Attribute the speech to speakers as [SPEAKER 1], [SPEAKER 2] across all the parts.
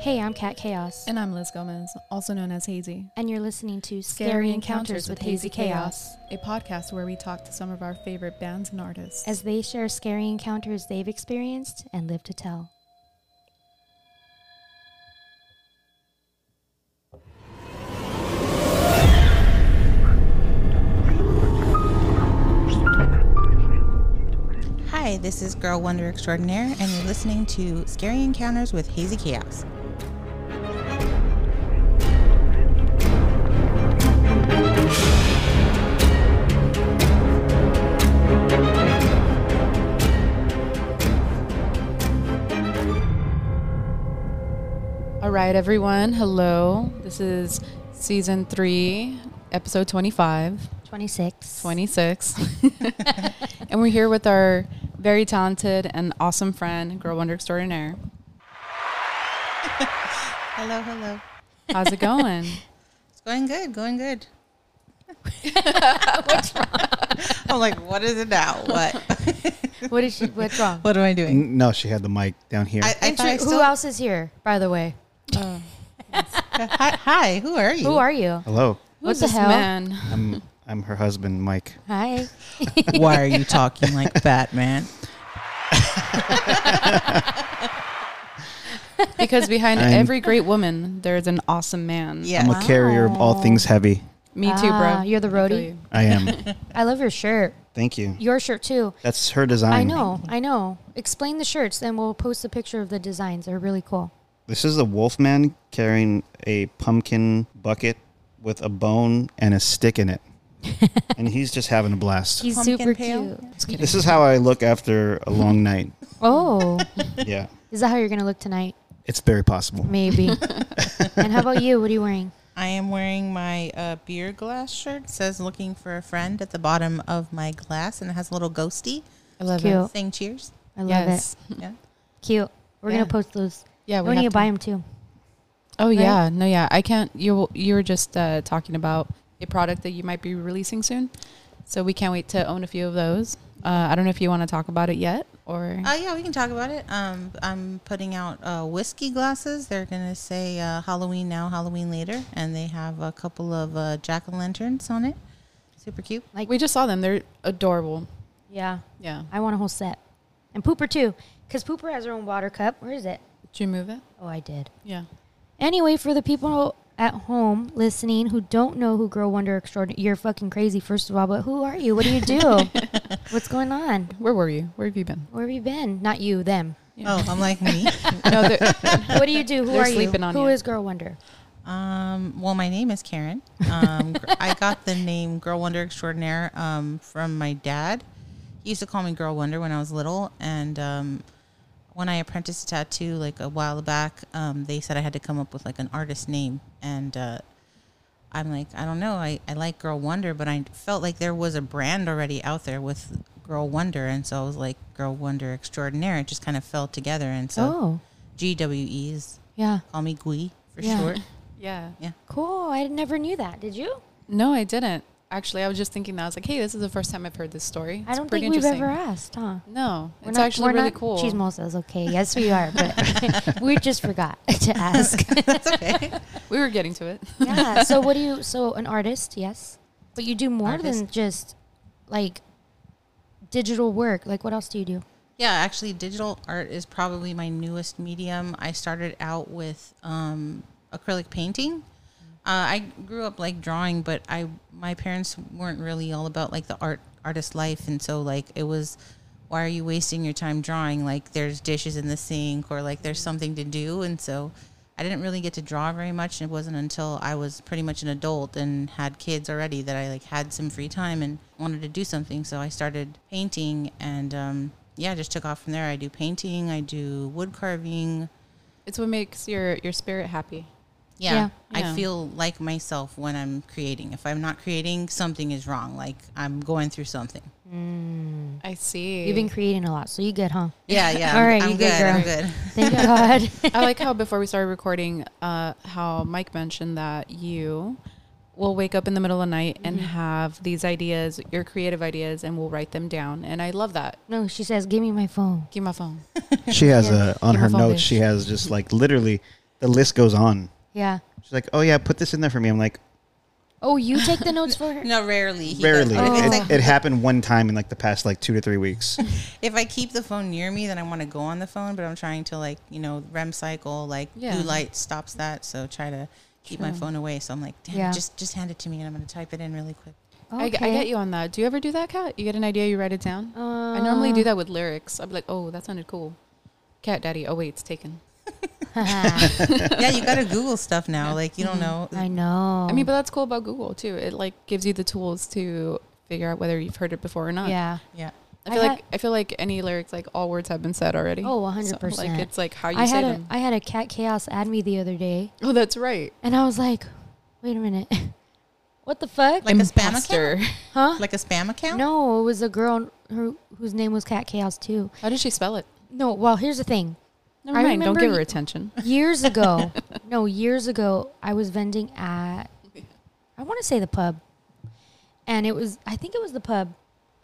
[SPEAKER 1] Hey, I'm Kat Chaos,
[SPEAKER 2] And I'm Liz Gomez, also known as Hazy.
[SPEAKER 1] and you're listening to Scary Encounters with Hazy Chaos.
[SPEAKER 2] a podcast where we talk to some of our favorite bands and artists.
[SPEAKER 1] As they share scary encounters they've experienced and live to tell.
[SPEAKER 3] Hi, this is Girl Wonder Extraordinaire, and you're listening to Scary Encounters with Hazy Chaos.
[SPEAKER 2] All right, everyone. Hello. This is season three, episode 25,
[SPEAKER 1] 26.
[SPEAKER 2] 26. and we're here with our very talented and awesome friend, Girl Wonder Extraordinaire.
[SPEAKER 3] Hello, hello.
[SPEAKER 2] How's it going?
[SPEAKER 3] It's going good, going good. What's wrong? I'm like, what is it now? What?
[SPEAKER 1] What is she, what's wrong?
[SPEAKER 3] What am I doing?
[SPEAKER 4] N- No, she had the mic down here.
[SPEAKER 3] I, I
[SPEAKER 1] Intro-
[SPEAKER 3] thought I
[SPEAKER 1] who
[SPEAKER 3] still,
[SPEAKER 1] else is here, by the way?
[SPEAKER 3] hi, hi, who are you?
[SPEAKER 1] Who are you?
[SPEAKER 4] Hello,
[SPEAKER 1] What
[SPEAKER 2] Who's
[SPEAKER 1] the
[SPEAKER 2] this
[SPEAKER 1] hell?
[SPEAKER 2] man?
[SPEAKER 4] I'm I'm her husband, Mike.
[SPEAKER 1] Hi.
[SPEAKER 3] Why are you talking like Batman?
[SPEAKER 2] Because behind
[SPEAKER 4] I'm-
[SPEAKER 2] every great woman, there's an awesome man.
[SPEAKER 3] Yeah.
[SPEAKER 4] I'm a carrier of all things heavy.
[SPEAKER 2] Me too,
[SPEAKER 1] Ah,
[SPEAKER 2] bro.
[SPEAKER 1] you're the
[SPEAKER 2] I feel
[SPEAKER 1] roadie?
[SPEAKER 2] you.
[SPEAKER 4] I am.
[SPEAKER 1] I love your shirt.
[SPEAKER 4] Thank you.
[SPEAKER 1] Your shirt, too.
[SPEAKER 4] That's her design.
[SPEAKER 1] I know, I know. Explain the shirts, then we'll post a picture of the designs. They're really cool.
[SPEAKER 4] This is a wolf man carrying a pumpkin bucket with a bone and a stick in it, and he's just having a blast.
[SPEAKER 1] He's
[SPEAKER 3] Pumpkin
[SPEAKER 1] super
[SPEAKER 3] pail?
[SPEAKER 1] cute.
[SPEAKER 4] this is how I look after a long night.
[SPEAKER 1] Oh,
[SPEAKER 4] Yeah,
[SPEAKER 1] is that how you're going to look tonight?
[SPEAKER 4] it's very possible.
[SPEAKER 1] Maybe. and how about you? What are you wearing?
[SPEAKER 3] I am wearing my uh, beer glass shirt. It says looking for a friend at the bottom of my glass, and it has a little ghosty
[SPEAKER 2] I love
[SPEAKER 1] Cute.
[SPEAKER 2] it.
[SPEAKER 3] saying cheers.
[SPEAKER 1] I love
[SPEAKER 2] Yes.
[SPEAKER 3] Yeah.
[SPEAKER 1] it. Cute. We're
[SPEAKER 3] Yeah.
[SPEAKER 1] gonna post those.
[SPEAKER 2] Yeah,
[SPEAKER 1] we need to
[SPEAKER 2] have
[SPEAKER 1] buy them too.
[SPEAKER 2] Oh yeah, no, yeah. I can't. You you were just uh, talking about a product that you might be releasing soon, so we can't wait to own a few of those. Uh, I don't know if you want to talk about it yet or
[SPEAKER 3] Uh, yeah, we can talk about it. Um, I'm putting out uh, whiskey glasses. They're gonna say uh, Halloween now, Halloween later, and they have a couple of uh, jack o' lanterns on it. Super cute.
[SPEAKER 2] we just saw them. They're adorable.
[SPEAKER 1] Yeah,
[SPEAKER 2] Yeah.
[SPEAKER 1] I want a whole set, and Pooper too, because Pooper has her own water cup. Where is it?
[SPEAKER 2] Did you move it?
[SPEAKER 1] Oh, I did.
[SPEAKER 2] Yeah.
[SPEAKER 1] Anyway, for the people at home listening who don't know who Girl Wonder Extraordinary, you're fucking crazy. First of all, but who are you? What do you do? What's going on?
[SPEAKER 2] Where were you? Where have you been?
[SPEAKER 1] Where have you been? Not you, them.
[SPEAKER 3] Oh, I'm like me.
[SPEAKER 2] Oh. No, they're-
[SPEAKER 1] What do you do? Who
[SPEAKER 2] They're
[SPEAKER 1] are you?
[SPEAKER 2] sleeping on
[SPEAKER 1] Who
[SPEAKER 2] you.
[SPEAKER 1] is Girl Wonder?
[SPEAKER 3] Um, well, my name is Karen. Um, gr- I got the name Girl Wonder Extraordinaire um, from my dad. He used to call me Girl Wonder when I was little, and um, when I apprenticed to tattoo like a while back, um, they said I had to come up with like an artist name, and uh, I'm like, I don't know, I, I like Girl Wonder, but I felt like there was a brand already out there with Girl Wonder, and so I was like Girl Wonder Extraordinaire. It just kind of fell together, and so
[SPEAKER 1] Oh,
[SPEAKER 3] GWEs
[SPEAKER 1] yeah,
[SPEAKER 3] call me Gui for
[SPEAKER 1] Yeah.
[SPEAKER 3] short.
[SPEAKER 2] yeah.
[SPEAKER 1] cool. I never knew that. Did you?
[SPEAKER 2] No, I didn't. Actually, I was just thinking that I was like, hey, this is the first time I've heard this story.
[SPEAKER 1] I
[SPEAKER 2] It's
[SPEAKER 1] don't
[SPEAKER 2] pretty
[SPEAKER 1] think we've
[SPEAKER 2] interesting.
[SPEAKER 1] ever asked, huh?
[SPEAKER 2] No,
[SPEAKER 1] We're
[SPEAKER 2] it's
[SPEAKER 1] not-
[SPEAKER 2] actually
[SPEAKER 1] we're
[SPEAKER 2] really
[SPEAKER 1] not
[SPEAKER 2] cool.
[SPEAKER 1] Chismosas, okay. Yes, we are, but we just forgot to ask.
[SPEAKER 3] That's okay.
[SPEAKER 2] We were getting to it.
[SPEAKER 1] yeah. So what do you? So an artist, yes, but you do more than
[SPEAKER 3] Artist.
[SPEAKER 1] just like digital work. Like what else do you do?
[SPEAKER 3] Yeah, actually, digital art is probably my newest medium. I started out with um, acrylic painting. Uh, I grew up like drawing, but I my parents weren't really all about like the art artist life, and so like it was, why are you wasting your time drawing? Like there's dishes in the sink, or like there's something to do, and so I didn't really get to draw very much. It wasn't until I was pretty much an adult and had kids already that I like had some free time and wanted to do something. So I started painting, and um, yeah, I just took off from there. I do painting, I do wood carving.
[SPEAKER 2] It's what makes your your spirit happy.
[SPEAKER 3] Yeah,
[SPEAKER 2] Yeah. Yeah.
[SPEAKER 3] I feel like myself when I'm creating. If I'm not creating, something is wrong. Like I'm going through something.
[SPEAKER 2] I see.
[SPEAKER 1] You've been creating a lot, so you good, huh?
[SPEAKER 3] Yeah, yeah.
[SPEAKER 1] All
[SPEAKER 3] I'm-
[SPEAKER 1] right,
[SPEAKER 3] I'm
[SPEAKER 1] you
[SPEAKER 3] good.
[SPEAKER 1] good,
[SPEAKER 3] I'm
[SPEAKER 1] girl.
[SPEAKER 3] good.
[SPEAKER 1] Thank God.
[SPEAKER 2] I like how before we started recording, uh, how Mike mentioned that you will wake up in the middle of the night and
[SPEAKER 1] Mm-hmm.
[SPEAKER 2] have these ideas, your creative ideas, and we'll write them down. And I love that.
[SPEAKER 1] no, she says, "Give me my phone."
[SPEAKER 2] Give me my phone.
[SPEAKER 4] She has a on
[SPEAKER 2] Give her
[SPEAKER 4] her
[SPEAKER 2] phone,
[SPEAKER 4] notes.
[SPEAKER 2] bitch.
[SPEAKER 4] She has just like literally the list goes on.
[SPEAKER 1] Yeah.
[SPEAKER 4] She's like, "Oh yeah, put this in there for me." I'm like,
[SPEAKER 1] Oh, you take the notes for her?
[SPEAKER 3] No, rarely. he
[SPEAKER 4] "Rarely.
[SPEAKER 3] does.
[SPEAKER 1] Oh.
[SPEAKER 4] It,
[SPEAKER 3] It's like,
[SPEAKER 4] it happened one time in like the past like 2 to 3 weeks."
[SPEAKER 3] if I keep the phone near me, then I want to go on the phone, but I'm trying to like, you know, REM cycle, like
[SPEAKER 2] Yeah.
[SPEAKER 3] blue light stops that, so try to keep my phone away. So I'm like, damn,
[SPEAKER 1] Yeah.
[SPEAKER 3] just just hand it to me and I'm going to type it in really quick.
[SPEAKER 2] I, g- I get you on that. Do you ever do that, Kat? You get an idea, you write it down. I normally
[SPEAKER 1] Uh,
[SPEAKER 2] do that with lyrics. I'm like, oh, that sounded cool. Cat Daddy. Oh wait, it's taken.
[SPEAKER 1] I
[SPEAKER 3] yeah, you got to Google stuff now. Like, you don't know.
[SPEAKER 1] know.
[SPEAKER 2] I mean, but that's cool about Google too. It like gives you the tools to figure out whether you've heard it before or not.
[SPEAKER 1] yeah.
[SPEAKER 3] Yeah.
[SPEAKER 2] I feel
[SPEAKER 1] I
[SPEAKER 2] like I feel like any lyrics, like all words have been said already.
[SPEAKER 1] Oh,
[SPEAKER 2] So,
[SPEAKER 1] 100%.
[SPEAKER 2] like it's like how you
[SPEAKER 1] I
[SPEAKER 2] say
[SPEAKER 1] had a
[SPEAKER 2] them.
[SPEAKER 1] I had a cat chaos add me the other day,
[SPEAKER 2] oh, that's right.
[SPEAKER 1] and I was like, wait a minute, what the fuck?
[SPEAKER 3] Like a spam account?
[SPEAKER 2] Imposter.
[SPEAKER 1] huh?
[SPEAKER 3] Like a spam account?
[SPEAKER 1] no, it was a girl who, whose name was Cat Chaos too.
[SPEAKER 2] How did she spell it?
[SPEAKER 1] No, well, here's the thing.
[SPEAKER 2] Never
[SPEAKER 1] I
[SPEAKER 2] mind. Don't
[SPEAKER 1] remember
[SPEAKER 2] e- give her
[SPEAKER 1] y-
[SPEAKER 2] attention.
[SPEAKER 1] Years ago, no, years ago, I was vending at, I want to say the pub, and it was I think it was the pub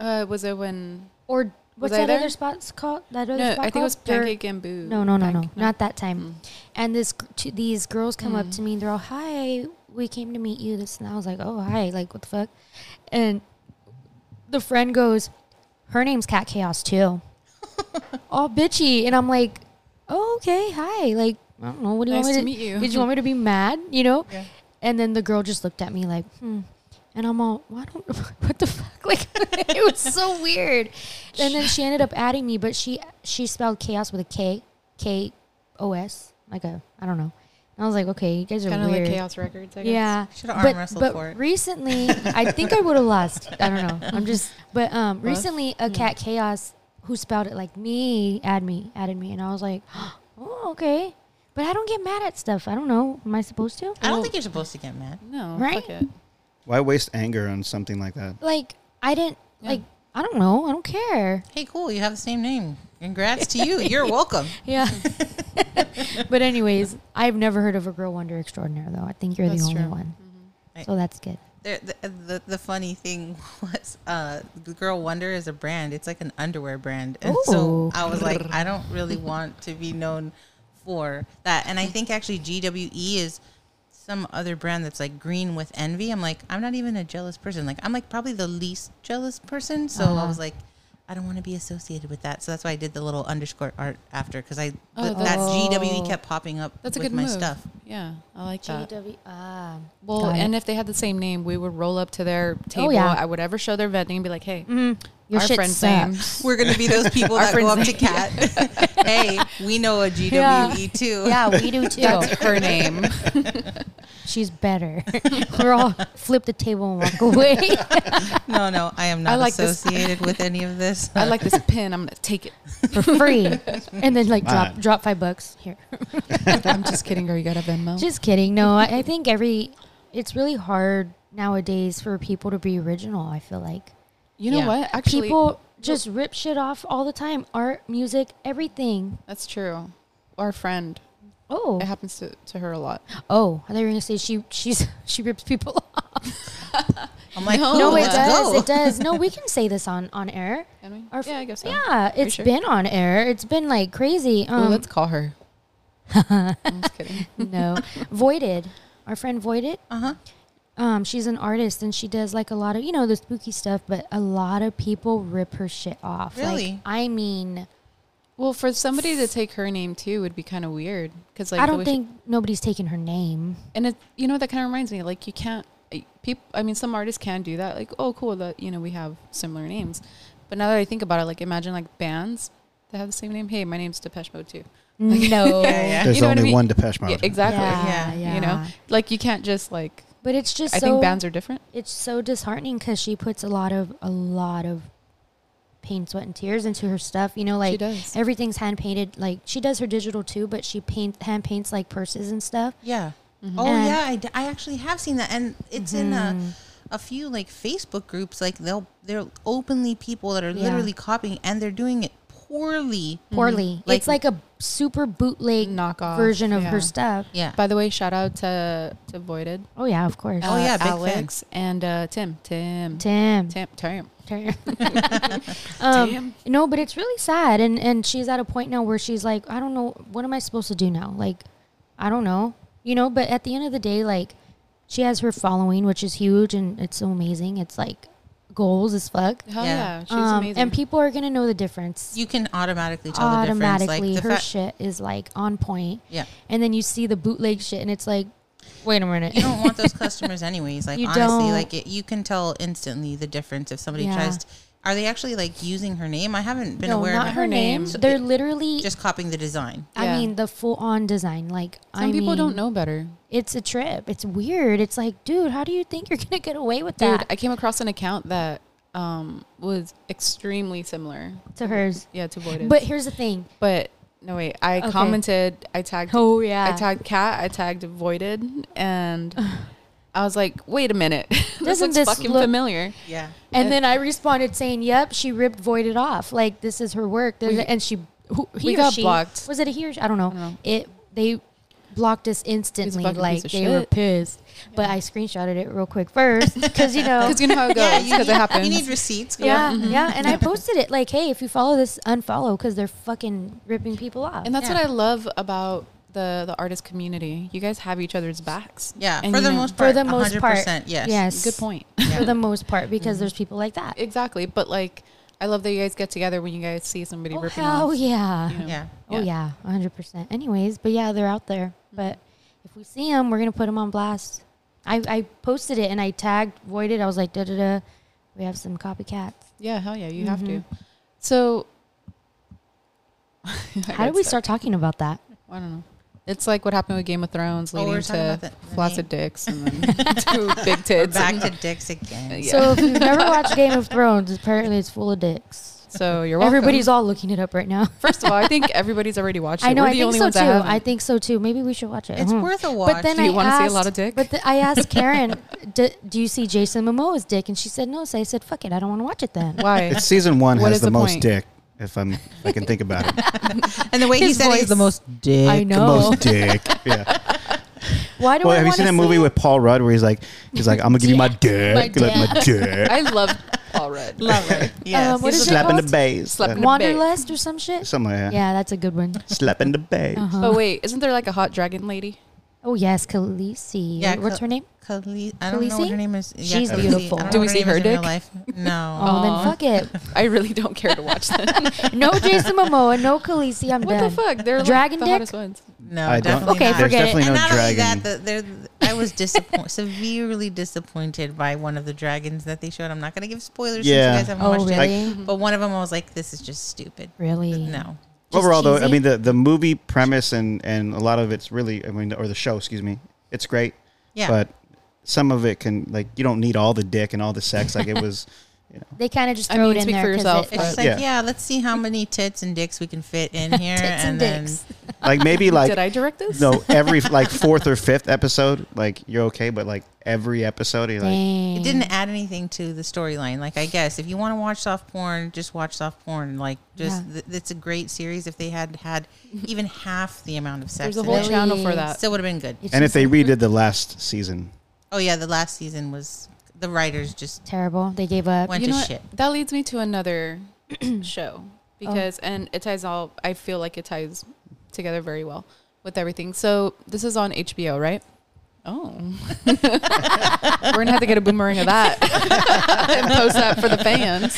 [SPEAKER 2] Uh, was it when?
[SPEAKER 1] or what's
[SPEAKER 2] I
[SPEAKER 1] that
[SPEAKER 2] there?
[SPEAKER 1] other spot's called? That other
[SPEAKER 2] no, I
[SPEAKER 1] spot
[SPEAKER 2] think it was
[SPEAKER 1] called? Dirt-
[SPEAKER 2] Pancake and Boo.
[SPEAKER 1] No, no, no, no,
[SPEAKER 2] Pancake-
[SPEAKER 1] not that time.
[SPEAKER 2] Mm.
[SPEAKER 1] And this, gr- t- these girls come up to me and they're all, "Hi, we came to meet you." This and I was like, "Oh, hi, like what the fuck?" And the friend goes, "Her name's Cat Chaos too." all bitchy, and I'm like, "Oh, okay, hi." Like I don't know, what do you
[SPEAKER 2] Nice
[SPEAKER 1] want me
[SPEAKER 2] to meet you.
[SPEAKER 1] Did you want me to be mad? You know?
[SPEAKER 3] Yeah.
[SPEAKER 1] And then the girl just looked at me like, "Hmm." And I'm all, "Why don't? What the fuck?" Like it was so weird. And then she ended up adding me, but she she spelled chaos with a K K O S, like a I don't know. And I was like, okay, you guys are
[SPEAKER 2] Kind of like
[SPEAKER 1] weird.
[SPEAKER 2] Chaos Records. I guess.
[SPEAKER 1] yeah,
[SPEAKER 3] Should've arm
[SPEAKER 1] but,
[SPEAKER 3] wrestled
[SPEAKER 1] but
[SPEAKER 3] for it.
[SPEAKER 1] recently, I think I would have lost. I don't know. I'm just, but um, recently
[SPEAKER 2] Hmm.
[SPEAKER 1] a cat chaos who spelled it like me add me added me, and I was like, oh okay, but I don't get mad at stuff. I don't know. Am I supposed to?
[SPEAKER 3] I don't think you're supposed to get mad.
[SPEAKER 2] No.
[SPEAKER 1] Right?
[SPEAKER 2] Fuck it.
[SPEAKER 4] Why waste anger on something like that?
[SPEAKER 1] Like I didn't like. I don't know. I don't care.
[SPEAKER 3] Hey, cool. You have the same name. Congrats to you. You're welcome.
[SPEAKER 1] Yeah. but anyways, I've never heard of a girl wonder extraordinaire though. I think you're
[SPEAKER 2] That's
[SPEAKER 1] the only
[SPEAKER 2] true. Mm-hmm.
[SPEAKER 1] one.
[SPEAKER 3] Right.
[SPEAKER 1] So that's good.
[SPEAKER 3] The, the, the, the funny thing was, uh, the Girl Wonder is a brand. It's like an underwear brand, and so
[SPEAKER 1] Ooh.
[SPEAKER 3] I was like, I don't really want to be known for that. And I think actually GWE is some other brand that's like green with envy. I'm like, I'm not even a jealous person. Like, I'm like probably the least jealous person. So I
[SPEAKER 1] Uh-huh.
[SPEAKER 3] was like. I don't want to be associated with that, so that's why I did the little underscore art after because I
[SPEAKER 2] Oh,
[SPEAKER 3] th- that
[SPEAKER 2] that's-
[SPEAKER 3] GWE kept popping up
[SPEAKER 2] That's a
[SPEAKER 3] with
[SPEAKER 2] good
[SPEAKER 3] my
[SPEAKER 2] move.
[SPEAKER 3] stuff.
[SPEAKER 2] Yeah, I like that.
[SPEAKER 1] GW. Ah.
[SPEAKER 2] Well,
[SPEAKER 1] Got it. Oh,
[SPEAKER 2] and if they had the same name, we would roll up to their table
[SPEAKER 1] yeah. Mm,
[SPEAKER 2] at whatever show they're vending and be like, "Hey,
[SPEAKER 1] Mm-hmm. Your
[SPEAKER 2] our
[SPEAKER 1] shit
[SPEAKER 2] friend's
[SPEAKER 1] sucks.
[SPEAKER 2] name."
[SPEAKER 3] We're gonna be those people that go up to Kat. hey, we know a GWE
[SPEAKER 1] Yeah.
[SPEAKER 3] too.
[SPEAKER 1] Yeah, we do too.
[SPEAKER 2] That's her name.
[SPEAKER 1] She's better. We're all flip the table and walk away.
[SPEAKER 3] No, no, I am
[SPEAKER 2] I
[SPEAKER 3] not
[SPEAKER 2] like this.
[SPEAKER 3] associated with any of this.
[SPEAKER 2] I like this pin. I'm gonna take it.
[SPEAKER 1] for free, and then like drop
[SPEAKER 4] Wow.
[SPEAKER 1] drop five bucks here.
[SPEAKER 2] I'm just kidding, girl. You got a Venmo.
[SPEAKER 1] Just kidding. No, I, I think every it's really hard nowadays for people to be original. I feel like
[SPEAKER 2] you know
[SPEAKER 3] Yeah.
[SPEAKER 2] what? Actually,
[SPEAKER 1] people just rip shit off all the time. Art, music, everything.
[SPEAKER 2] that's true. Our friend.
[SPEAKER 1] Oh,
[SPEAKER 2] It happens to, to her a lot.
[SPEAKER 1] oh, I thought you were gonna say she she's she rips people off.
[SPEAKER 3] I'm like,
[SPEAKER 2] No,
[SPEAKER 3] cool,
[SPEAKER 1] no, it
[SPEAKER 3] Oh, let's
[SPEAKER 1] does.
[SPEAKER 3] go.
[SPEAKER 1] It does. No, we can say this on on air.
[SPEAKER 2] Can we?
[SPEAKER 1] Our
[SPEAKER 2] yeah,
[SPEAKER 1] fr-
[SPEAKER 2] I guess so.
[SPEAKER 1] Yeah, it's
[SPEAKER 2] sure?
[SPEAKER 1] been on air. It's been like crazy.
[SPEAKER 2] Ooh,
[SPEAKER 1] Um,
[SPEAKER 2] let's call her. I'm just kidding.
[SPEAKER 1] no, voided. Our friend voided.
[SPEAKER 3] Uh huh.
[SPEAKER 1] Um, she's an artist and she does like a lot of you know the spooky stuff, but a lot of people rip her shit off. Like,
[SPEAKER 3] Really?
[SPEAKER 1] I mean,
[SPEAKER 2] Well, for somebody to take her name too would be kind of weird because like
[SPEAKER 1] I
[SPEAKER 2] the
[SPEAKER 1] don't
[SPEAKER 2] way she-
[SPEAKER 1] think nobody's taking her name.
[SPEAKER 2] and it you know that kind of reminds me like you can't people i mean some artists can do that like oh cool that you know we have similar names but now that i think about it like imagine like bands that have the same name hey my name's depeche mode too
[SPEAKER 1] No.
[SPEAKER 3] Yeah.
[SPEAKER 4] There's
[SPEAKER 2] know what I
[SPEAKER 4] only
[SPEAKER 2] mean?
[SPEAKER 4] one Depeche Mode.
[SPEAKER 2] yeah, exactly
[SPEAKER 1] Yeah, yeah.
[SPEAKER 2] you know like you can't just like
[SPEAKER 1] But it's just
[SPEAKER 2] i
[SPEAKER 1] so
[SPEAKER 2] think bands are different
[SPEAKER 1] it's so disheartening because she puts a lot of a lot of pain, sweat, and tears into her stuff. You know, like
[SPEAKER 2] does.
[SPEAKER 1] everything's hand painted. Like she does her digital too, but she paint hand paints like purses and stuff.
[SPEAKER 3] Yeah. Oh
[SPEAKER 1] Mm-hmm. And- Mm-hmm.
[SPEAKER 3] yeah, I, d- I actually have seen that, and it's in a
[SPEAKER 2] Mm-hmm.
[SPEAKER 3] a few like Facebook groups. Like they'll they're openly people that are
[SPEAKER 1] Yeah.
[SPEAKER 3] literally copying, and they're doing it poorly.
[SPEAKER 1] Poorly,
[SPEAKER 3] Like-
[SPEAKER 1] it's like a super bootleg
[SPEAKER 2] Knockoff,
[SPEAKER 1] version of
[SPEAKER 2] yeah.
[SPEAKER 1] her stuff.
[SPEAKER 3] Yeah.
[SPEAKER 2] by the way shout out to to voided uh,
[SPEAKER 1] Oh yeah, of course.
[SPEAKER 3] Oh, yeah, big fan.
[SPEAKER 2] alex and uh tim tim
[SPEAKER 1] Damn.
[SPEAKER 2] tim tim
[SPEAKER 1] Um,
[SPEAKER 2] Damn.
[SPEAKER 1] No, but it's really sad, and and she's at a point now where she's like, I don't know, what am I supposed to do now? Like, I don't know, you know. But at the end of the day, like she has her following, which is huge and it's so amazing. It's like goals as fuck.
[SPEAKER 2] Hell
[SPEAKER 3] Yeah.
[SPEAKER 2] yeah, she's
[SPEAKER 1] Um,
[SPEAKER 2] amazing.
[SPEAKER 1] and people are gonna know the difference.
[SPEAKER 3] You can automatically tell the
[SPEAKER 1] Automatically,
[SPEAKER 3] difference. Like the
[SPEAKER 1] her
[SPEAKER 3] fa-
[SPEAKER 1] shit is like on point.
[SPEAKER 3] Yeah.
[SPEAKER 1] And then you see the bootleg shit, and it's like, wait a minute.
[SPEAKER 3] you don't want those customers anyways. Like
[SPEAKER 1] You
[SPEAKER 3] honestly,
[SPEAKER 1] don't.
[SPEAKER 3] like it, you can tell instantly the difference if somebody
[SPEAKER 1] Yeah.
[SPEAKER 3] tries. To, are they actually like using her name? I haven't been
[SPEAKER 1] no,
[SPEAKER 3] aware
[SPEAKER 1] not
[SPEAKER 3] of
[SPEAKER 1] her
[SPEAKER 2] her
[SPEAKER 1] name.
[SPEAKER 2] name. So
[SPEAKER 1] They're
[SPEAKER 3] it-
[SPEAKER 1] literally.
[SPEAKER 3] just copying the design.
[SPEAKER 1] I
[SPEAKER 2] Yeah.
[SPEAKER 1] mean, the full on design. Like,
[SPEAKER 2] Some
[SPEAKER 1] I
[SPEAKER 2] people
[SPEAKER 1] mean,
[SPEAKER 2] don't know better.
[SPEAKER 1] It's a trip. It's weird. It's like, dude, how do you think you're gonna get away with
[SPEAKER 2] Dude,
[SPEAKER 1] that
[SPEAKER 2] I came across an account that um, was extremely similar.
[SPEAKER 1] to hers?
[SPEAKER 2] Yeah, to Voided.
[SPEAKER 1] But here's the thing.
[SPEAKER 2] but no wait, I
[SPEAKER 1] Okay.
[SPEAKER 2] commented. I tagged.
[SPEAKER 1] Oh yeah.
[SPEAKER 2] I tagged cat. I tagged voided, and I was like, wait a minute, this
[SPEAKER 1] Doesn't
[SPEAKER 2] looks
[SPEAKER 1] this
[SPEAKER 2] fucking
[SPEAKER 1] look-
[SPEAKER 2] familiar.
[SPEAKER 3] Yeah.
[SPEAKER 1] and then I responded saying, "Yep, she ripped voided off. Like this is her work." There's
[SPEAKER 2] We-
[SPEAKER 1] a- and she, who, he
[SPEAKER 2] we
[SPEAKER 1] or
[SPEAKER 2] got
[SPEAKER 1] she-
[SPEAKER 2] blocked.
[SPEAKER 1] Was it a he or she? I don't know.
[SPEAKER 2] know.
[SPEAKER 1] It they blocked us instantly.
[SPEAKER 2] fucking
[SPEAKER 1] Like
[SPEAKER 2] piece
[SPEAKER 1] they
[SPEAKER 2] of
[SPEAKER 1] were
[SPEAKER 2] shit.
[SPEAKER 1] pissed. But I screenshotted it real quick first because Oh. you know.
[SPEAKER 2] Because you know how it goes. Because
[SPEAKER 3] need,
[SPEAKER 2] it happens.
[SPEAKER 3] You need receipts. girl.
[SPEAKER 1] Yeah, yeah, and I posted it like, "Hey, if you follow this, unfollow because they're fucking ripping people off."
[SPEAKER 2] and that's
[SPEAKER 3] Yeah.
[SPEAKER 2] what I love about the the artist community. You guys have each other's backs.
[SPEAKER 3] Yeah.
[SPEAKER 2] And
[SPEAKER 3] for
[SPEAKER 2] you
[SPEAKER 3] the
[SPEAKER 2] know-
[SPEAKER 3] most
[SPEAKER 1] for
[SPEAKER 3] part.
[SPEAKER 1] the most part,
[SPEAKER 3] 100%, Yes.
[SPEAKER 1] yes,
[SPEAKER 2] Good point.
[SPEAKER 1] for the most part because there's people like that.
[SPEAKER 2] exactly. But like, I love that you guys get together when you guys see somebody
[SPEAKER 1] Oh
[SPEAKER 2] ripping
[SPEAKER 1] hell
[SPEAKER 2] off.
[SPEAKER 1] yeah.
[SPEAKER 2] you know?
[SPEAKER 3] Yeah.
[SPEAKER 1] Oh yeah, hundred percent. Anyways, but yeah, they're out there.
[SPEAKER 2] Mm-hmm.
[SPEAKER 1] But if we see them, we're gonna put them on blast. I, I posted it and I tagged voided. I was like, da da da. We have some copycats.
[SPEAKER 2] Yeah, hell yeah, you have
[SPEAKER 1] Mm-hmm.
[SPEAKER 2] to. So,
[SPEAKER 1] How did we start talking about that?
[SPEAKER 2] I don't know. It's like what happened with Game of Thrones,
[SPEAKER 3] Oh, we
[SPEAKER 2] leading
[SPEAKER 3] were talking
[SPEAKER 2] to
[SPEAKER 3] about the- the
[SPEAKER 2] flaccid dicks and then two big tits.
[SPEAKER 3] Back
[SPEAKER 2] and-
[SPEAKER 3] to dicks again.
[SPEAKER 2] Yeah.
[SPEAKER 1] So if you've never watched Game of Thrones, apparently it's full of dicks.
[SPEAKER 2] so you're welcome.
[SPEAKER 1] Everybody's all looking it up right now.
[SPEAKER 2] First of all, I think everybody's already watched it.
[SPEAKER 1] I know.
[SPEAKER 2] We're
[SPEAKER 1] I
[SPEAKER 2] the
[SPEAKER 1] think
[SPEAKER 2] only
[SPEAKER 1] so
[SPEAKER 2] ones
[SPEAKER 1] too.
[SPEAKER 2] that haven't.
[SPEAKER 1] I think so too. Maybe we should watch it.
[SPEAKER 3] It's
[SPEAKER 1] Mhm.
[SPEAKER 3] worth a watch.
[SPEAKER 1] But then
[SPEAKER 2] Do you
[SPEAKER 1] I
[SPEAKER 2] wanna see a lot
[SPEAKER 1] asked-
[SPEAKER 2] of dick?
[SPEAKER 1] But th- I asked Karen, do, "Do you see Jason Momoa's dick?" And she said no. So I said, "Fuck it, I don't want to watch it then."
[SPEAKER 2] Why?
[SPEAKER 4] It's season one
[SPEAKER 2] What
[SPEAKER 4] has
[SPEAKER 2] is
[SPEAKER 4] the,
[SPEAKER 2] the
[SPEAKER 4] most
[SPEAKER 2] point?
[SPEAKER 4] dick. If I'm, if I can think about it,
[SPEAKER 3] and the way he
[SPEAKER 1] His
[SPEAKER 3] said it
[SPEAKER 1] voice.
[SPEAKER 3] is the most dick.
[SPEAKER 1] I know.
[SPEAKER 4] the most dick. Yeah.
[SPEAKER 1] Why do
[SPEAKER 4] Well,
[SPEAKER 1] I
[SPEAKER 4] have
[SPEAKER 1] wanna
[SPEAKER 4] you
[SPEAKER 1] Uh,
[SPEAKER 4] seen that
[SPEAKER 1] see
[SPEAKER 4] movie
[SPEAKER 1] it?
[SPEAKER 4] with Paul Rudd where he's like, he's like, I'm gonna give you my dick,
[SPEAKER 1] My
[SPEAKER 4] Like, my dick,
[SPEAKER 2] I love Paul Rudd.
[SPEAKER 3] Love it. Yes.
[SPEAKER 1] Uh, what is it
[SPEAKER 4] slap in the
[SPEAKER 1] called?
[SPEAKER 4] base,
[SPEAKER 2] Slap in the-
[SPEAKER 1] Wanderlust or some shit?
[SPEAKER 4] something like that.
[SPEAKER 1] Yeah, that's a good one. Uh-huh.
[SPEAKER 4] slap in the base.
[SPEAKER 2] But wait, isn't there like a hot dragon lady?
[SPEAKER 1] Oh yes, Khaleesi.
[SPEAKER 3] Yeah,
[SPEAKER 1] What's
[SPEAKER 3] Khal-
[SPEAKER 1] her name?
[SPEAKER 3] Khaleesi. I don't know
[SPEAKER 1] Khaleesi?
[SPEAKER 3] what her name is. Yeah,
[SPEAKER 1] She's
[SPEAKER 3] Khaleesi. I don't
[SPEAKER 1] beautiful.
[SPEAKER 3] know
[SPEAKER 1] Do
[SPEAKER 2] we
[SPEAKER 3] what
[SPEAKER 2] see
[SPEAKER 3] name is
[SPEAKER 2] her
[SPEAKER 3] in real
[SPEAKER 2] dick?
[SPEAKER 3] Life. No.
[SPEAKER 1] Oh,
[SPEAKER 2] Aw.
[SPEAKER 1] then fuck it.
[SPEAKER 2] I really don't care to watch that.
[SPEAKER 1] No Jason Momoa, no Khaleesi. I'm
[SPEAKER 2] what
[SPEAKER 1] done.
[SPEAKER 2] the fuck? They're
[SPEAKER 1] Dragon
[SPEAKER 2] like the
[SPEAKER 1] dick?
[SPEAKER 2] hottest ones.
[SPEAKER 3] No.
[SPEAKER 4] I don't.
[SPEAKER 3] definitely
[SPEAKER 1] Okay,
[SPEAKER 3] not.
[SPEAKER 4] There's
[SPEAKER 1] forget it.
[SPEAKER 4] definitely
[SPEAKER 3] and
[SPEAKER 4] no
[SPEAKER 3] not only
[SPEAKER 4] dragon.
[SPEAKER 3] that, the, there, I was disappoint, severely disappointed by one of the dragons that they showed. I'm not going to give spoilers
[SPEAKER 4] Yeah.
[SPEAKER 3] since you guys haven't
[SPEAKER 1] Oh
[SPEAKER 3] watched
[SPEAKER 1] really?
[SPEAKER 3] it. But one of them, I was like, this is just stupid.
[SPEAKER 1] really?
[SPEAKER 3] No.
[SPEAKER 1] Just
[SPEAKER 4] Overall, though, I
[SPEAKER 1] cheesy?
[SPEAKER 4] mean the the movie premise and and a lot of it's really, I mean, or the show, excuse me, it's great.
[SPEAKER 3] Yeah.
[SPEAKER 4] But some of it can like you don't need all the dick and all the sex. Like it was.
[SPEAKER 1] They kind of just
[SPEAKER 2] I
[SPEAKER 1] throw
[SPEAKER 2] mean,
[SPEAKER 1] it in
[SPEAKER 2] speak
[SPEAKER 1] there
[SPEAKER 2] for
[SPEAKER 1] 'cause
[SPEAKER 2] yourself,
[SPEAKER 1] it-
[SPEAKER 3] it's just like,
[SPEAKER 4] uh, Yeah.
[SPEAKER 3] yeah. let's see how many tits and dicks we can fit in here.
[SPEAKER 1] tits and
[SPEAKER 3] and, then
[SPEAKER 1] dicks.
[SPEAKER 4] Like maybe
[SPEAKER 2] Did
[SPEAKER 4] like
[SPEAKER 2] I direct this?
[SPEAKER 4] no every like fourth or fifth episode like you're okay, but like every episode you're like
[SPEAKER 1] Dang.
[SPEAKER 3] it didn't add anything to the storyline. Like, I guess if you want to watch soft porn, just watch soft porn. Like, just
[SPEAKER 1] Yeah.
[SPEAKER 3] th- it's a great series. If they had had even half the amount of sex,
[SPEAKER 2] There's a
[SPEAKER 3] in
[SPEAKER 2] whole
[SPEAKER 3] it,
[SPEAKER 2] channel for
[SPEAKER 1] Really?
[SPEAKER 3] it
[SPEAKER 2] that.
[SPEAKER 3] still would have been good.
[SPEAKER 1] It's
[SPEAKER 4] and if
[SPEAKER 1] just
[SPEAKER 4] they redid the last season,
[SPEAKER 3] Oh yeah, the last season was the writers just
[SPEAKER 1] terrible, they gave up.
[SPEAKER 3] went
[SPEAKER 2] you
[SPEAKER 3] to
[SPEAKER 2] know what?
[SPEAKER 3] shit.
[SPEAKER 2] That leads me to another show because, and it ties all. I feel like it ties together very well with everything. So this is on HBO, right? Oh, we're gonna have to get a boomerang of that and post that for the fans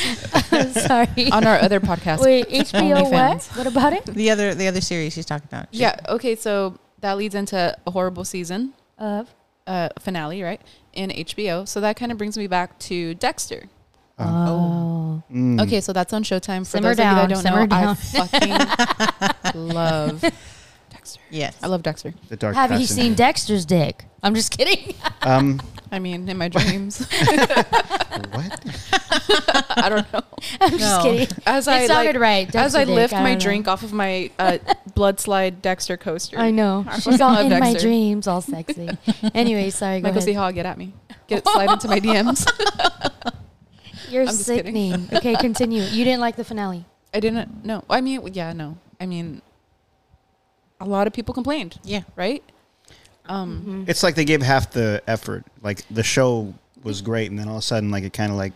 [SPEAKER 1] Sorry.
[SPEAKER 2] on our other podcast.
[SPEAKER 1] Wait, HBO what?
[SPEAKER 2] OnlyFans.
[SPEAKER 1] What about it?
[SPEAKER 3] The other the other series she's talking about. She-
[SPEAKER 2] Yeah. Okay. So that leads into a horrible season
[SPEAKER 1] Of
[SPEAKER 2] uh, finale, right? In HBO. So that kind of brings me back to Dexter.
[SPEAKER 1] oh,
[SPEAKER 4] mm,
[SPEAKER 2] Okay, so that's on Showtime. For
[SPEAKER 1] Simmer
[SPEAKER 2] those of you
[SPEAKER 1] down,
[SPEAKER 2] that don't know, I
[SPEAKER 1] simmer
[SPEAKER 2] fucking love Dexter.
[SPEAKER 3] Yes.
[SPEAKER 2] I love Dexter.
[SPEAKER 4] the dark.
[SPEAKER 1] have you
[SPEAKER 4] passion.
[SPEAKER 1] seen Dexter's dick? I'm just kidding.
[SPEAKER 4] Um,
[SPEAKER 2] I mean, in my dreams.
[SPEAKER 4] what?
[SPEAKER 2] I don't know.
[SPEAKER 1] I'm just
[SPEAKER 3] No.
[SPEAKER 1] kidding.
[SPEAKER 2] As
[SPEAKER 1] It
[SPEAKER 2] I
[SPEAKER 1] sounded
[SPEAKER 2] like,
[SPEAKER 1] right.
[SPEAKER 2] as
[SPEAKER 1] Dexter
[SPEAKER 2] I
[SPEAKER 1] dick,
[SPEAKER 2] lift my
[SPEAKER 1] don't know.
[SPEAKER 2] drink off of my uh, blood slide Dexter coaster.
[SPEAKER 1] I know.
[SPEAKER 2] I
[SPEAKER 1] She's all
[SPEAKER 2] love
[SPEAKER 1] in my
[SPEAKER 2] Dexter.
[SPEAKER 1] dreams, all sexy. anyway, sorry, go
[SPEAKER 2] Michael C.
[SPEAKER 1] ahead.
[SPEAKER 2] Hall, get at me. Get slide into my DMs.
[SPEAKER 1] You're
[SPEAKER 2] just kidding.
[SPEAKER 1] sickening. okay, continue. You didn't like the finale.
[SPEAKER 2] I didn't. No. I mean, yeah, no. I mean, a lot of people complained,
[SPEAKER 3] Yeah.
[SPEAKER 2] right? Um,
[SPEAKER 4] It's like they gave half the effort. Like the show was great, and then all of a sudden, like it kind of like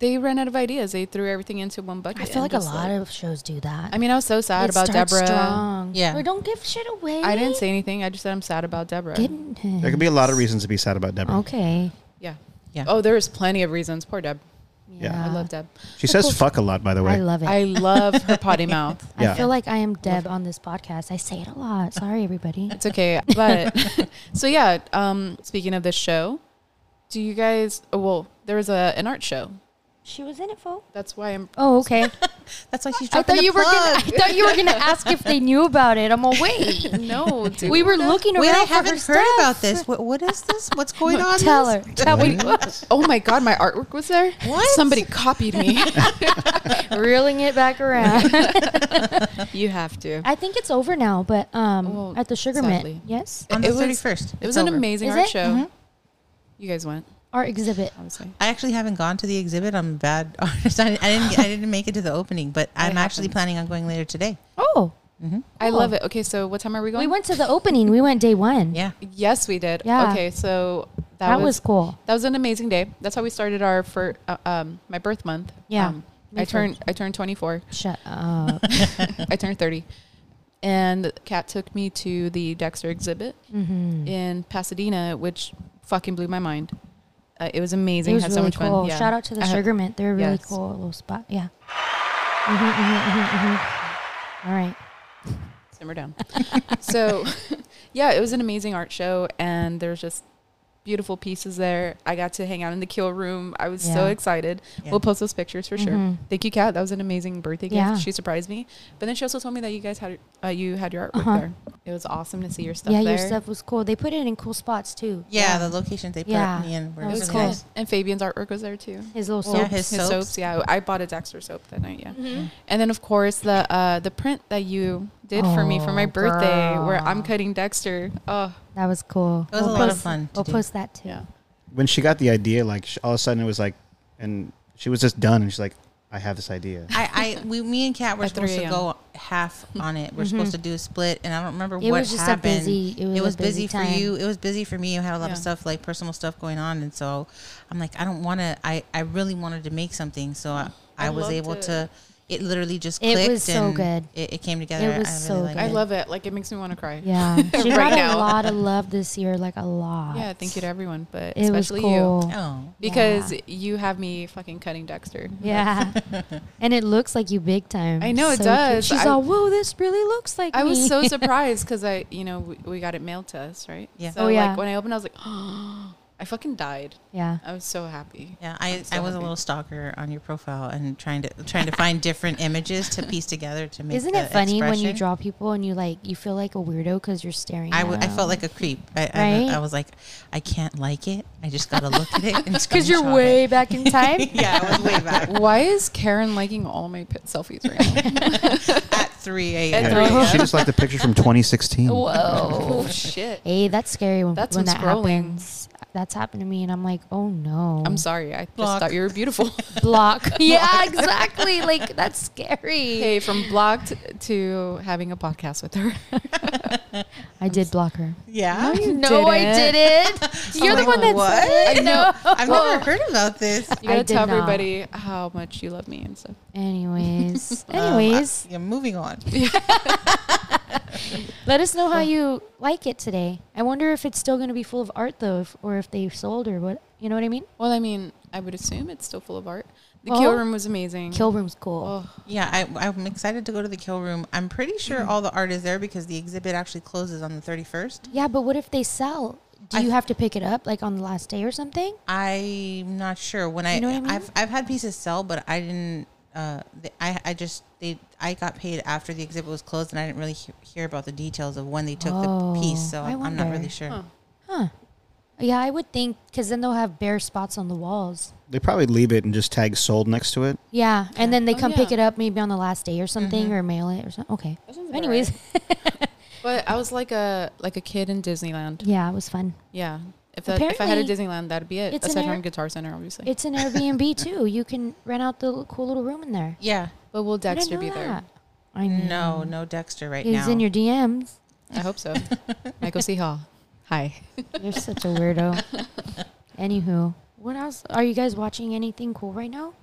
[SPEAKER 2] they ran out of ideas. They threw everything into one bucket.
[SPEAKER 1] I feel
[SPEAKER 2] and
[SPEAKER 1] like a
[SPEAKER 2] just,
[SPEAKER 1] lot of shows do that.
[SPEAKER 2] I mean, I was so sad
[SPEAKER 1] Let's
[SPEAKER 2] about
[SPEAKER 1] start
[SPEAKER 2] Deborah.
[SPEAKER 1] Strong.
[SPEAKER 3] Yeah.
[SPEAKER 1] Or don't give shit away.
[SPEAKER 2] I didn't say anything. I just said I'm sad about Deborah.
[SPEAKER 1] Goodness.
[SPEAKER 4] There could be a lot of reasons to be sad about Deborah.
[SPEAKER 1] Okay.
[SPEAKER 2] Yeah.
[SPEAKER 3] Yeah.
[SPEAKER 2] Oh, there is plenty of reasons. Poor Deb.
[SPEAKER 4] Yeah.
[SPEAKER 2] I love Deb.
[SPEAKER 4] She says fuck a lot, by the way.
[SPEAKER 1] I love it. I,
[SPEAKER 2] I love her potty mouth.
[SPEAKER 4] Yeah.
[SPEAKER 1] feel like I am Deb on this podcast. I say it a lot. Sorry, everybody.
[SPEAKER 2] It's okay. But so yeah, um speaking of this show, do you guys oh, well, there was a an art show.
[SPEAKER 1] She was in it, folks.
[SPEAKER 2] That's why I'm
[SPEAKER 1] Oh, okay.
[SPEAKER 3] That's why she's
[SPEAKER 1] I
[SPEAKER 3] dropping
[SPEAKER 1] thought
[SPEAKER 3] the
[SPEAKER 1] you were gonna.
[SPEAKER 3] plug.
[SPEAKER 1] I thought you were gonna ask if they knew about it. I'm away.
[SPEAKER 2] No, dude.
[SPEAKER 1] We were looking around
[SPEAKER 3] Wait, I
[SPEAKER 1] for
[SPEAKER 3] haven't
[SPEAKER 1] her
[SPEAKER 3] heard
[SPEAKER 1] stuff.
[SPEAKER 3] about this. What, what is this? What's going on?
[SPEAKER 1] Tell her.
[SPEAKER 3] Liz?
[SPEAKER 1] Tell me.
[SPEAKER 2] Oh my god, my artwork was there?
[SPEAKER 3] What?
[SPEAKER 2] Somebody copied me.
[SPEAKER 1] Reeling it back around.
[SPEAKER 2] you have to.
[SPEAKER 1] I think it's over now, but um,
[SPEAKER 2] Well,
[SPEAKER 1] at the Sugar
[SPEAKER 2] Oh, sadly.
[SPEAKER 1] Mint, yes,
[SPEAKER 3] On the
[SPEAKER 2] It was-
[SPEAKER 3] 31st.
[SPEAKER 2] It was
[SPEAKER 3] It's
[SPEAKER 2] an
[SPEAKER 3] over. Mm-hmm.
[SPEAKER 2] amazing
[SPEAKER 1] Is
[SPEAKER 2] art
[SPEAKER 1] it? Mm-hmm.
[SPEAKER 2] show. You guys went,
[SPEAKER 1] our exhibit.
[SPEAKER 2] obviously.
[SPEAKER 3] I actually haven't gone to the exhibit. I'm a bad artist. I, I didn't. I didn't make it to the opening, but I'm actually
[SPEAKER 2] happens.
[SPEAKER 3] planning on going later today. Mm-hmm.
[SPEAKER 1] Oh,
[SPEAKER 2] I love it. Okay, so what time are we going?
[SPEAKER 1] we went to the opening. We went day one.
[SPEAKER 3] Yeah.
[SPEAKER 2] Yes, we did.
[SPEAKER 1] Yeah.
[SPEAKER 2] Okay, so that,
[SPEAKER 1] that, was, cool.
[SPEAKER 2] that was an amazing day. That's how we started our for uh, um my birth month.
[SPEAKER 1] Yeah.
[SPEAKER 2] Um,
[SPEAKER 1] Me
[SPEAKER 2] I turned I turned 24.
[SPEAKER 1] Shut up.
[SPEAKER 2] I turned 30. And Kat took me to the Dexter exhibit
[SPEAKER 1] Mm-hmm. Mm.
[SPEAKER 2] in Pasadena, which fucking blew my mind. Uh, it was amazing.
[SPEAKER 1] it was
[SPEAKER 2] Had
[SPEAKER 1] really
[SPEAKER 2] so much
[SPEAKER 1] cool.
[SPEAKER 2] fun. Yeah.
[SPEAKER 1] Shout out to the
[SPEAKER 2] I had-
[SPEAKER 1] Sugar Mint. They're a really
[SPEAKER 2] Yes.
[SPEAKER 1] cool little spot. Yeah. Mhm, mhm, mhm, mhm. All right.
[SPEAKER 2] simmer down. so, yeah, it was an amazing art show, and there's just beautiful pieces there. I got to hang out in the kill room. I was
[SPEAKER 1] Yeah.
[SPEAKER 2] so excited.
[SPEAKER 3] Yeah.
[SPEAKER 2] We'll post those pictures for sure.
[SPEAKER 1] Mhm.
[SPEAKER 2] Thank you, Kat. That was an amazing birthday gift.
[SPEAKER 1] Yeah.
[SPEAKER 2] She surprised me, but then she also told me that you guys had uh, you had your artwork
[SPEAKER 1] Uh-huh.
[SPEAKER 2] there. It was awesome to see your stuff
[SPEAKER 1] yeah,
[SPEAKER 2] there.
[SPEAKER 1] your stuff was cool. They put it in cool spots too.
[SPEAKER 3] Yeah, the locations they put
[SPEAKER 1] Yeah.
[SPEAKER 3] me in were
[SPEAKER 1] That
[SPEAKER 2] It
[SPEAKER 3] really
[SPEAKER 2] was
[SPEAKER 1] cool.
[SPEAKER 2] cool.
[SPEAKER 3] nice.
[SPEAKER 2] And Fabian's artwork was there too.
[SPEAKER 1] His Mm-hmm. little
[SPEAKER 3] Yeah,
[SPEAKER 1] soap.
[SPEAKER 3] his
[SPEAKER 2] his
[SPEAKER 3] soaps.
[SPEAKER 2] soaps. Yeah, I bought a Dexter soap that night. Yeah, and then of course the uh, the print that you did for me for my
[SPEAKER 1] Oh,
[SPEAKER 2] birthday, where
[SPEAKER 1] girl.
[SPEAKER 2] I'm cutting Dexter. Oh,
[SPEAKER 1] That was cool.
[SPEAKER 3] It was a lot of
[SPEAKER 1] post-
[SPEAKER 3] fun to
[SPEAKER 1] We'll
[SPEAKER 3] do.
[SPEAKER 1] post that too.
[SPEAKER 2] yeah.
[SPEAKER 4] when she got the idea, like sh- all of a sudden it was like, and she was just done, and she's like, I have this idea.
[SPEAKER 3] I, I, we, me and Kat were
[SPEAKER 2] At 3
[SPEAKER 3] supposed to
[SPEAKER 2] a.m..
[SPEAKER 3] go half on it. We're supposed to do a split, and I don't remember
[SPEAKER 1] Mm-hmm. It
[SPEAKER 3] what
[SPEAKER 1] was just a
[SPEAKER 3] happened.
[SPEAKER 1] busy- it was a busy
[SPEAKER 3] for you. It was busy for me. I had a lot
[SPEAKER 2] Yeah.
[SPEAKER 3] of stuff, like personal stuff, going on, and so I'm like, I don't want to. I, I really wanted to make something, so I, I,
[SPEAKER 2] I
[SPEAKER 3] was
[SPEAKER 2] loved
[SPEAKER 3] able
[SPEAKER 2] it.
[SPEAKER 3] to. It literally just
[SPEAKER 1] It
[SPEAKER 3] clicked.
[SPEAKER 1] was so
[SPEAKER 3] and
[SPEAKER 1] good.
[SPEAKER 3] It, it came together.
[SPEAKER 1] It was
[SPEAKER 3] I really
[SPEAKER 1] so
[SPEAKER 3] liked
[SPEAKER 1] good.
[SPEAKER 2] I
[SPEAKER 3] it.
[SPEAKER 2] love it. Like it makes me want to cry.
[SPEAKER 1] Yeah. She
[SPEAKER 2] Right
[SPEAKER 1] got
[SPEAKER 2] now.
[SPEAKER 1] a lot of love this year, like a lot.
[SPEAKER 2] Yeah, thank you to everyone, but
[SPEAKER 1] It was
[SPEAKER 2] especially you
[SPEAKER 1] cool.
[SPEAKER 3] Oh,
[SPEAKER 2] because
[SPEAKER 1] Yeah.
[SPEAKER 2] you have me fucking cutting Dexter.
[SPEAKER 1] Yeah. and it looks like you big time.
[SPEAKER 2] I know, it
[SPEAKER 1] So cute.
[SPEAKER 2] does.
[SPEAKER 1] She's
[SPEAKER 2] I-
[SPEAKER 1] all, whoa, this really looks like
[SPEAKER 2] I was
[SPEAKER 1] me."
[SPEAKER 2] so surprised because I, you know, we, we got it mailed to us, right?
[SPEAKER 3] Yeah.
[SPEAKER 2] So
[SPEAKER 1] Oh, yeah.
[SPEAKER 2] like when I opened, I was like, oh, I fucking died.
[SPEAKER 1] yeah.
[SPEAKER 2] I was so happy.
[SPEAKER 3] Yeah, I,
[SPEAKER 2] so
[SPEAKER 3] I was a
[SPEAKER 2] happy.
[SPEAKER 3] little stalker on your profile and trying to trying to find different images to piece together to make.
[SPEAKER 1] Isn't
[SPEAKER 3] the
[SPEAKER 1] it funny when you
[SPEAKER 3] expression.
[SPEAKER 1] draw people and you like you feel like a weirdo because you're staring?
[SPEAKER 3] I,
[SPEAKER 1] at
[SPEAKER 3] w- I felt like a creep. I, I,
[SPEAKER 1] Right?
[SPEAKER 3] I was like, I can't like it. I just gotta look at it and
[SPEAKER 1] because you're
[SPEAKER 3] screenshot
[SPEAKER 1] way
[SPEAKER 3] it.
[SPEAKER 1] back in time.
[SPEAKER 3] Yeah, I was way back
[SPEAKER 2] Why is Karen liking all my pit selfies right now?
[SPEAKER 3] at 3
[SPEAKER 2] At
[SPEAKER 3] a.m.
[SPEAKER 2] three.
[SPEAKER 4] Yeah. She just liked the picture from 2016.
[SPEAKER 2] Whoa, Oh, shit!
[SPEAKER 1] Hey, that's scary when
[SPEAKER 2] That's
[SPEAKER 1] when
[SPEAKER 2] some
[SPEAKER 1] that
[SPEAKER 2] scrolling.
[SPEAKER 1] happens. That's happened to me, and I'm like, oh no.
[SPEAKER 2] I'm sorry. I just
[SPEAKER 3] Block.
[SPEAKER 2] thought you were beautiful.
[SPEAKER 1] block. yeah, exactly. Like that's scary.
[SPEAKER 2] okay, from blocked to having a podcast with her.
[SPEAKER 1] I did block her.
[SPEAKER 3] Yeah,
[SPEAKER 1] no, I didn't. You're the
[SPEAKER 3] like,
[SPEAKER 1] one that
[SPEAKER 3] "What?"
[SPEAKER 1] said it.
[SPEAKER 2] I know.
[SPEAKER 3] I've never heard about this.
[SPEAKER 2] You
[SPEAKER 1] I
[SPEAKER 2] gotta
[SPEAKER 1] did
[SPEAKER 2] tell
[SPEAKER 1] not.
[SPEAKER 2] everybody how much you love me and stuff.
[SPEAKER 1] Anyways,
[SPEAKER 3] Um, I-
[SPEAKER 1] anyways,
[SPEAKER 3] yeah, moving on.
[SPEAKER 1] let us know how you like it today. I wonder if it's still going to be full of art though, if, or if they sold or what. You know what I mean?
[SPEAKER 2] Well, I mean, I would assume it's still full of art. The
[SPEAKER 1] Well,
[SPEAKER 2] kill room was amazing.
[SPEAKER 1] Kill room's cool.
[SPEAKER 2] Oh,
[SPEAKER 3] Yeah, I, I'm excited to go to the kill room. I'm pretty sure
[SPEAKER 1] Mm-hmm.
[SPEAKER 3] all the art is there because the exhibit actually closes on the 31st.
[SPEAKER 1] Yeah, but what if they sell? Do
[SPEAKER 3] I-
[SPEAKER 1] you have to pick it up like on the last day or something?
[SPEAKER 3] I'm not sure when I,
[SPEAKER 1] know what I mean?
[SPEAKER 3] have I've had pieces sell, but I didn't. Uh, th- I I just they I got paid after the exhibit was closed, and I didn't really he- hear about the details of when they took the piece,
[SPEAKER 1] Oh,
[SPEAKER 3] so
[SPEAKER 1] I
[SPEAKER 3] I'm, I'm not
[SPEAKER 1] wonder.
[SPEAKER 3] really sure.
[SPEAKER 2] Huh.
[SPEAKER 1] Huh. Yeah, I would think because then they'll have bare spots on the walls.
[SPEAKER 4] They probably leave it and just tag sold next to it.
[SPEAKER 1] Yeah, and then they
[SPEAKER 2] Oh,
[SPEAKER 1] come pick
[SPEAKER 2] yeah.
[SPEAKER 1] it
[SPEAKER 2] Mm-hmm.
[SPEAKER 1] up maybe on the last day or something, or mail it or something. Okay.
[SPEAKER 2] That sounds about
[SPEAKER 1] Anyways,
[SPEAKER 2] but I was like a like a kid in Disneyland.
[SPEAKER 1] yeah, it was fun.
[SPEAKER 2] Yeah. If that, if I had a
[SPEAKER 1] Apparently,
[SPEAKER 2] Disneyland, that'd be it.
[SPEAKER 1] it's
[SPEAKER 2] Aside
[SPEAKER 1] an
[SPEAKER 2] from
[SPEAKER 1] air-
[SPEAKER 2] Guitar Center, obviously.
[SPEAKER 1] It's an Airbnb too. You can rent out the little- cool little room in there.
[SPEAKER 3] Yeah,
[SPEAKER 2] but will
[SPEAKER 1] I didn't
[SPEAKER 2] Dexter
[SPEAKER 1] know
[SPEAKER 2] be there?
[SPEAKER 1] that. I know.
[SPEAKER 3] no, no Dexter right
[SPEAKER 1] He's
[SPEAKER 3] now.
[SPEAKER 1] in your DMs.
[SPEAKER 2] I hope so. Michael C. Hall. Hi.
[SPEAKER 1] You're such a weirdo. Anywho, what else? Are you guys watching anything cool right now?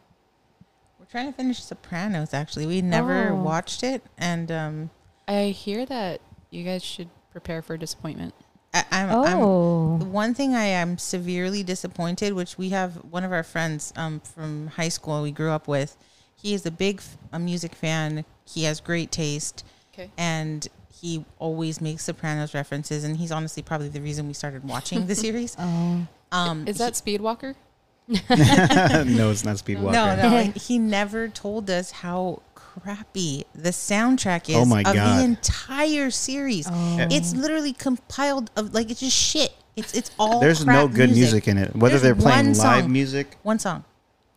[SPEAKER 3] We're trying to finish Sopranos. Actually, we never
[SPEAKER 1] Oh.
[SPEAKER 3] watched it, and um,
[SPEAKER 2] I hear that you guys should prepare for disappointment.
[SPEAKER 3] I, I'm, I'm
[SPEAKER 1] Oh,
[SPEAKER 3] The one thing I am severely disappointed, which we have one of our friends um, from high school we grew up with. He is a big f- a music fan. He has great taste,
[SPEAKER 2] Okay.
[SPEAKER 3] and he always makes Sopranos references. And he's honestly probably the reason we started watching the series.
[SPEAKER 1] oh,
[SPEAKER 3] Um,
[SPEAKER 2] Is that Speedwalker?
[SPEAKER 4] no, it's not Speedwalker.
[SPEAKER 3] no, no? like, he never told us how crappy the soundtrack is
[SPEAKER 4] Oh my
[SPEAKER 3] of
[SPEAKER 4] God.
[SPEAKER 3] the entire series.
[SPEAKER 2] Oh.
[SPEAKER 3] It's literally compiled of like it's just shit. It's it's all
[SPEAKER 4] There's
[SPEAKER 3] crap
[SPEAKER 4] no good music. in it. Whether
[SPEAKER 3] There's
[SPEAKER 4] they're playing
[SPEAKER 3] one
[SPEAKER 4] live
[SPEAKER 3] song.
[SPEAKER 4] music,
[SPEAKER 3] One song.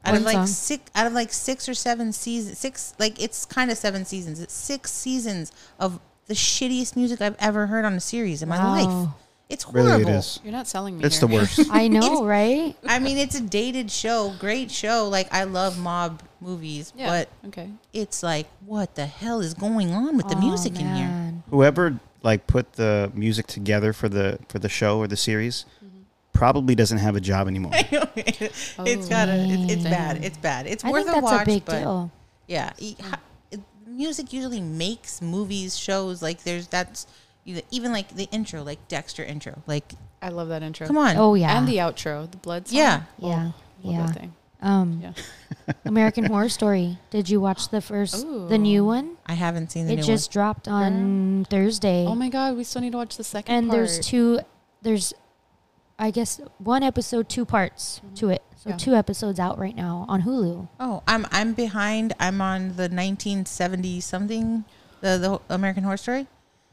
[SPEAKER 3] Out
[SPEAKER 2] One
[SPEAKER 3] of like
[SPEAKER 2] song.
[SPEAKER 3] six, out of like six or seven seasons, six like it's kind of seven seasons. It's six seasons of the shittiest music I've ever heard on a series in my
[SPEAKER 1] Wow.
[SPEAKER 3] life. It's horrible.
[SPEAKER 4] really, it is.
[SPEAKER 2] You're not selling me.
[SPEAKER 4] It's the
[SPEAKER 2] here.
[SPEAKER 4] worst.
[SPEAKER 1] I know, right?
[SPEAKER 3] I mean, it's a dated show, great show. Like I love mob movies,
[SPEAKER 2] Yeah.
[SPEAKER 3] but
[SPEAKER 2] okay.
[SPEAKER 3] it's like, what the hell is going on with the
[SPEAKER 1] Oh,
[SPEAKER 3] music in here?
[SPEAKER 4] Whoever like put the music together for the for the show or the series
[SPEAKER 3] Mm-hmm.
[SPEAKER 4] probably doesn't have a job anymore.
[SPEAKER 3] it's gotta, it's, it's bad. It's bad. It's
[SPEAKER 1] Oh, I
[SPEAKER 3] worth
[SPEAKER 1] think that's
[SPEAKER 3] a watch,
[SPEAKER 1] a big
[SPEAKER 3] but
[SPEAKER 1] deal. Mm.
[SPEAKER 3] Yeah, e- ha- it- music usually makes movies, shows. Like there's that's you- even like the intro, like Dexter intro. Like
[SPEAKER 2] I love that intro.
[SPEAKER 3] come on,
[SPEAKER 1] Oh yeah,
[SPEAKER 2] And the outro, the blood. Song.
[SPEAKER 3] yeah.
[SPEAKER 1] yeah,
[SPEAKER 2] Love
[SPEAKER 1] yeah.
[SPEAKER 2] That thing.
[SPEAKER 1] Um,
[SPEAKER 2] Yeah.
[SPEAKER 1] American Horror Story. Did you watch the first, the new one?
[SPEAKER 3] I haven't seen the
[SPEAKER 1] It
[SPEAKER 3] new
[SPEAKER 1] just dropped on Thursday,
[SPEAKER 2] Oh my god, we still need to watch the second.
[SPEAKER 1] and
[SPEAKER 2] part.
[SPEAKER 1] there's two. There's, I guess, one episode, two parts to it. So
[SPEAKER 2] Mm-hmm. Yeah.
[SPEAKER 1] two episodes out right now on Hulu.
[SPEAKER 3] one. Oh, I'm I'm behind. I'm on the 1970 something, the the ho- American Horror Story.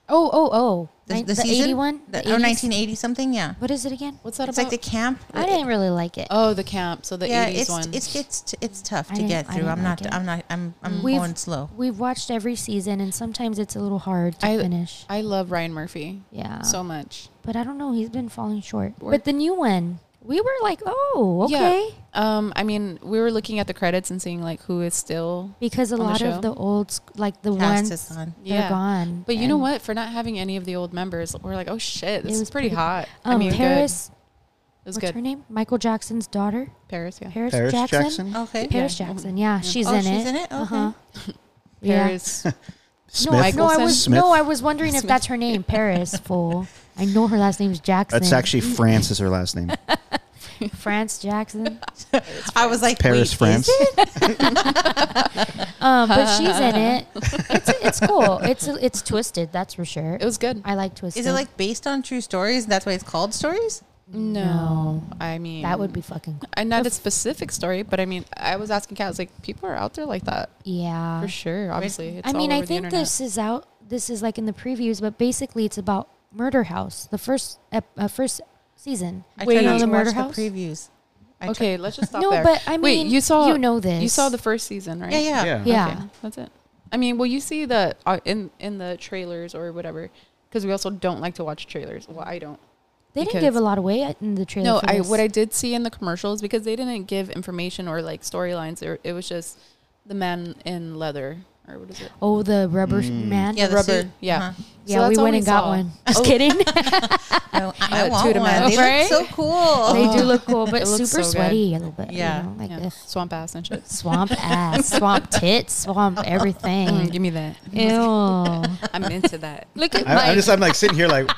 [SPEAKER 1] Oh, oh, oh.
[SPEAKER 3] The,
[SPEAKER 1] Nin-
[SPEAKER 3] the
[SPEAKER 1] the
[SPEAKER 3] season?
[SPEAKER 1] 81?
[SPEAKER 3] The,
[SPEAKER 1] The
[SPEAKER 3] or
[SPEAKER 1] 80s?
[SPEAKER 3] 1980 something. Yeah,
[SPEAKER 1] What is it again?
[SPEAKER 2] What's that
[SPEAKER 3] it's
[SPEAKER 2] about?
[SPEAKER 3] like the camp.
[SPEAKER 1] I didn't really like it.
[SPEAKER 2] oh, the camp. So the
[SPEAKER 3] yeah,
[SPEAKER 2] 80s
[SPEAKER 3] it's,
[SPEAKER 2] one.
[SPEAKER 3] it's it's t- it's tough
[SPEAKER 1] I
[SPEAKER 3] to
[SPEAKER 1] didn't-
[SPEAKER 3] get
[SPEAKER 1] I
[SPEAKER 3] through.
[SPEAKER 1] didn't
[SPEAKER 3] I'm not,
[SPEAKER 1] like it.
[SPEAKER 3] I'm not. I'm I'm
[SPEAKER 1] We've-
[SPEAKER 3] going slow.
[SPEAKER 1] We've watched every season, and sometimes it's a little hard to
[SPEAKER 2] I-
[SPEAKER 1] finish.
[SPEAKER 2] I love Ryan Murphy
[SPEAKER 1] Yeah.
[SPEAKER 2] so much.
[SPEAKER 1] but I don't know. He's been falling short.
[SPEAKER 2] Or-
[SPEAKER 1] But the new one, we were like, oh, okay.
[SPEAKER 2] Um, I mean, we were looking at the credits and seeing like who is still.
[SPEAKER 1] Because a
[SPEAKER 2] On the
[SPEAKER 1] lot
[SPEAKER 2] show?
[SPEAKER 1] of the old, sc- like the
[SPEAKER 3] Cast
[SPEAKER 1] ones,
[SPEAKER 3] is
[SPEAKER 1] they're
[SPEAKER 3] on.
[SPEAKER 2] Yeah.
[SPEAKER 1] gone.
[SPEAKER 2] But you know
[SPEAKER 1] And,
[SPEAKER 2] what? For not having any of the old members, we're like, oh shit, this
[SPEAKER 1] It
[SPEAKER 2] is
[SPEAKER 1] was
[SPEAKER 2] pretty,
[SPEAKER 1] pretty-
[SPEAKER 2] hot.
[SPEAKER 1] Um,
[SPEAKER 2] I mean, good.
[SPEAKER 1] Paris,
[SPEAKER 2] It was
[SPEAKER 1] what's
[SPEAKER 2] good.
[SPEAKER 1] her name? Michael Jackson's daughter,
[SPEAKER 2] Paris, yeah.
[SPEAKER 1] Paris,
[SPEAKER 4] Paris
[SPEAKER 1] Jackson. Oh,
[SPEAKER 4] Jackson?
[SPEAKER 3] Okay.
[SPEAKER 1] Paris
[SPEAKER 2] Yeah.
[SPEAKER 1] Jackson, yeah, she's
[SPEAKER 3] oh,
[SPEAKER 1] in
[SPEAKER 3] she's
[SPEAKER 1] it.
[SPEAKER 3] in it. Okay.
[SPEAKER 1] Uh-huh. Yeah.
[SPEAKER 2] Paris.
[SPEAKER 4] Smith.
[SPEAKER 1] No, I, no, I
[SPEAKER 2] Michelson?
[SPEAKER 1] was
[SPEAKER 4] Smith?
[SPEAKER 1] no, I was wondering if that's her name, Paris. Fool, I know her last name is Jackson.
[SPEAKER 4] That's actually France is her last name.
[SPEAKER 1] France Jackson.
[SPEAKER 3] I was like
[SPEAKER 4] Paris,
[SPEAKER 3] wait, is
[SPEAKER 4] France.
[SPEAKER 1] Um, but she's in it. It's, it's cool. It's it's twisted. That's for sure.
[SPEAKER 2] It was good.
[SPEAKER 1] I like twisted.
[SPEAKER 3] Is it like based on true stories? That's why it's called stories.
[SPEAKER 2] No, I mean
[SPEAKER 1] that would be fucking? Cool.
[SPEAKER 2] I- not a specific story, but I mean, I was asking Kat, I was like, people are out there like that
[SPEAKER 1] Yeah.
[SPEAKER 2] for sure. Obviously, it's
[SPEAKER 1] Uh, I
[SPEAKER 2] all
[SPEAKER 1] mean, I
[SPEAKER 2] over the
[SPEAKER 1] think
[SPEAKER 2] internet.
[SPEAKER 1] this is out. This is like in the previews, but basically, it's about Murder House, the first ep- uh, first season.
[SPEAKER 3] I
[SPEAKER 2] Wait,
[SPEAKER 3] tried
[SPEAKER 2] on
[SPEAKER 3] not
[SPEAKER 1] the
[SPEAKER 3] to watch
[SPEAKER 1] murder house?
[SPEAKER 3] the previews. I
[SPEAKER 2] Okay, let's just stop
[SPEAKER 1] no,
[SPEAKER 2] there.
[SPEAKER 1] but I mean,
[SPEAKER 2] Wait, you saw
[SPEAKER 1] you know this.
[SPEAKER 2] you saw the first season, right?
[SPEAKER 3] tried- yeah, yeah,
[SPEAKER 4] Yeah.
[SPEAKER 1] Yeah.
[SPEAKER 2] Okay, that's it. I mean, well, you see the uh, in in the trailers or whatever, because we also don't like to watch trailers. Well, I don't.
[SPEAKER 1] they didn't
[SPEAKER 2] because-
[SPEAKER 1] give a lot away in the trailer.
[SPEAKER 2] No,
[SPEAKER 1] for
[SPEAKER 2] I
[SPEAKER 1] this.
[SPEAKER 2] what I did see in the commercials because they didn't give information or like storylines. It, it was just the man in leather or what is it?
[SPEAKER 1] oh the rubber
[SPEAKER 4] Hmm.
[SPEAKER 1] man.
[SPEAKER 3] Yeah, the
[SPEAKER 2] Rubber,
[SPEAKER 3] suit.
[SPEAKER 2] yeah.
[SPEAKER 3] Uh-huh.
[SPEAKER 1] Yeah,
[SPEAKER 2] So that's
[SPEAKER 1] we
[SPEAKER 2] all
[SPEAKER 1] went and got
[SPEAKER 2] saw. Oh.
[SPEAKER 1] one. Just kidding.
[SPEAKER 3] No, I, I
[SPEAKER 2] Uh,
[SPEAKER 3] want
[SPEAKER 2] Tudor
[SPEAKER 3] one.
[SPEAKER 2] man.
[SPEAKER 3] They
[SPEAKER 2] Right?
[SPEAKER 3] look so cool.
[SPEAKER 1] they do look cool, but
[SPEAKER 2] It
[SPEAKER 1] super
[SPEAKER 2] looks so good.
[SPEAKER 1] sweaty a little bit.
[SPEAKER 3] Yeah.
[SPEAKER 1] Yeah, you know, like
[SPEAKER 2] Yeah.
[SPEAKER 1] ugh.
[SPEAKER 2] Swamp ass and shit.
[SPEAKER 1] swamp ass, swamp tits, swamp
[SPEAKER 2] Mm,
[SPEAKER 1] everything.
[SPEAKER 2] give me that.
[SPEAKER 1] Ew.
[SPEAKER 2] I'm into that.
[SPEAKER 1] Look at
[SPEAKER 4] I,
[SPEAKER 1] Mike.
[SPEAKER 4] I'm just I'm like sitting here like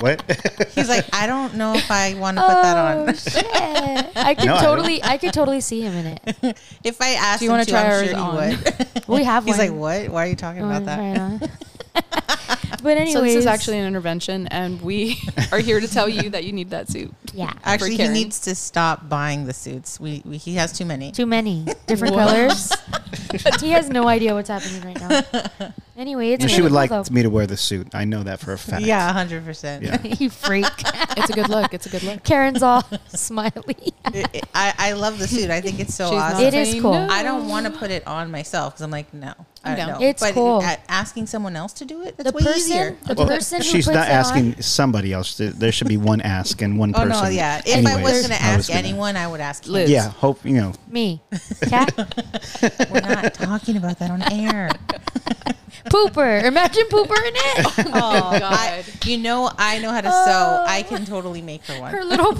[SPEAKER 4] what?
[SPEAKER 3] He's like, I don't know if I want to put that on.
[SPEAKER 1] Oh, shit. I could
[SPEAKER 4] No, I don't.
[SPEAKER 1] totally, I, could totally see him in it.
[SPEAKER 3] If I asked
[SPEAKER 2] Do you
[SPEAKER 3] him
[SPEAKER 2] wanna
[SPEAKER 3] to,
[SPEAKER 2] try
[SPEAKER 3] I'm
[SPEAKER 2] ours
[SPEAKER 3] sure he
[SPEAKER 2] on?
[SPEAKER 3] would.
[SPEAKER 1] We have
[SPEAKER 3] He's
[SPEAKER 1] one.
[SPEAKER 3] like, what? Why are you talking
[SPEAKER 1] You
[SPEAKER 3] about
[SPEAKER 1] wanna
[SPEAKER 3] that?
[SPEAKER 1] try it on? Oh, but anyways,
[SPEAKER 2] So this is actually an intervention, and we are here to tell you that you need that suit.
[SPEAKER 1] yeah,
[SPEAKER 3] Actually, he
[SPEAKER 2] Karen.
[SPEAKER 3] needs to stop buying the suits. We, we he has too many.
[SPEAKER 1] too many different
[SPEAKER 2] What?
[SPEAKER 1] colors. he has no idea what's happening right now. Anyway, it's
[SPEAKER 4] And she
[SPEAKER 1] really
[SPEAKER 4] would
[SPEAKER 1] cool,
[SPEAKER 4] like
[SPEAKER 1] though.
[SPEAKER 4] me to wear the suit. I know that for a fact.
[SPEAKER 3] Yeah, hundred percent.
[SPEAKER 4] Yeah.
[SPEAKER 1] you freak.
[SPEAKER 2] It's a good look. It's a good look.
[SPEAKER 1] Karen's all smiley.
[SPEAKER 3] I, I I love the suit. I think it's so
[SPEAKER 2] She's not
[SPEAKER 3] awesome.
[SPEAKER 1] It is
[SPEAKER 2] saying
[SPEAKER 1] cool.
[SPEAKER 2] no.
[SPEAKER 3] I don't want to put it on myself because I'm like, no,
[SPEAKER 2] I'm
[SPEAKER 3] I
[SPEAKER 2] down.
[SPEAKER 3] don't.
[SPEAKER 1] It's
[SPEAKER 3] but
[SPEAKER 1] cool.
[SPEAKER 3] a- asking someone else to do it, that's
[SPEAKER 1] the
[SPEAKER 3] way
[SPEAKER 1] person,
[SPEAKER 3] easier.
[SPEAKER 1] the
[SPEAKER 4] Well,
[SPEAKER 1] person who
[SPEAKER 4] she's
[SPEAKER 1] puts
[SPEAKER 4] not
[SPEAKER 1] it
[SPEAKER 4] asking
[SPEAKER 1] on,
[SPEAKER 4] somebody else. There- There should be one ask and one
[SPEAKER 3] Oh
[SPEAKER 4] person.
[SPEAKER 3] no, yeah. If I
[SPEAKER 4] Anyways,
[SPEAKER 3] was going to
[SPEAKER 4] I
[SPEAKER 3] ask
[SPEAKER 4] gonna-
[SPEAKER 3] anyone, I would ask you.
[SPEAKER 2] Liz.
[SPEAKER 4] yeah, hope you know.
[SPEAKER 1] me, cat,
[SPEAKER 3] We're not talking about that on air.
[SPEAKER 1] pooper. Imagine pooper in it.
[SPEAKER 3] Oh,
[SPEAKER 2] God.
[SPEAKER 3] I, you know, I know how to sew. I can totally make her one.
[SPEAKER 1] Her little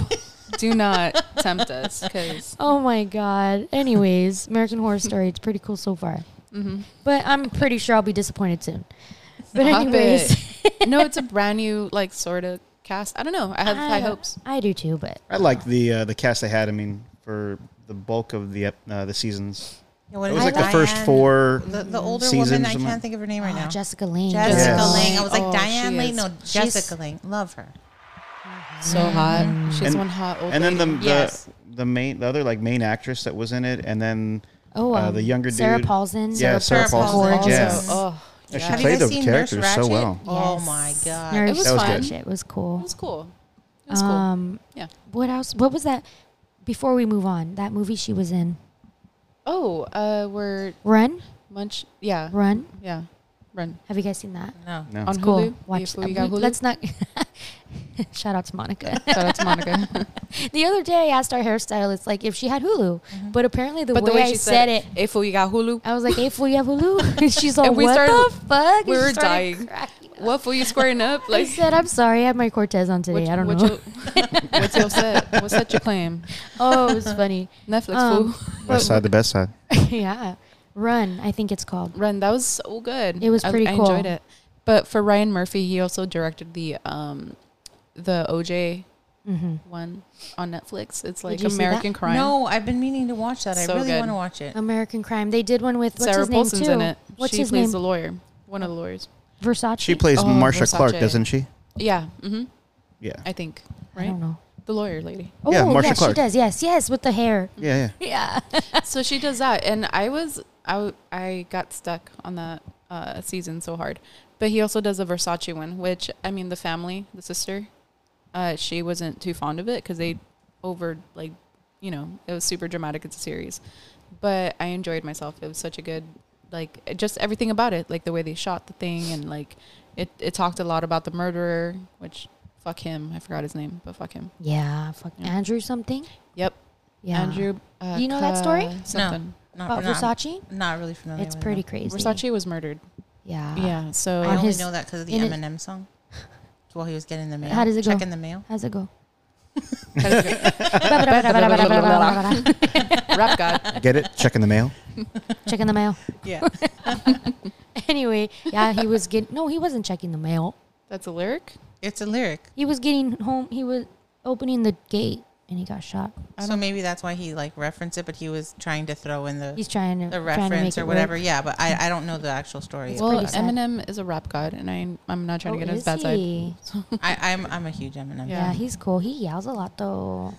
[SPEAKER 2] Do not tempt us because
[SPEAKER 1] Oh my god. Anyways, American Horror Story. It's pretty cool so far. But I'm pretty sure I'll be disappointed soon. But
[SPEAKER 2] Mm-hmm. Stop
[SPEAKER 1] anyways,
[SPEAKER 2] no, it's a brand new like sort of cast. I don't know. I have high hopes.
[SPEAKER 1] I do too, but
[SPEAKER 4] I like the uh, the cast they had. I mean, for the bulk of the ep- uh, the seasons,
[SPEAKER 3] Yeah, what
[SPEAKER 4] it
[SPEAKER 3] is
[SPEAKER 4] was like the
[SPEAKER 3] Diane-
[SPEAKER 4] first four.
[SPEAKER 3] The, the older
[SPEAKER 4] seasons
[SPEAKER 3] woman, I
[SPEAKER 4] or
[SPEAKER 3] can't
[SPEAKER 4] something.
[SPEAKER 3] think of her name right
[SPEAKER 1] Oh,
[SPEAKER 3] now.
[SPEAKER 1] Jessica Lange.
[SPEAKER 3] Jessica
[SPEAKER 4] Yes.
[SPEAKER 3] Lang. I was like
[SPEAKER 2] Oh,
[SPEAKER 3] Diane
[SPEAKER 2] she
[SPEAKER 3] Lang.
[SPEAKER 2] is-
[SPEAKER 3] No,
[SPEAKER 1] she's-
[SPEAKER 3] Jessica Lang. Love her.
[SPEAKER 2] So hot. She's
[SPEAKER 4] Mm. And-
[SPEAKER 2] one hot old.
[SPEAKER 4] And then the the,
[SPEAKER 3] Yes.
[SPEAKER 4] the main the other like main actress that was in it, and then
[SPEAKER 1] Oh,
[SPEAKER 4] uh,
[SPEAKER 1] um,
[SPEAKER 4] the younger
[SPEAKER 1] Sarah
[SPEAKER 4] dude.
[SPEAKER 1] Paulson.
[SPEAKER 4] yeah,
[SPEAKER 3] Sarah
[SPEAKER 4] Sarah, Paulson.
[SPEAKER 1] Paulson.
[SPEAKER 4] Yeah.
[SPEAKER 1] Gorgeous.
[SPEAKER 2] Oh,
[SPEAKER 4] Yeah, she
[SPEAKER 2] yeah.
[SPEAKER 3] Have you
[SPEAKER 4] played
[SPEAKER 3] guys
[SPEAKER 4] the
[SPEAKER 3] seen
[SPEAKER 4] characters
[SPEAKER 3] Nurse
[SPEAKER 4] so
[SPEAKER 3] Ratched?
[SPEAKER 4] well.
[SPEAKER 3] Oh
[SPEAKER 1] Yes.
[SPEAKER 3] my god.
[SPEAKER 1] Nurse
[SPEAKER 2] It was
[SPEAKER 4] That was
[SPEAKER 1] Ratched.
[SPEAKER 4] good.
[SPEAKER 1] It was
[SPEAKER 2] It
[SPEAKER 1] cool.
[SPEAKER 2] was cool. It was cool.
[SPEAKER 1] Um,
[SPEAKER 2] Yeah.
[SPEAKER 1] What else? What was that? Before we move on, that movie she was in,
[SPEAKER 2] Oh, uh, we're
[SPEAKER 1] Run,
[SPEAKER 2] munch. Yeah,
[SPEAKER 1] Run.
[SPEAKER 2] yeah. Run
[SPEAKER 1] Have you guys seen that?
[SPEAKER 3] No.
[SPEAKER 4] No.
[SPEAKER 2] on
[SPEAKER 1] Cool.
[SPEAKER 2] Hulu.
[SPEAKER 1] Watch.
[SPEAKER 2] If we
[SPEAKER 1] that.
[SPEAKER 2] got
[SPEAKER 1] We-
[SPEAKER 2] Hulu.
[SPEAKER 1] Let's not. Shout out to Monica.
[SPEAKER 2] Shout out to Monica.
[SPEAKER 1] the other day, I asked our hairstylist like if she had Hulu, but apparently the, way, I said it,
[SPEAKER 2] if we got Hulu,
[SPEAKER 1] I was like, "Hey, fool, you have Hulu?" And she's like,
[SPEAKER 2] And we
[SPEAKER 1] "What
[SPEAKER 2] started-
[SPEAKER 1] the fuck?"
[SPEAKER 2] we
[SPEAKER 1] And she
[SPEAKER 2] were
[SPEAKER 1] started
[SPEAKER 2] dying.
[SPEAKER 1] cracking up.
[SPEAKER 2] what for you squaring up?
[SPEAKER 1] I
[SPEAKER 2] Like,
[SPEAKER 1] said, "I'm sorry, I had my Cortez on today.
[SPEAKER 2] what-
[SPEAKER 1] I don't
[SPEAKER 2] what
[SPEAKER 1] know."
[SPEAKER 2] you- what's your set? What's that you claim?
[SPEAKER 1] oh, it was funny.
[SPEAKER 2] Netflix
[SPEAKER 1] Um,
[SPEAKER 2] fool.
[SPEAKER 4] West side, the best side.
[SPEAKER 1] yeah, Run. I think it's called.
[SPEAKER 2] Run. That was so good.
[SPEAKER 1] It was
[SPEAKER 2] I-
[SPEAKER 1] pretty
[SPEAKER 2] I,
[SPEAKER 1] cool.
[SPEAKER 2] enjoyed it. But for Ryan Murphy, he also directed the um, the OJ
[SPEAKER 1] Mm-hmm.
[SPEAKER 2] one on Netflix. It's
[SPEAKER 1] Did
[SPEAKER 2] like
[SPEAKER 1] you see that?
[SPEAKER 2] American Crime.
[SPEAKER 3] No, I've been meaning to watch that.
[SPEAKER 2] So
[SPEAKER 3] I really
[SPEAKER 2] good.
[SPEAKER 3] want to watch it.
[SPEAKER 1] American Crime. They did one with what's
[SPEAKER 2] Sarah
[SPEAKER 1] his name
[SPEAKER 2] Paulson's
[SPEAKER 1] too.
[SPEAKER 2] in it.
[SPEAKER 1] What's
[SPEAKER 2] she
[SPEAKER 1] his
[SPEAKER 2] plays
[SPEAKER 1] name?
[SPEAKER 2] the lawyer, one of the lawyers.
[SPEAKER 1] Versace.
[SPEAKER 4] She plays
[SPEAKER 2] Oh,
[SPEAKER 4] Marsha Clark,
[SPEAKER 2] Versace.
[SPEAKER 4] doesn't she?
[SPEAKER 2] Yeah. hmm
[SPEAKER 4] Yeah.
[SPEAKER 2] I think.
[SPEAKER 1] I don't
[SPEAKER 2] Right.
[SPEAKER 1] know.
[SPEAKER 2] The lawyer lady.
[SPEAKER 1] Oh,
[SPEAKER 4] Yeah,
[SPEAKER 1] yeah, she
[SPEAKER 4] Marcia Clark.
[SPEAKER 1] does. Yes, yes, with the hair.
[SPEAKER 4] Yeah, yeah.
[SPEAKER 1] Yeah.
[SPEAKER 2] so she does that and i was i, w- I got stuck on that uh, season so hard but he also does a versace one which i mean the family the sister uh, she wasn't too fond of it because they over like you know it was super dramatic it's a series but i enjoyed myself it was such a good like it- just everything about it like the way they shot the thing and like it, it talked a lot about the murderer which fuck him i forgot his name but fuck him
[SPEAKER 1] Yeah. Fuck
[SPEAKER 2] Yeah.
[SPEAKER 1] Andrew something.
[SPEAKER 2] yep
[SPEAKER 1] Yeah.
[SPEAKER 2] andrew uh,
[SPEAKER 1] You know that story?
[SPEAKER 2] Ka- something
[SPEAKER 3] Not,
[SPEAKER 1] About
[SPEAKER 3] not,
[SPEAKER 1] Versace.
[SPEAKER 3] Not really familiar.
[SPEAKER 1] It's
[SPEAKER 3] with
[SPEAKER 1] pretty
[SPEAKER 3] it.
[SPEAKER 1] crazy.
[SPEAKER 2] versace was murdered
[SPEAKER 1] Yeah.
[SPEAKER 2] yeah so
[SPEAKER 1] On
[SPEAKER 3] I only
[SPEAKER 1] his-
[SPEAKER 3] know that because of the
[SPEAKER 1] in it-
[SPEAKER 3] Eminem song. While he was getting the mail.
[SPEAKER 1] How does it go?
[SPEAKER 3] Checking the mail.
[SPEAKER 1] How's it go?
[SPEAKER 2] Rap God.
[SPEAKER 4] Get it? Check in the mail.
[SPEAKER 1] Checking the mail.
[SPEAKER 3] Yeah.
[SPEAKER 1] Anyway, yeah, he was getting. No, he wasn't checking the mail.
[SPEAKER 2] That's a lyric.
[SPEAKER 3] it's a lyric.
[SPEAKER 1] He was getting home. He was opening the gate, and he got shot.
[SPEAKER 3] So maybe that's why he like referenced it, but he was trying to throw in the
[SPEAKER 1] He's trying to
[SPEAKER 3] the
[SPEAKER 1] trying to make
[SPEAKER 3] reference
[SPEAKER 1] it
[SPEAKER 3] or
[SPEAKER 1] work.
[SPEAKER 3] whatever. Yeah, but I, I don't know the actual story.
[SPEAKER 2] well,
[SPEAKER 1] pretty sad.
[SPEAKER 2] Eminem is a rap god, and I I'm not trying
[SPEAKER 1] Oh,
[SPEAKER 2] to get on
[SPEAKER 1] is
[SPEAKER 2] his bad side.
[SPEAKER 1] he?
[SPEAKER 3] I, I'm I'm a huge Eminem.
[SPEAKER 1] Yeah.
[SPEAKER 2] Yeah.
[SPEAKER 1] he's cool. He yells a lot though.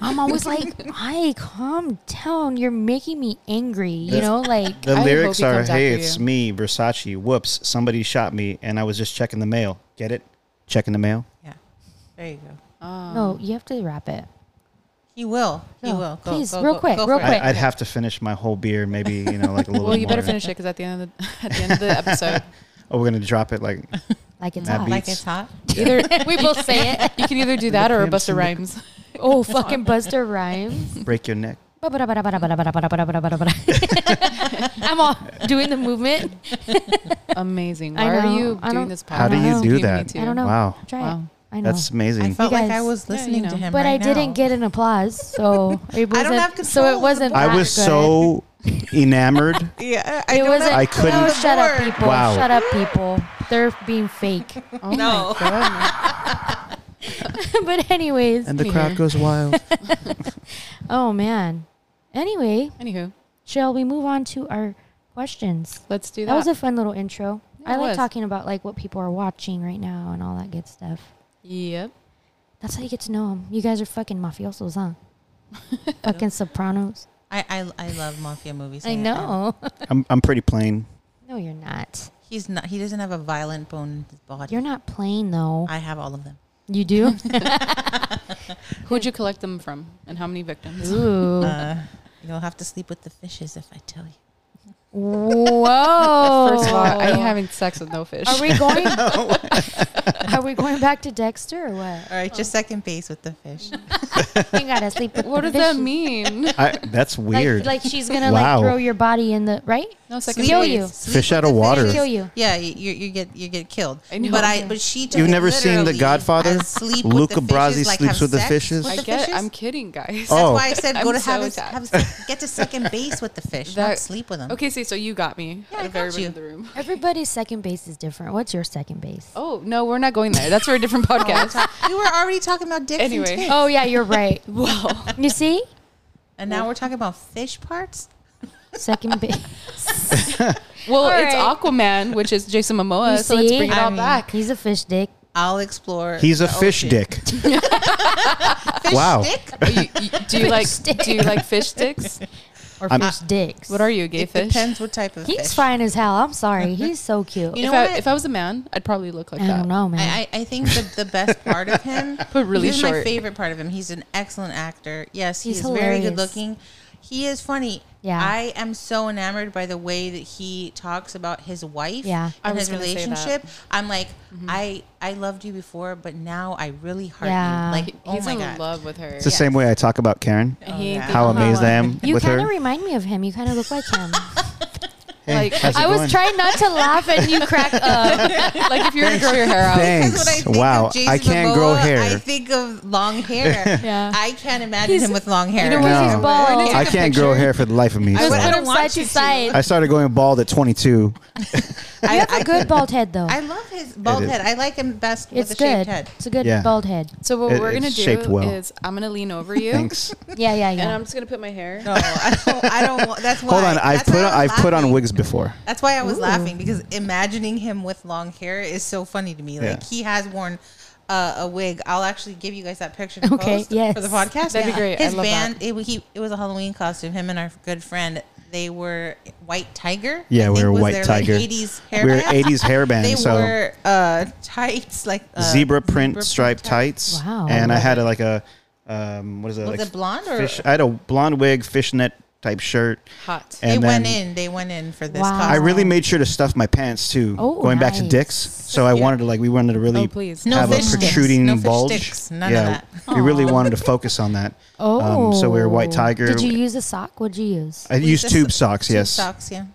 [SPEAKER 1] I'm always like, "Hey, calm down. You're making me angry." You
[SPEAKER 4] Yes.
[SPEAKER 1] know, like
[SPEAKER 4] The
[SPEAKER 2] I hope
[SPEAKER 4] lyrics
[SPEAKER 2] he
[SPEAKER 4] are,
[SPEAKER 2] comes
[SPEAKER 4] "Hey,
[SPEAKER 2] after
[SPEAKER 4] it's
[SPEAKER 2] you."
[SPEAKER 4] me, Versace. Whoops, somebody shot me, and I was just checking the mail. Get it? Checking the mail.
[SPEAKER 3] Yeah. There you go.
[SPEAKER 2] Um,
[SPEAKER 1] no, you have to wrap it.
[SPEAKER 3] He will. He
[SPEAKER 1] No,
[SPEAKER 3] will. Go,
[SPEAKER 1] please,
[SPEAKER 3] go,
[SPEAKER 1] real
[SPEAKER 3] go,
[SPEAKER 1] quick,
[SPEAKER 3] go
[SPEAKER 1] real
[SPEAKER 3] for it.
[SPEAKER 1] quick.
[SPEAKER 4] I, I'd have to finish my whole beer, maybe you know, like a little.
[SPEAKER 2] Well, you
[SPEAKER 4] more.
[SPEAKER 2] better finish it because at the end of the at the end of the episode,
[SPEAKER 4] Oh, we're gonna drop it like
[SPEAKER 1] Like it's
[SPEAKER 4] That
[SPEAKER 1] hot.
[SPEAKER 4] beat-
[SPEAKER 3] Like it's hot.
[SPEAKER 2] either
[SPEAKER 1] we both say it.
[SPEAKER 2] you can either do that or a
[SPEAKER 4] Pimp
[SPEAKER 2] Buster
[SPEAKER 4] Syndicate.
[SPEAKER 2] Rhymes.
[SPEAKER 1] Oh, fucking Buster Rhymes.
[SPEAKER 4] break your neck.
[SPEAKER 1] I'm all doing the movement.
[SPEAKER 2] Amazing.
[SPEAKER 1] I
[SPEAKER 2] Why are
[SPEAKER 1] know.
[SPEAKER 2] you
[SPEAKER 1] I
[SPEAKER 2] doing
[SPEAKER 1] don't-
[SPEAKER 2] this podcast?
[SPEAKER 1] How do you
[SPEAKER 4] do
[SPEAKER 2] You need
[SPEAKER 4] that?
[SPEAKER 2] to.
[SPEAKER 1] I don't know.
[SPEAKER 4] Wow,
[SPEAKER 1] Try
[SPEAKER 2] Wow.
[SPEAKER 1] it. I know.
[SPEAKER 4] that's amazing.
[SPEAKER 3] I felt like
[SPEAKER 1] guys-
[SPEAKER 3] I was
[SPEAKER 2] Yeah, you
[SPEAKER 3] listening to
[SPEAKER 2] know.
[SPEAKER 3] him.
[SPEAKER 1] but I
[SPEAKER 3] right
[SPEAKER 1] didn't
[SPEAKER 3] now.
[SPEAKER 1] get an applause, so it wasn't.
[SPEAKER 3] I don't have
[SPEAKER 1] so
[SPEAKER 3] control
[SPEAKER 1] it
[SPEAKER 3] of
[SPEAKER 1] wasn't.
[SPEAKER 3] the
[SPEAKER 4] I
[SPEAKER 1] that
[SPEAKER 4] was
[SPEAKER 1] good.
[SPEAKER 4] so enamored.
[SPEAKER 3] Yeah,
[SPEAKER 1] It
[SPEAKER 3] don't
[SPEAKER 1] wasn't.
[SPEAKER 3] have
[SPEAKER 4] I
[SPEAKER 1] I
[SPEAKER 4] couldn't-
[SPEAKER 1] couldn't. Oh,
[SPEAKER 3] control of
[SPEAKER 1] shut up,
[SPEAKER 3] the board.
[SPEAKER 1] people!
[SPEAKER 4] Wow.
[SPEAKER 1] Shut up, people! They're being fake.
[SPEAKER 2] Oh
[SPEAKER 3] No.
[SPEAKER 2] My God.
[SPEAKER 1] but anyways,
[SPEAKER 4] And the crowd
[SPEAKER 2] Here.
[SPEAKER 4] goes wild.
[SPEAKER 1] oh man. Anyway,
[SPEAKER 2] Anywho,
[SPEAKER 1] shall we move on to our questions?
[SPEAKER 2] let's do
[SPEAKER 1] That,
[SPEAKER 2] that.
[SPEAKER 1] was a fun little intro.
[SPEAKER 2] Yeah,
[SPEAKER 1] I
[SPEAKER 2] it
[SPEAKER 1] like
[SPEAKER 2] was.
[SPEAKER 1] talking about like what people are watching right now and all that good stuff.
[SPEAKER 2] yep.
[SPEAKER 1] That's how you get to know them. You guys are fucking mafiosos, huh? fucking Sopranos.
[SPEAKER 3] I, I I love mafia movies. um,
[SPEAKER 1] I
[SPEAKER 3] and-
[SPEAKER 1] know.
[SPEAKER 4] I'm I'm pretty plain.
[SPEAKER 1] no, you're not.
[SPEAKER 3] and He's not. He doesn't have a violent bone in his body.
[SPEAKER 1] You're not playing though.
[SPEAKER 3] I have all of them.
[SPEAKER 1] you do.
[SPEAKER 2] Who'd you collect them from, and how many victims?
[SPEAKER 1] Ooh.
[SPEAKER 3] Uh, you'll have to sleep with the fishes if I tell you.
[SPEAKER 1] Whoa!
[SPEAKER 2] First of all, I ain't having sex with no fish.
[SPEAKER 1] Oh. Are we going? are we going back to Dexter or what?
[SPEAKER 3] All right, just second base with the fish.
[SPEAKER 1] You gotta sleep. With
[SPEAKER 2] what
[SPEAKER 1] the
[SPEAKER 2] does that
[SPEAKER 1] fishes.
[SPEAKER 2] mean?
[SPEAKER 4] I, that's
[SPEAKER 1] Like,
[SPEAKER 4] weird.
[SPEAKER 1] like she's gonna
[SPEAKER 4] Wow.
[SPEAKER 1] like throw your body in the right.
[SPEAKER 2] No second
[SPEAKER 3] Sleep
[SPEAKER 1] Kill
[SPEAKER 3] with-
[SPEAKER 1] you.
[SPEAKER 3] sleep
[SPEAKER 4] Fish
[SPEAKER 3] with
[SPEAKER 4] out of
[SPEAKER 3] the
[SPEAKER 4] water.
[SPEAKER 1] Kill you.
[SPEAKER 3] Yeah, you, you get you get killed.
[SPEAKER 2] I know.
[SPEAKER 3] But I but she took
[SPEAKER 4] You've
[SPEAKER 3] it
[SPEAKER 4] never seen The
[SPEAKER 3] literally
[SPEAKER 4] Godfather?
[SPEAKER 3] as Sleep
[SPEAKER 4] Luca
[SPEAKER 3] with the
[SPEAKER 4] Brasi
[SPEAKER 3] fishes, like
[SPEAKER 4] sleeps
[SPEAKER 3] have
[SPEAKER 4] with the
[SPEAKER 3] sex
[SPEAKER 4] fishes?
[SPEAKER 3] with
[SPEAKER 2] I
[SPEAKER 3] the
[SPEAKER 2] get.
[SPEAKER 3] fishes?
[SPEAKER 2] I'm kidding, guys.
[SPEAKER 3] That's
[SPEAKER 4] Oh.
[SPEAKER 3] why I said
[SPEAKER 2] I'm
[SPEAKER 3] go to
[SPEAKER 2] so
[SPEAKER 3] have, a,
[SPEAKER 2] attacked.
[SPEAKER 3] have a- get to second base with the fish, not
[SPEAKER 2] That-
[SPEAKER 3] sleep with them.
[SPEAKER 2] Okay, see, so you got me.
[SPEAKER 3] Yeah,
[SPEAKER 2] out
[SPEAKER 3] I
[SPEAKER 2] of
[SPEAKER 3] got
[SPEAKER 2] everybody
[SPEAKER 3] you.
[SPEAKER 2] in the room.
[SPEAKER 1] Everybody's second base is different. What's your second base? Oh,
[SPEAKER 2] Oh no, we're not going there. Oh, That's for a different podcast.
[SPEAKER 3] We were already talking about dicks and
[SPEAKER 2] Anyway. Oh.
[SPEAKER 3] tits.
[SPEAKER 1] Oh, yeah, you're right.
[SPEAKER 2] Whoa.
[SPEAKER 1] You see,
[SPEAKER 3] and now we're talking about fish parts.
[SPEAKER 1] second base.
[SPEAKER 2] Well,
[SPEAKER 1] All
[SPEAKER 2] it's
[SPEAKER 1] right.
[SPEAKER 2] Aquaman, which is Jason Momoa.
[SPEAKER 1] You
[SPEAKER 2] So let's
[SPEAKER 1] see?
[SPEAKER 2] bring it
[SPEAKER 1] I
[SPEAKER 2] all
[SPEAKER 3] mean-
[SPEAKER 2] back.
[SPEAKER 1] He's a fish dick.
[SPEAKER 3] I'll explore.
[SPEAKER 4] He's a
[SPEAKER 3] the
[SPEAKER 4] fish
[SPEAKER 3] ocean.
[SPEAKER 4] dick.
[SPEAKER 3] Fish
[SPEAKER 4] Wow.
[SPEAKER 3] dick
[SPEAKER 2] Oh, You- you- do you like
[SPEAKER 1] sticks.
[SPEAKER 2] do you like fish sticks?
[SPEAKER 1] Or
[SPEAKER 4] I'm-
[SPEAKER 1] fish dicks.
[SPEAKER 2] What are you, a gay
[SPEAKER 3] It
[SPEAKER 2] fish?
[SPEAKER 3] depends what type of
[SPEAKER 1] He's
[SPEAKER 3] fish.
[SPEAKER 1] fine as hell. I'm sorry. He's so cute.
[SPEAKER 3] You know
[SPEAKER 2] if, I,
[SPEAKER 3] what?
[SPEAKER 2] if I was a man, I'd probably look like
[SPEAKER 1] I
[SPEAKER 2] that.
[SPEAKER 1] don't know, man.
[SPEAKER 3] I, I I think the, the best part of him,
[SPEAKER 2] But really
[SPEAKER 3] this is my
[SPEAKER 2] short.
[SPEAKER 3] favorite part of him. He's an excellent actor. Yes,
[SPEAKER 1] He's
[SPEAKER 3] he's, very
[SPEAKER 1] hilarious.
[SPEAKER 3] good looking. He is funny.
[SPEAKER 1] Yeah.
[SPEAKER 3] I am so enamored by the way that he talks about his wife
[SPEAKER 1] Yeah.
[SPEAKER 3] and
[SPEAKER 2] I was
[SPEAKER 3] his
[SPEAKER 2] gonna say that. Mm-hmm.
[SPEAKER 3] relationship. I'm like, I I loved you before, but now I really hurt
[SPEAKER 1] Yeah.
[SPEAKER 3] you. Like,
[SPEAKER 2] He-
[SPEAKER 3] oh
[SPEAKER 2] He's
[SPEAKER 3] my
[SPEAKER 2] in
[SPEAKER 3] god,
[SPEAKER 2] love with her.
[SPEAKER 4] It's the same way I talk about Karen.
[SPEAKER 2] He ain't
[SPEAKER 3] yeah.
[SPEAKER 2] the
[SPEAKER 4] How
[SPEAKER 2] only
[SPEAKER 4] amazed I
[SPEAKER 2] one.
[SPEAKER 4] am
[SPEAKER 1] you
[SPEAKER 4] with
[SPEAKER 1] kind of
[SPEAKER 4] her.
[SPEAKER 1] remind me of him. You kind of look like him.
[SPEAKER 4] Hey,
[SPEAKER 2] like-
[SPEAKER 4] how's it
[SPEAKER 1] I was
[SPEAKER 4] going?
[SPEAKER 1] trying not to laugh, and you cracked up.
[SPEAKER 2] like if you're gonna grow your hair out,
[SPEAKER 3] Because when I
[SPEAKER 4] Thanks.
[SPEAKER 3] think of
[SPEAKER 4] Wow,
[SPEAKER 3] Jason
[SPEAKER 4] I can't
[SPEAKER 3] Momoa,
[SPEAKER 4] grow hair.
[SPEAKER 3] I think of long hair.
[SPEAKER 2] Yeah.
[SPEAKER 3] I can't imagine
[SPEAKER 1] He's-
[SPEAKER 3] him with long hair.
[SPEAKER 1] know what?
[SPEAKER 4] No.
[SPEAKER 1] He's bald.
[SPEAKER 2] We're gonna
[SPEAKER 4] I
[SPEAKER 2] take a
[SPEAKER 4] can't grow
[SPEAKER 2] picture.
[SPEAKER 4] hair for the life of
[SPEAKER 3] I
[SPEAKER 4] me. so-
[SPEAKER 1] Just
[SPEAKER 3] would-
[SPEAKER 1] put
[SPEAKER 3] don't
[SPEAKER 1] him
[SPEAKER 3] want
[SPEAKER 1] side
[SPEAKER 3] you
[SPEAKER 1] to
[SPEAKER 3] to.
[SPEAKER 1] side.
[SPEAKER 4] I started going bald at 22.
[SPEAKER 1] You have a good bald head, though.
[SPEAKER 3] I love his bald
[SPEAKER 4] is.
[SPEAKER 3] head. I like him best with
[SPEAKER 1] it's
[SPEAKER 3] a shaved
[SPEAKER 1] good.
[SPEAKER 3] head.
[SPEAKER 1] It's a good
[SPEAKER 4] Yeah.
[SPEAKER 1] bald head.
[SPEAKER 2] So what
[SPEAKER 4] It-
[SPEAKER 2] we're gonna
[SPEAKER 4] it's shaped
[SPEAKER 2] do
[SPEAKER 4] well.
[SPEAKER 2] is I'm gonna lean over you,
[SPEAKER 4] Thanks.
[SPEAKER 1] Yeah, yeah,
[SPEAKER 2] and
[SPEAKER 1] yeah.
[SPEAKER 2] I'm just gonna put my hair.
[SPEAKER 3] No, I don't. I don't want, that's why.
[SPEAKER 4] Hold on. I've
[SPEAKER 3] that's why
[SPEAKER 4] put
[SPEAKER 3] I
[SPEAKER 4] on,
[SPEAKER 3] was
[SPEAKER 4] I've put on
[SPEAKER 3] laughing.
[SPEAKER 4] wigs before.
[SPEAKER 3] That's why I was
[SPEAKER 1] Ooh.
[SPEAKER 3] laughing because imagining him with long hair is so funny to me. Like
[SPEAKER 4] Yeah.
[SPEAKER 3] he has worn uh, a wig. I'll actually give you guys that picture to
[SPEAKER 1] Okay,
[SPEAKER 3] post
[SPEAKER 1] yes.
[SPEAKER 3] for the podcast.
[SPEAKER 2] That'd be great. I
[SPEAKER 3] His
[SPEAKER 2] love
[SPEAKER 3] band. It, was- he, it was a Halloween costume. Him and our good friend. They were White Tiger.
[SPEAKER 4] Yeah,
[SPEAKER 3] I
[SPEAKER 4] we
[SPEAKER 3] think
[SPEAKER 4] were
[SPEAKER 3] was
[SPEAKER 4] White
[SPEAKER 3] their,
[SPEAKER 4] Tiger.
[SPEAKER 3] Like, 80s hair.
[SPEAKER 4] we were
[SPEAKER 3] band.
[SPEAKER 4] 80s hairband,
[SPEAKER 3] They
[SPEAKER 4] so
[SPEAKER 3] wore uh, tights like uh,
[SPEAKER 4] zebra print
[SPEAKER 3] print
[SPEAKER 4] striped tights.
[SPEAKER 1] Wow.
[SPEAKER 4] And I had a, like a um, what is it?
[SPEAKER 3] Was
[SPEAKER 4] like
[SPEAKER 3] it blonde or-
[SPEAKER 4] fish? I had a blonde wig, fishnet type shirt.
[SPEAKER 2] Hot.
[SPEAKER 3] They
[SPEAKER 4] And
[SPEAKER 3] went
[SPEAKER 4] then-
[SPEAKER 3] in. They went in for this.
[SPEAKER 1] Wow.
[SPEAKER 3] costume.
[SPEAKER 4] I really made sure to stuff my pants too.
[SPEAKER 1] Oh,
[SPEAKER 4] going back to
[SPEAKER 1] nice.
[SPEAKER 4] dicks, so I wanted to like we wanted to really
[SPEAKER 2] Oh, please.
[SPEAKER 3] No
[SPEAKER 4] have a
[SPEAKER 3] fish sticks.
[SPEAKER 4] protruding
[SPEAKER 3] No fish
[SPEAKER 4] bulge.
[SPEAKER 3] sticks. None of
[SPEAKER 4] yeah,
[SPEAKER 3] that.
[SPEAKER 4] we really wanted to focus on that. Um,
[SPEAKER 1] oh.
[SPEAKER 4] so we were white tiger.
[SPEAKER 1] Did you use a sock? What'd you use?
[SPEAKER 4] I
[SPEAKER 3] We
[SPEAKER 4] used
[SPEAKER 3] just-
[SPEAKER 4] tube socks.
[SPEAKER 3] tube
[SPEAKER 4] Yes,
[SPEAKER 3] socks. Yeah.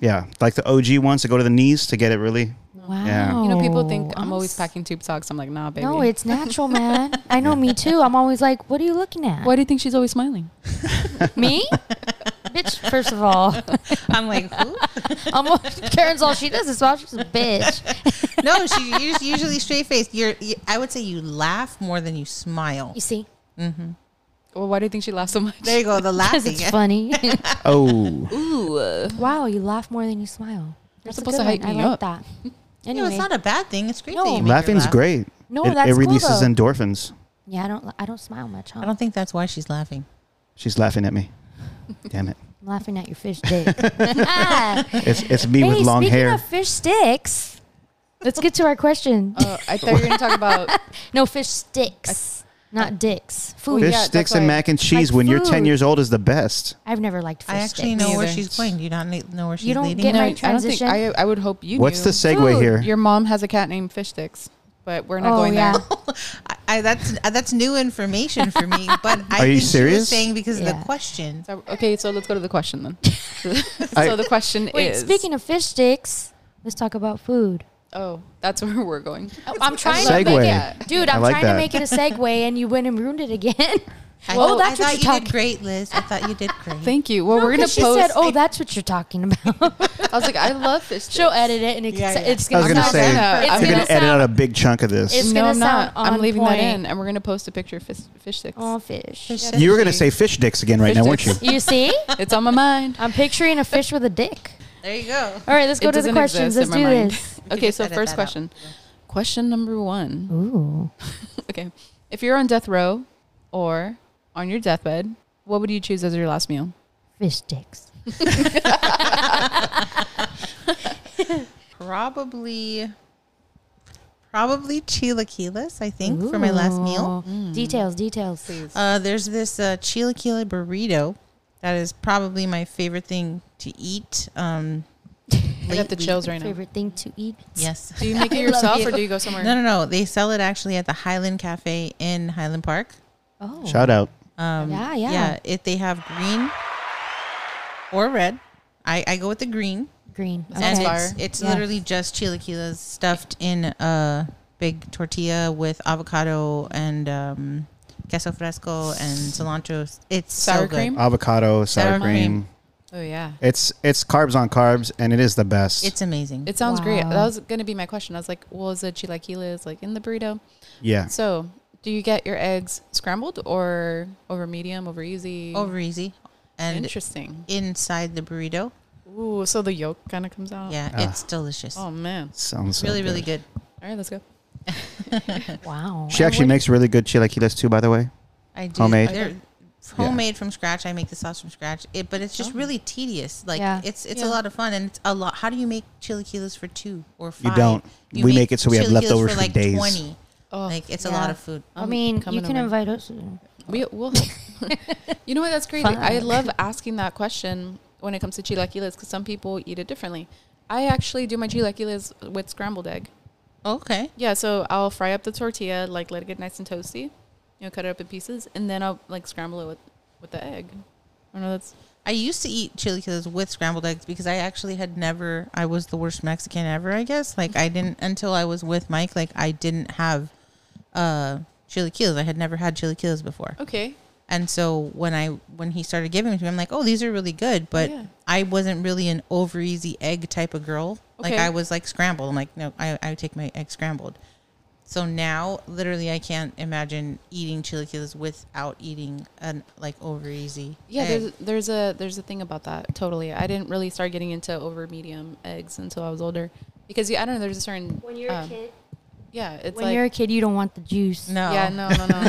[SPEAKER 4] yeah, like the OG ones that go to the knees to get it really.
[SPEAKER 1] Wow.
[SPEAKER 4] Yeah.
[SPEAKER 2] You know, people think I'm
[SPEAKER 1] I'm
[SPEAKER 2] always
[SPEAKER 1] s-
[SPEAKER 2] packing tube socks. I'm like, nah, baby.
[SPEAKER 1] No, it's natural, man. I know me too. I'm always like, what are you looking at?
[SPEAKER 2] Why do you think she's always smiling?
[SPEAKER 1] me? bitch, first of all.
[SPEAKER 3] I'm like, who?
[SPEAKER 1] I'm, al- Karen's all she does is smile. She's a bitch.
[SPEAKER 3] no, she, you're just usually straight faced. You're, you, I would say you laugh more than you smile.
[SPEAKER 1] You see?
[SPEAKER 2] Well, why do you think she laughs so much?
[SPEAKER 3] There you go, the
[SPEAKER 1] Because
[SPEAKER 3] laughing.
[SPEAKER 1] it's funny.
[SPEAKER 4] Oh,
[SPEAKER 1] wow, you laugh more than you smile. That's a
[SPEAKER 2] supposed
[SPEAKER 1] good
[SPEAKER 2] to hype
[SPEAKER 1] one. I
[SPEAKER 2] me
[SPEAKER 1] like
[SPEAKER 2] up.
[SPEAKER 1] that.
[SPEAKER 3] No,
[SPEAKER 1] Anyway.
[SPEAKER 3] it's not a bad thing. It's great.
[SPEAKER 1] No.
[SPEAKER 3] That you make her
[SPEAKER 4] laughing's
[SPEAKER 3] laugh.
[SPEAKER 4] great.
[SPEAKER 1] No,
[SPEAKER 4] it,
[SPEAKER 1] that's
[SPEAKER 4] it
[SPEAKER 1] cool,
[SPEAKER 4] releases
[SPEAKER 1] though.
[SPEAKER 4] endorphins.
[SPEAKER 1] yeah, I don't I don't smile much, huh?
[SPEAKER 3] I don't think that's why she's laughing.
[SPEAKER 4] She's laughing at me. Damn it!
[SPEAKER 1] I'm laughing at your fish dick. Ah.
[SPEAKER 4] It's it's me with
[SPEAKER 1] Hey,
[SPEAKER 4] long
[SPEAKER 1] speaking
[SPEAKER 4] hair.
[SPEAKER 1] of fish sticks, let's get to our question.
[SPEAKER 2] Oh, I thought you were gonna talk about.
[SPEAKER 1] No, fish sticks, not dicks. Food.
[SPEAKER 4] Fish
[SPEAKER 2] yeah, that's
[SPEAKER 4] sticks and
[SPEAKER 2] why-
[SPEAKER 4] mac and cheese
[SPEAKER 1] like
[SPEAKER 4] when you're 10
[SPEAKER 1] food.
[SPEAKER 4] years old is the best.
[SPEAKER 1] I've never liked fish
[SPEAKER 3] I actually
[SPEAKER 1] sticks.
[SPEAKER 3] know
[SPEAKER 2] Me
[SPEAKER 3] where
[SPEAKER 2] either.
[SPEAKER 3] she's going. Do you not ne- know where she's
[SPEAKER 1] don't
[SPEAKER 3] leading?
[SPEAKER 1] get
[SPEAKER 2] no,
[SPEAKER 1] my
[SPEAKER 2] I don't think.
[SPEAKER 1] transition.
[SPEAKER 2] I, I would hope you.
[SPEAKER 4] What's
[SPEAKER 2] knew.
[SPEAKER 4] the segue
[SPEAKER 1] Food.
[SPEAKER 4] here?
[SPEAKER 2] Your mom has a cat named Fish Sticks, but we're not
[SPEAKER 1] Oh,
[SPEAKER 2] going
[SPEAKER 1] yeah.
[SPEAKER 2] there.
[SPEAKER 3] I, I, that's uh, that's new information for me. But I
[SPEAKER 4] Are you
[SPEAKER 3] think She
[SPEAKER 4] serious?
[SPEAKER 3] was saying because of
[SPEAKER 1] Yeah.
[SPEAKER 3] the question.
[SPEAKER 2] So, okay, so let's go to the question then.
[SPEAKER 4] I-
[SPEAKER 2] so the question
[SPEAKER 1] Wait,
[SPEAKER 2] is.
[SPEAKER 1] speaking of fish sticks, let's talk about food.
[SPEAKER 2] Oh, that's where we're going.
[SPEAKER 1] I'm trying
[SPEAKER 4] Segue.
[SPEAKER 1] to make it, dude.
[SPEAKER 4] I
[SPEAKER 1] I'm
[SPEAKER 4] like
[SPEAKER 1] trying
[SPEAKER 4] that.
[SPEAKER 1] to make it a segue, and you went and ruined it again.
[SPEAKER 3] I-
[SPEAKER 1] oh,
[SPEAKER 3] I
[SPEAKER 1] that's what
[SPEAKER 3] thought you
[SPEAKER 1] you're talking.
[SPEAKER 3] did great, Liz. I thought you did great.
[SPEAKER 2] Thank you. Well,
[SPEAKER 1] No,
[SPEAKER 2] we're gonna
[SPEAKER 1] 'cause
[SPEAKER 2] post.
[SPEAKER 1] she said, "Oh,
[SPEAKER 2] I-
[SPEAKER 1] that's what you're talking about."
[SPEAKER 2] I was like, I love Fish Sticks.
[SPEAKER 1] She'll edit it, and it
[SPEAKER 3] Yeah,
[SPEAKER 1] can-
[SPEAKER 3] yeah.
[SPEAKER 1] it's
[SPEAKER 4] I was
[SPEAKER 1] gonna.
[SPEAKER 4] gonna
[SPEAKER 1] sound-
[SPEAKER 4] say,
[SPEAKER 2] gonna-
[SPEAKER 1] it's
[SPEAKER 2] I'm
[SPEAKER 1] gonna
[SPEAKER 4] You're going to edit out
[SPEAKER 1] sound
[SPEAKER 4] a big chunk of
[SPEAKER 1] It's-
[SPEAKER 4] this.
[SPEAKER 2] no,
[SPEAKER 1] gonna
[SPEAKER 2] I'm not.
[SPEAKER 1] sound
[SPEAKER 2] I'm
[SPEAKER 1] on
[SPEAKER 2] leaving that
[SPEAKER 1] point.
[SPEAKER 2] in, and we're gonna post a picture of Fish, fish Sticks.
[SPEAKER 1] all fish.
[SPEAKER 3] Fish
[SPEAKER 4] You were going to
[SPEAKER 2] Fish
[SPEAKER 4] say fish dicks again right now, weren't you?
[SPEAKER 2] dicks.
[SPEAKER 1] You see,
[SPEAKER 2] It's on my mind.
[SPEAKER 1] I'm picturing a fish with a dick.
[SPEAKER 3] There you go.
[SPEAKER 1] All right, let's go
[SPEAKER 2] It
[SPEAKER 1] to the
[SPEAKER 2] doesn't
[SPEAKER 1] questions. Let's
[SPEAKER 2] exist in
[SPEAKER 1] do
[SPEAKER 2] my mind.
[SPEAKER 1] this.
[SPEAKER 3] can
[SPEAKER 2] okay,
[SPEAKER 3] just
[SPEAKER 2] so
[SPEAKER 3] edit
[SPEAKER 2] first
[SPEAKER 3] that
[SPEAKER 2] question. Question number one.
[SPEAKER 1] Ooh,
[SPEAKER 2] Okay. If you're on death row or on your deathbed, what would you choose as your last meal?
[SPEAKER 1] fish sticks.
[SPEAKER 3] Probably, probably chilaquiles. I think for my last meal.
[SPEAKER 2] Hmm.
[SPEAKER 1] Ooh. Details, details.
[SPEAKER 3] Uh, there's this uh, chilaquila burrito That is probably my favorite thing to eat. Um,
[SPEAKER 2] I got the
[SPEAKER 3] lately.
[SPEAKER 2] chills right now.
[SPEAKER 1] Favorite thing to eat?
[SPEAKER 3] Yes.
[SPEAKER 2] Do you make
[SPEAKER 1] I
[SPEAKER 2] it
[SPEAKER 1] love
[SPEAKER 2] yourself
[SPEAKER 1] you.
[SPEAKER 2] or do you go somewhere?
[SPEAKER 3] No, no, no. They sell it actually at the Highland Cafe in Highland Park.
[SPEAKER 1] Oh,
[SPEAKER 4] Shout out.
[SPEAKER 3] Um,
[SPEAKER 1] Yeah, yeah.
[SPEAKER 3] If they have green or red, I, I go with the green.
[SPEAKER 1] green.
[SPEAKER 2] Sounds
[SPEAKER 3] and
[SPEAKER 1] Okay.
[SPEAKER 2] fire.
[SPEAKER 3] it's, it's
[SPEAKER 1] Yeah.
[SPEAKER 3] literally just chilaquiles stuffed in a big tortilla with avocado and um, queso fresco and cilantro. It's so
[SPEAKER 2] Sour
[SPEAKER 3] good.
[SPEAKER 2] cream?
[SPEAKER 4] Avocado, sour,
[SPEAKER 3] Sour
[SPEAKER 4] cream.
[SPEAKER 3] cream.
[SPEAKER 2] Oh yeah.
[SPEAKER 4] It's it's carbs on carbs, and it is the best.
[SPEAKER 3] It's amazing.
[SPEAKER 2] It sounds great.
[SPEAKER 1] Wow.
[SPEAKER 2] That was gonna be my question. I was like, well, is the chilaquiles like in the burrito?
[SPEAKER 4] yeah.
[SPEAKER 2] So, do you get your eggs scrambled or over medium, over easy?
[SPEAKER 3] over easy. And
[SPEAKER 2] Interesting.
[SPEAKER 3] inside the burrito,
[SPEAKER 2] Ooh, so the yolk kind of comes out.
[SPEAKER 3] yeah,
[SPEAKER 4] Ah.
[SPEAKER 3] it's delicious.
[SPEAKER 2] Oh man.
[SPEAKER 4] Sounds so
[SPEAKER 3] really,
[SPEAKER 4] good.
[SPEAKER 3] really good.
[SPEAKER 2] All right, let's go.
[SPEAKER 1] Wow.
[SPEAKER 4] She actually makes really good chilaquiles too, by the way.
[SPEAKER 3] I do.
[SPEAKER 4] Homemade?
[SPEAKER 3] They're homemade from scratch. I make the sauce from scratch. It, but it's just really tedious. Like
[SPEAKER 1] Yeah.
[SPEAKER 3] it's it's
[SPEAKER 2] Oh. Yeah.
[SPEAKER 3] a lot of fun and it's a lot. How do you make chilaquiles for two or five?
[SPEAKER 4] don't. We make it so we have
[SPEAKER 3] chilaquiles
[SPEAKER 4] leftovers for days.
[SPEAKER 2] Oh,
[SPEAKER 3] Like it's a
[SPEAKER 1] Yeah.
[SPEAKER 3] lot of food.
[SPEAKER 1] I mean, you can invite us.
[SPEAKER 2] We will. you know what? That's great. I
[SPEAKER 1] Fun.
[SPEAKER 2] love asking that question when it comes to chilaquiles because some people eat it differently. I actually do my chilaquiles with scrambled egg.
[SPEAKER 3] Okay.
[SPEAKER 2] Yeah, so I'll fry up the tortilla, like let it get nice and toasty. You know, cut it up in pieces, and then I'll like scramble it with with the egg. I don't know. That's
[SPEAKER 3] I used to eat chilaquiles with scrambled eggs because I actually had never. I was the worst Mexican ever, I guess. Like I didn't until I was with Mike. Like I didn't have uh chilaquiles. I had never had chilaquiles before.
[SPEAKER 2] okay.
[SPEAKER 3] And so when I when he started giving them to me, I'm like, oh, these are really good. But
[SPEAKER 2] Yeah.
[SPEAKER 3] I wasn't really an over easy egg type of girl. Like
[SPEAKER 2] Okay.
[SPEAKER 3] I was like scrambled. I'm like, no, I, I would take my egg scrambled. So now, literally, I can't imagine eating chilaquiles without eating an like over easy.
[SPEAKER 2] Yeah,
[SPEAKER 3] egg.
[SPEAKER 2] there's there's a there's a thing about that. Totally. I didn't really start getting into over medium eggs until I was older because yeah, I don't know. There's a certain um, Yeah, it's
[SPEAKER 1] when
[SPEAKER 2] like
[SPEAKER 1] you're a kid, you don't want the juice.
[SPEAKER 3] no,
[SPEAKER 2] yeah, no, no, no.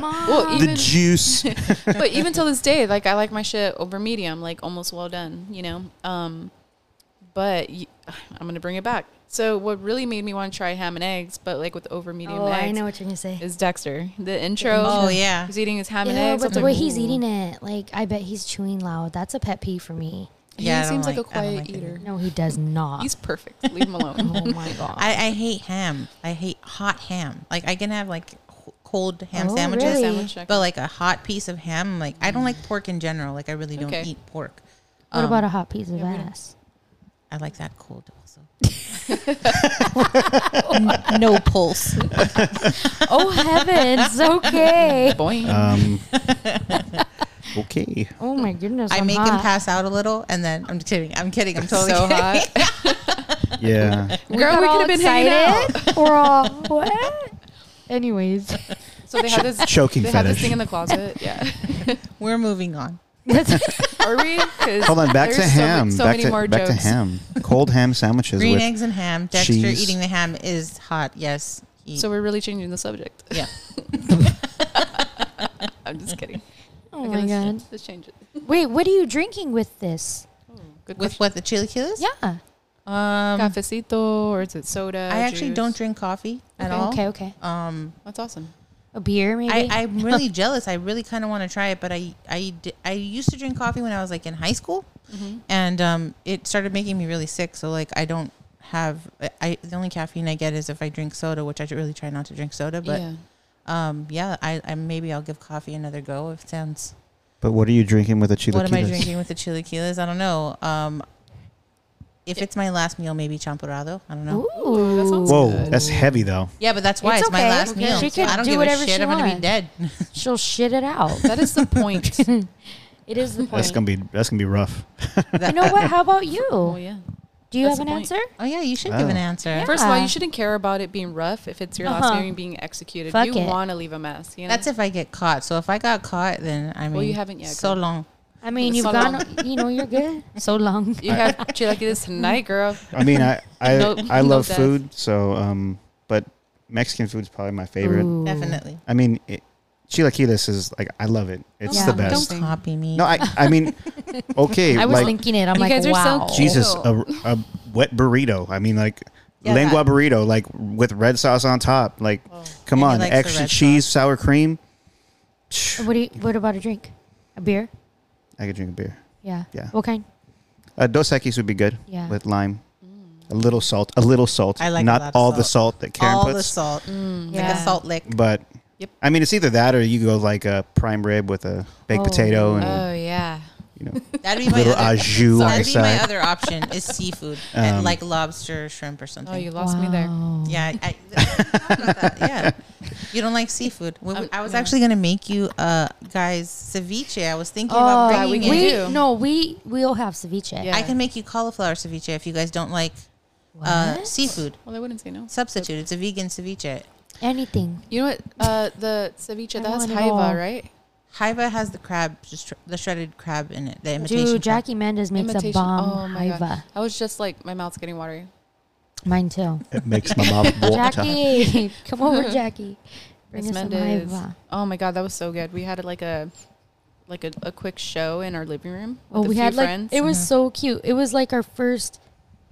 [SPEAKER 1] Mom.
[SPEAKER 2] well,
[SPEAKER 4] The
[SPEAKER 2] even
[SPEAKER 4] juice.
[SPEAKER 2] but even till this day, like I like my shit over medium, like almost well done, you know. Um, but y- I'm gonna bring it back. So what really made me want to try ham and eggs, but like with over medium
[SPEAKER 1] oh,
[SPEAKER 2] eggs,
[SPEAKER 1] I know what you're gonna say.
[SPEAKER 2] is Dexter. The intro.
[SPEAKER 3] Oh yeah,
[SPEAKER 2] He's eating his ham and
[SPEAKER 1] Yeah,
[SPEAKER 2] eggs. I
[SPEAKER 1] but
[SPEAKER 2] was
[SPEAKER 1] the
[SPEAKER 2] like,
[SPEAKER 1] way he's
[SPEAKER 2] "Ooh."
[SPEAKER 1] eating it, like I bet he's chewing loud. That's a pet peeve for me.
[SPEAKER 2] he
[SPEAKER 3] Yeah, I don't
[SPEAKER 2] seems like, a
[SPEAKER 3] like- I don't
[SPEAKER 2] quiet
[SPEAKER 3] like it.
[SPEAKER 2] eater.
[SPEAKER 1] No, he does not.
[SPEAKER 2] He's perfect. Leave him alone.
[SPEAKER 1] oh my god.
[SPEAKER 3] I, I hate ham. I hate hot ham. Like I can have like h- cold ham
[SPEAKER 1] Oh,
[SPEAKER 3] sandwiches,
[SPEAKER 1] really?
[SPEAKER 2] Sandwich check.
[SPEAKER 3] but like a hot piece of ham. I'm Like I don't like pork in general. Like I really don't
[SPEAKER 2] Okay.
[SPEAKER 3] eat pork. Um,
[SPEAKER 1] what
[SPEAKER 2] um,
[SPEAKER 1] about a hot piece of
[SPEAKER 2] yeah, we don't-
[SPEAKER 1] ass?
[SPEAKER 3] I like that cold also. no pulse.
[SPEAKER 1] oh heavens. Okay.
[SPEAKER 2] Boing.
[SPEAKER 3] uh,
[SPEAKER 4] Um, okay.
[SPEAKER 1] Oh my goodness.
[SPEAKER 3] I
[SPEAKER 1] I'm
[SPEAKER 3] make him
[SPEAKER 1] hot.
[SPEAKER 3] pass out a little, and then I'm kidding. I'm kidding. I'm totally
[SPEAKER 2] so
[SPEAKER 3] kidding.
[SPEAKER 2] hot.
[SPEAKER 4] Yeah.
[SPEAKER 1] We
[SPEAKER 2] Girl,
[SPEAKER 1] got
[SPEAKER 2] we
[SPEAKER 1] all
[SPEAKER 2] could've been hanging
[SPEAKER 1] excited. We're all what? Anyways,
[SPEAKER 2] So they have this.
[SPEAKER 4] Choking
[SPEAKER 2] They have this
[SPEAKER 4] fetish.
[SPEAKER 2] thing in the closet. Yeah.
[SPEAKER 3] We're moving on.
[SPEAKER 2] Are we? 'Cause
[SPEAKER 4] Hold on. Back to
[SPEAKER 2] there's so mu-
[SPEAKER 4] ham.
[SPEAKER 2] So,
[SPEAKER 4] back
[SPEAKER 2] many
[SPEAKER 4] to,
[SPEAKER 2] more
[SPEAKER 4] back
[SPEAKER 2] jokes.
[SPEAKER 4] to ham. Cold ham sandwiches
[SPEAKER 3] Green
[SPEAKER 4] with
[SPEAKER 3] eggs and ham. Dexter
[SPEAKER 4] cheese.
[SPEAKER 3] eating the ham is hot. Yes. He-
[SPEAKER 2] So we're really changing the subject.
[SPEAKER 3] yeah.
[SPEAKER 2] I'm just kidding.
[SPEAKER 1] oh
[SPEAKER 2] Okay,
[SPEAKER 1] my
[SPEAKER 2] let's
[SPEAKER 1] god.
[SPEAKER 2] Change, let's change it.
[SPEAKER 1] Wait, what are you drinking with this?
[SPEAKER 2] Good
[SPEAKER 3] Hmm. With what the chilaquiles?
[SPEAKER 1] Yeah.
[SPEAKER 3] Um,
[SPEAKER 2] Cafecito or is it soda?
[SPEAKER 3] I actually
[SPEAKER 2] juice?
[SPEAKER 3] don't drink coffee at all.
[SPEAKER 1] Okay, okay.
[SPEAKER 3] Um,
[SPEAKER 2] That's awesome.
[SPEAKER 1] A beer maybe.
[SPEAKER 3] Oh. I, I'm really jealous. I really kind of want to try it, but I, I, d- I used to drink coffee when I was like in high school, and um, it started making me really sick. So like I don't have I- I the only caffeine I get is if I drink soda, which I really try not to drink soda. But
[SPEAKER 2] yeah.
[SPEAKER 3] um, yeah, I, I maybe I'll give coffee another go if it sounds.
[SPEAKER 4] But what are you drinking with the chilaquiles?
[SPEAKER 3] What am I drinking with the chilaquiles? I don't know. Um, if it's my last meal, maybe champurrado. I don't know.
[SPEAKER 1] Ooh,
[SPEAKER 2] that sounds
[SPEAKER 4] Whoa,
[SPEAKER 2] Good.
[SPEAKER 4] that's heavy though.
[SPEAKER 3] Yeah, but that's why
[SPEAKER 1] It's
[SPEAKER 3] it's,
[SPEAKER 1] okay.
[SPEAKER 3] my last
[SPEAKER 1] Okay.
[SPEAKER 3] meal.
[SPEAKER 1] She
[SPEAKER 3] so
[SPEAKER 1] can
[SPEAKER 3] I don't
[SPEAKER 1] do
[SPEAKER 3] give
[SPEAKER 1] whatever
[SPEAKER 3] a
[SPEAKER 1] she
[SPEAKER 3] shit. I'm gonna be
[SPEAKER 1] wants.
[SPEAKER 3] dead.
[SPEAKER 1] she'll shit it out.
[SPEAKER 2] That is the point.
[SPEAKER 1] It is the point.
[SPEAKER 4] That's gonna be that's gonna be rough.
[SPEAKER 1] you know what? How about you?
[SPEAKER 2] oh yeah.
[SPEAKER 1] Do you
[SPEAKER 2] That's
[SPEAKER 1] have an
[SPEAKER 2] the point.
[SPEAKER 1] answer?
[SPEAKER 3] Oh yeah, you should give an
[SPEAKER 4] Oh.
[SPEAKER 3] answer.
[SPEAKER 2] First of all,
[SPEAKER 1] Yeah.
[SPEAKER 2] you shouldn't care about it being rough if it's your last
[SPEAKER 1] Uh-huh.
[SPEAKER 2] meal and being executed.
[SPEAKER 1] Fuck
[SPEAKER 2] you
[SPEAKER 1] it.
[SPEAKER 2] want to leave a mess. You know?
[SPEAKER 3] That's if I get caught. So if I got caught, then I mean,
[SPEAKER 2] you haven't yet,
[SPEAKER 3] So
[SPEAKER 2] girl.
[SPEAKER 3] long.
[SPEAKER 1] I mean, you've
[SPEAKER 2] So
[SPEAKER 1] gone. You know, you're good. So long.
[SPEAKER 2] You have chilaquiles tonight, girl.
[SPEAKER 4] I mean, I I,
[SPEAKER 2] No-
[SPEAKER 4] I
[SPEAKER 2] no
[SPEAKER 4] love
[SPEAKER 2] death.
[SPEAKER 4] food, so um, but Mexican food is probably my favorite.
[SPEAKER 1] Ooh.
[SPEAKER 3] Definitely.
[SPEAKER 4] I mean, it, chilaquiles is like I love it. It's
[SPEAKER 1] Yeah.
[SPEAKER 4] the
[SPEAKER 1] Don't
[SPEAKER 4] best.
[SPEAKER 3] Don't copy me.
[SPEAKER 4] No, I I mean, okay,
[SPEAKER 1] I was
[SPEAKER 4] like
[SPEAKER 1] thinking it. I'm
[SPEAKER 2] You
[SPEAKER 1] like,
[SPEAKER 2] guys are so
[SPEAKER 1] wow.
[SPEAKER 2] cute.
[SPEAKER 4] Jesus, a, a wet burrito. I mean, like
[SPEAKER 3] Oh. Yeah,
[SPEAKER 4] lengua
[SPEAKER 3] that-
[SPEAKER 4] burrito, like with red sauce on top. Like, come
[SPEAKER 3] And he
[SPEAKER 4] on,
[SPEAKER 3] likes the
[SPEAKER 4] extra
[SPEAKER 3] red
[SPEAKER 4] cheese, sour cream. Psh,
[SPEAKER 1] What do you, What about a drink? A beer?
[SPEAKER 4] I could drink a beer.
[SPEAKER 1] Yeah.
[SPEAKER 4] Yeah.
[SPEAKER 1] What kind?
[SPEAKER 4] Uh, Dos Equis would be good
[SPEAKER 1] Yeah.
[SPEAKER 4] with lime, a little salt, a little salt.
[SPEAKER 3] Mm. I like a
[SPEAKER 4] not
[SPEAKER 3] lot of
[SPEAKER 4] all the
[SPEAKER 3] salt.
[SPEAKER 4] salt that Karen
[SPEAKER 3] all
[SPEAKER 4] puts,
[SPEAKER 3] the salt, Mm, like
[SPEAKER 1] Yeah.
[SPEAKER 2] Mm,
[SPEAKER 3] a salt lick.
[SPEAKER 4] but
[SPEAKER 2] Yep.
[SPEAKER 4] I mean it's either that or you go like a prime rib with a baked
[SPEAKER 1] Oh.
[SPEAKER 4] potato and
[SPEAKER 2] Oh yeah.
[SPEAKER 4] you know
[SPEAKER 3] That'd be uh, my
[SPEAKER 4] little au
[SPEAKER 3] other.
[SPEAKER 4] jus on the
[SPEAKER 3] That'd be my
[SPEAKER 4] side.
[SPEAKER 3] other option is seafood, and
[SPEAKER 4] Um,
[SPEAKER 3] like lobster, shrimp, or something.
[SPEAKER 2] Oh, you lost me there.
[SPEAKER 3] Yeah, I, I thought about that. yeah. You don't like seafood. When we- I was actually gonna make you uh guys ceviche. I was thinking about
[SPEAKER 2] yeah,
[SPEAKER 3] bringing.
[SPEAKER 2] Oh, we can
[SPEAKER 3] it.
[SPEAKER 1] Oh, We
[SPEAKER 2] do.
[SPEAKER 1] no, we we'll have ceviche.
[SPEAKER 2] Yeah.
[SPEAKER 3] I can make you cauliflower ceviche if you guys don't like uh, seafood
[SPEAKER 2] Well, they wouldn't say no.
[SPEAKER 3] substitute. It's a vegan ceviche.
[SPEAKER 1] Anything.
[SPEAKER 2] You know what? Uh, the ceviche
[SPEAKER 1] I
[SPEAKER 2] that has
[SPEAKER 1] want it all.
[SPEAKER 2] haiva, right?
[SPEAKER 3] Haiva has the crab, just the shredded crab in it. The imitation.
[SPEAKER 1] Dude,
[SPEAKER 3] crab.
[SPEAKER 1] Jackie Mendez makes
[SPEAKER 2] Imitation-
[SPEAKER 1] a bomb
[SPEAKER 2] oh my
[SPEAKER 1] haiva.
[SPEAKER 2] god! I was just like, my mouth's getting watery.
[SPEAKER 1] Mine too.
[SPEAKER 4] It makes my mouth water.
[SPEAKER 1] Jackie, come over, Jackie. Bring
[SPEAKER 2] Miss
[SPEAKER 1] us some
[SPEAKER 2] Mendez.
[SPEAKER 1] haiva.
[SPEAKER 2] Oh my god, that was so good. We had like a like a, a quick show in our living room.
[SPEAKER 1] Oh,
[SPEAKER 2] with a
[SPEAKER 1] we
[SPEAKER 2] few
[SPEAKER 1] had like
[SPEAKER 2] friends.
[SPEAKER 1] it was so cute. It was like our first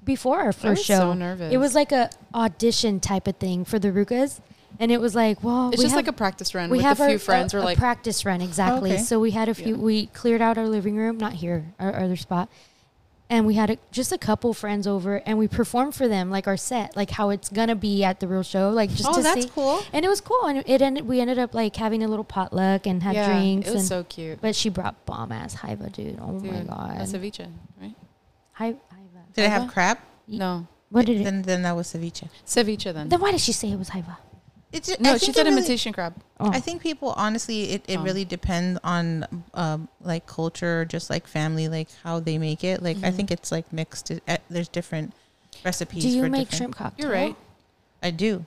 [SPEAKER 1] before our first
[SPEAKER 2] was
[SPEAKER 1] show.
[SPEAKER 2] so nervous.
[SPEAKER 1] It was like a audition type of thing for the Rukas, and it was like, well,
[SPEAKER 2] It's
[SPEAKER 1] we
[SPEAKER 2] just
[SPEAKER 1] have-
[SPEAKER 2] like a practice run
[SPEAKER 1] we
[SPEAKER 2] with
[SPEAKER 1] have
[SPEAKER 2] a few
[SPEAKER 1] our,
[SPEAKER 2] friends.
[SPEAKER 1] A,
[SPEAKER 2] We're
[SPEAKER 1] a
[SPEAKER 2] like,
[SPEAKER 1] practice run exactly.
[SPEAKER 3] Okay.
[SPEAKER 1] So we had a few.
[SPEAKER 2] Yeah.
[SPEAKER 1] We cleared out our living room, not here, our other spot, and we had a, just a couple friends over, and we performed for them like our set, like how it's gonna be at the real show, like just
[SPEAKER 3] Oh,
[SPEAKER 1] to
[SPEAKER 3] that's
[SPEAKER 1] see.
[SPEAKER 3] cool.
[SPEAKER 1] And it was cool, and it ended. We ended up like having a little potluck and had
[SPEAKER 2] yeah,
[SPEAKER 1] drinks.
[SPEAKER 2] it was
[SPEAKER 1] and,
[SPEAKER 2] so cute.
[SPEAKER 1] but she brought bomb ass Haiva, dude. Oh my
[SPEAKER 2] Dude,
[SPEAKER 1] god.
[SPEAKER 2] a ceviche, right?
[SPEAKER 1] Hi, Haiva.
[SPEAKER 3] Did it have crab?
[SPEAKER 2] No,
[SPEAKER 1] What did it?
[SPEAKER 3] Then, then that was ceviche.
[SPEAKER 2] ceviche then.
[SPEAKER 1] Then why did she say it was Haiva?
[SPEAKER 3] It's ju- I
[SPEAKER 2] no, she
[SPEAKER 3] think
[SPEAKER 2] said
[SPEAKER 3] it really-
[SPEAKER 2] imitation crab.
[SPEAKER 1] Oh.
[SPEAKER 3] I think people honestly, it, it
[SPEAKER 2] Um.
[SPEAKER 3] really depends on um, like culture, just like family, like how they make it. Like I think it's like mixed. It, uh, there's different recipes.
[SPEAKER 1] Mm-hmm. Do you
[SPEAKER 3] for
[SPEAKER 1] make
[SPEAKER 3] different-
[SPEAKER 1] shrimp cocktail?
[SPEAKER 2] You're right.
[SPEAKER 3] I do.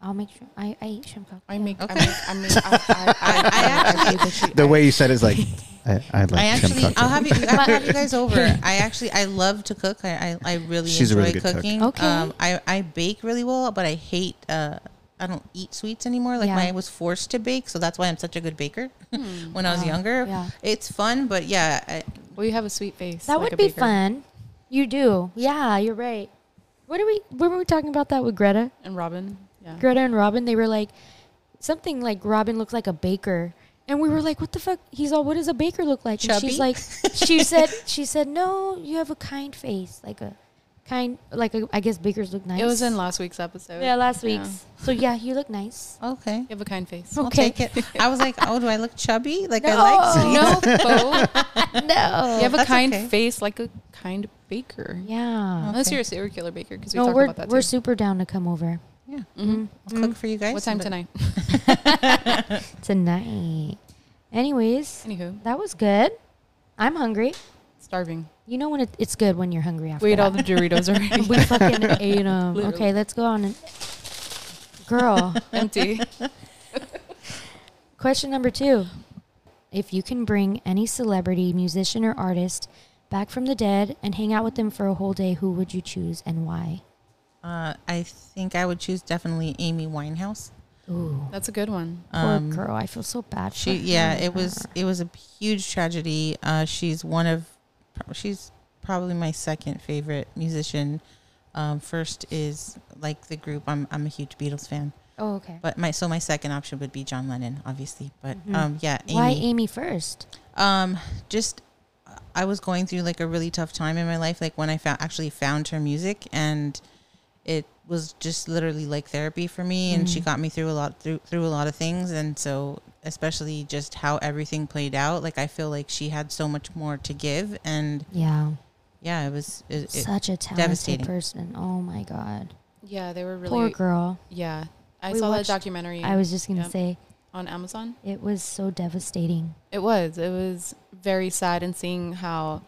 [SPEAKER 1] I'll make shrimp. I, I eat shrimp cocktail.
[SPEAKER 2] I make.
[SPEAKER 3] Okay.
[SPEAKER 2] I make. I make. I, I, I, I, actually-
[SPEAKER 4] The way you said it's like I, I like
[SPEAKER 3] I
[SPEAKER 4] shrimp
[SPEAKER 3] actually,
[SPEAKER 4] cocktail.
[SPEAKER 3] I'll have you. I'll have you guys over. I actually, I love to cook. I, I, I really
[SPEAKER 4] She's a
[SPEAKER 3] enjoy
[SPEAKER 4] really good cook.
[SPEAKER 3] cooking.
[SPEAKER 1] Okay.
[SPEAKER 3] Um, I, I bake really well, but I hate. Uh, I don't eat sweets anymore. Like
[SPEAKER 1] Yeah.
[SPEAKER 3] my- I was forced to bake, so that's why I'm such a good baker. when I was younger,
[SPEAKER 1] Ah. Yeah.
[SPEAKER 3] it's fun, but yeah, I,
[SPEAKER 2] Hmm. well, you have a sweet face.
[SPEAKER 1] That
[SPEAKER 2] like a
[SPEAKER 1] would be
[SPEAKER 2] baker.
[SPEAKER 1] fun. You do. Yeah, you're right. What are we? When were we talking about that with Greta?
[SPEAKER 2] And Robin, yeah.
[SPEAKER 1] Greta and Robin. They were like something like Robin looks like a baker. And we were like, "What the fuck?" He's all, "What does a baker look like?" And
[SPEAKER 3] Chubby?
[SPEAKER 1] she's like, "She said, she said, no, you have a kind face, like a kind, like a, I guess bakers look nice."
[SPEAKER 2] It was in last week's episode.
[SPEAKER 1] yeah last
[SPEAKER 2] Yeah.
[SPEAKER 1] week's. So yeah, you look nice.
[SPEAKER 3] okay.
[SPEAKER 2] You have a kind face.
[SPEAKER 3] I'll
[SPEAKER 1] Okay.
[SPEAKER 3] take it. I was like, oh, do I look chubby? Like I
[SPEAKER 1] No.
[SPEAKER 3] like sweets.
[SPEAKER 2] No, Bo.
[SPEAKER 1] no.
[SPEAKER 2] You have a
[SPEAKER 3] That's
[SPEAKER 2] kind
[SPEAKER 3] okay.
[SPEAKER 2] face like a kind baker.
[SPEAKER 1] Yeah.
[SPEAKER 2] Unless
[SPEAKER 3] Okay.
[SPEAKER 2] you're a serial killer baker, because Oh, we
[SPEAKER 1] no,
[SPEAKER 2] talk
[SPEAKER 1] we're
[SPEAKER 2] about that
[SPEAKER 1] we're Mm-hmm.
[SPEAKER 2] too. Mm-hmm.
[SPEAKER 1] super down to come over
[SPEAKER 3] Yeah, I'll cook for you guys.
[SPEAKER 2] What time
[SPEAKER 3] but-
[SPEAKER 2] tonight?
[SPEAKER 1] tonight. Anyways,
[SPEAKER 2] Anywho,
[SPEAKER 1] that was good. I'm hungry.
[SPEAKER 2] starving.
[SPEAKER 1] You know when it, it's good when you're hungry after.
[SPEAKER 2] We ate all the
[SPEAKER 1] that.
[SPEAKER 2] Doritos already.
[SPEAKER 1] we fucking ate 'em.
[SPEAKER 2] Literally.
[SPEAKER 1] Okay, let's go on. And Girl,
[SPEAKER 2] Empty.
[SPEAKER 1] question number two: If you can bring any celebrity, musician, or artist back from the dead and hang out with them for a whole day, who would you choose and why?
[SPEAKER 3] Uh, I think I would choose definitely Amy Winehouse.
[SPEAKER 1] Ooh,
[SPEAKER 2] That's a good one.
[SPEAKER 3] Um,
[SPEAKER 1] poor girl. I feel so bad. for
[SPEAKER 3] She, yeah,
[SPEAKER 1] her.
[SPEAKER 3] it was it was a huge tragedy. Uh, she's one of, she's probably my second favorite musician. Um, first is like the group. I'm I'm a huge Beatles fan,
[SPEAKER 1] Oh, okay.
[SPEAKER 3] but my so my second option would be John Lennon, obviously. But
[SPEAKER 1] Mhm.
[SPEAKER 3] um, yeah, Amy.
[SPEAKER 1] Why Amy first?
[SPEAKER 3] Um, just I was going through like a really tough time in my life, like when I found actually found her music, and it was just literally like therapy for me, and
[SPEAKER 2] Mm.
[SPEAKER 3] she got me through a lot through through a lot of things, and so especially just how everything played out, like I feel like she had so much more to give, and
[SPEAKER 1] Yeah.
[SPEAKER 3] yeah, it was it, it,
[SPEAKER 1] such a talented
[SPEAKER 3] devastating.
[SPEAKER 1] person. Oh my god,
[SPEAKER 2] Yeah, they were really.
[SPEAKER 1] poor girl.
[SPEAKER 2] Yeah, I
[SPEAKER 1] We
[SPEAKER 2] saw
[SPEAKER 1] watched-
[SPEAKER 2] that documentary.
[SPEAKER 1] I was just gonna
[SPEAKER 2] Yep.
[SPEAKER 1] say
[SPEAKER 2] on Amazon.
[SPEAKER 1] it was so devastating.
[SPEAKER 2] It was. It was very sad, and seeing how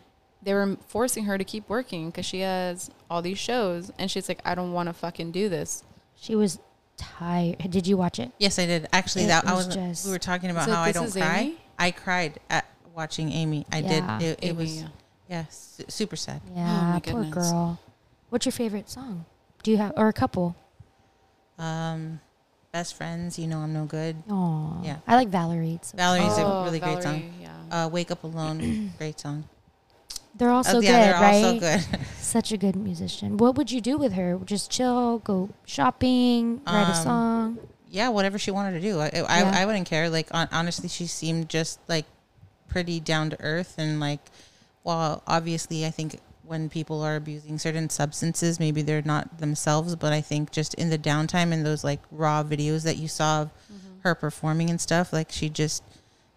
[SPEAKER 2] they were forcing her to keep working because she has all these shows, and she's like, "I don't want to fucking do this."
[SPEAKER 1] She was tired. Did you watch it?
[SPEAKER 3] yes, I did actually.
[SPEAKER 1] It
[SPEAKER 3] that I
[SPEAKER 1] was
[SPEAKER 3] was
[SPEAKER 1] just-
[SPEAKER 3] we were talking
[SPEAKER 2] It's
[SPEAKER 3] about
[SPEAKER 2] like,
[SPEAKER 3] how I
[SPEAKER 2] this
[SPEAKER 3] don't
[SPEAKER 2] is
[SPEAKER 3] cry.
[SPEAKER 2] Amy?
[SPEAKER 3] I cried at watching Amy. I
[SPEAKER 1] Yeah.
[SPEAKER 3] did. It, it
[SPEAKER 2] Amy,
[SPEAKER 3] was
[SPEAKER 2] yeah.
[SPEAKER 3] yes, super sad.
[SPEAKER 1] Yeah,
[SPEAKER 2] Oh my
[SPEAKER 1] poor
[SPEAKER 2] goodness.
[SPEAKER 1] girl. What's your favorite song? Do you have or a couple?
[SPEAKER 3] Um, best friends, you know, I'm no good.
[SPEAKER 1] Oh,
[SPEAKER 3] Yeah.
[SPEAKER 1] I like Valerie. It's-
[SPEAKER 3] Valerie's
[SPEAKER 2] Oh,
[SPEAKER 3] a really great song.
[SPEAKER 2] Valerie, Yeah.
[SPEAKER 3] Uh, Wake Up Alone, great song.
[SPEAKER 1] They're all so
[SPEAKER 3] oh, yeah,
[SPEAKER 1] good,
[SPEAKER 3] they're
[SPEAKER 1] right?
[SPEAKER 3] all so good.
[SPEAKER 1] Such a good musician. What would you do with her? Just chill, go shopping, write a
[SPEAKER 3] Um,
[SPEAKER 1] song.
[SPEAKER 3] yeah, whatever she wanted to do, I I,
[SPEAKER 1] Yeah.
[SPEAKER 3] I wouldn't care. Like on, honestly, she seemed just like pretty down to earth and like well obviously I think when people are abusing certain substances maybe they're not themselves but I think just in the downtime and those like raw videos that you saw of
[SPEAKER 1] Mm-hmm.
[SPEAKER 3] her performing and stuff like she just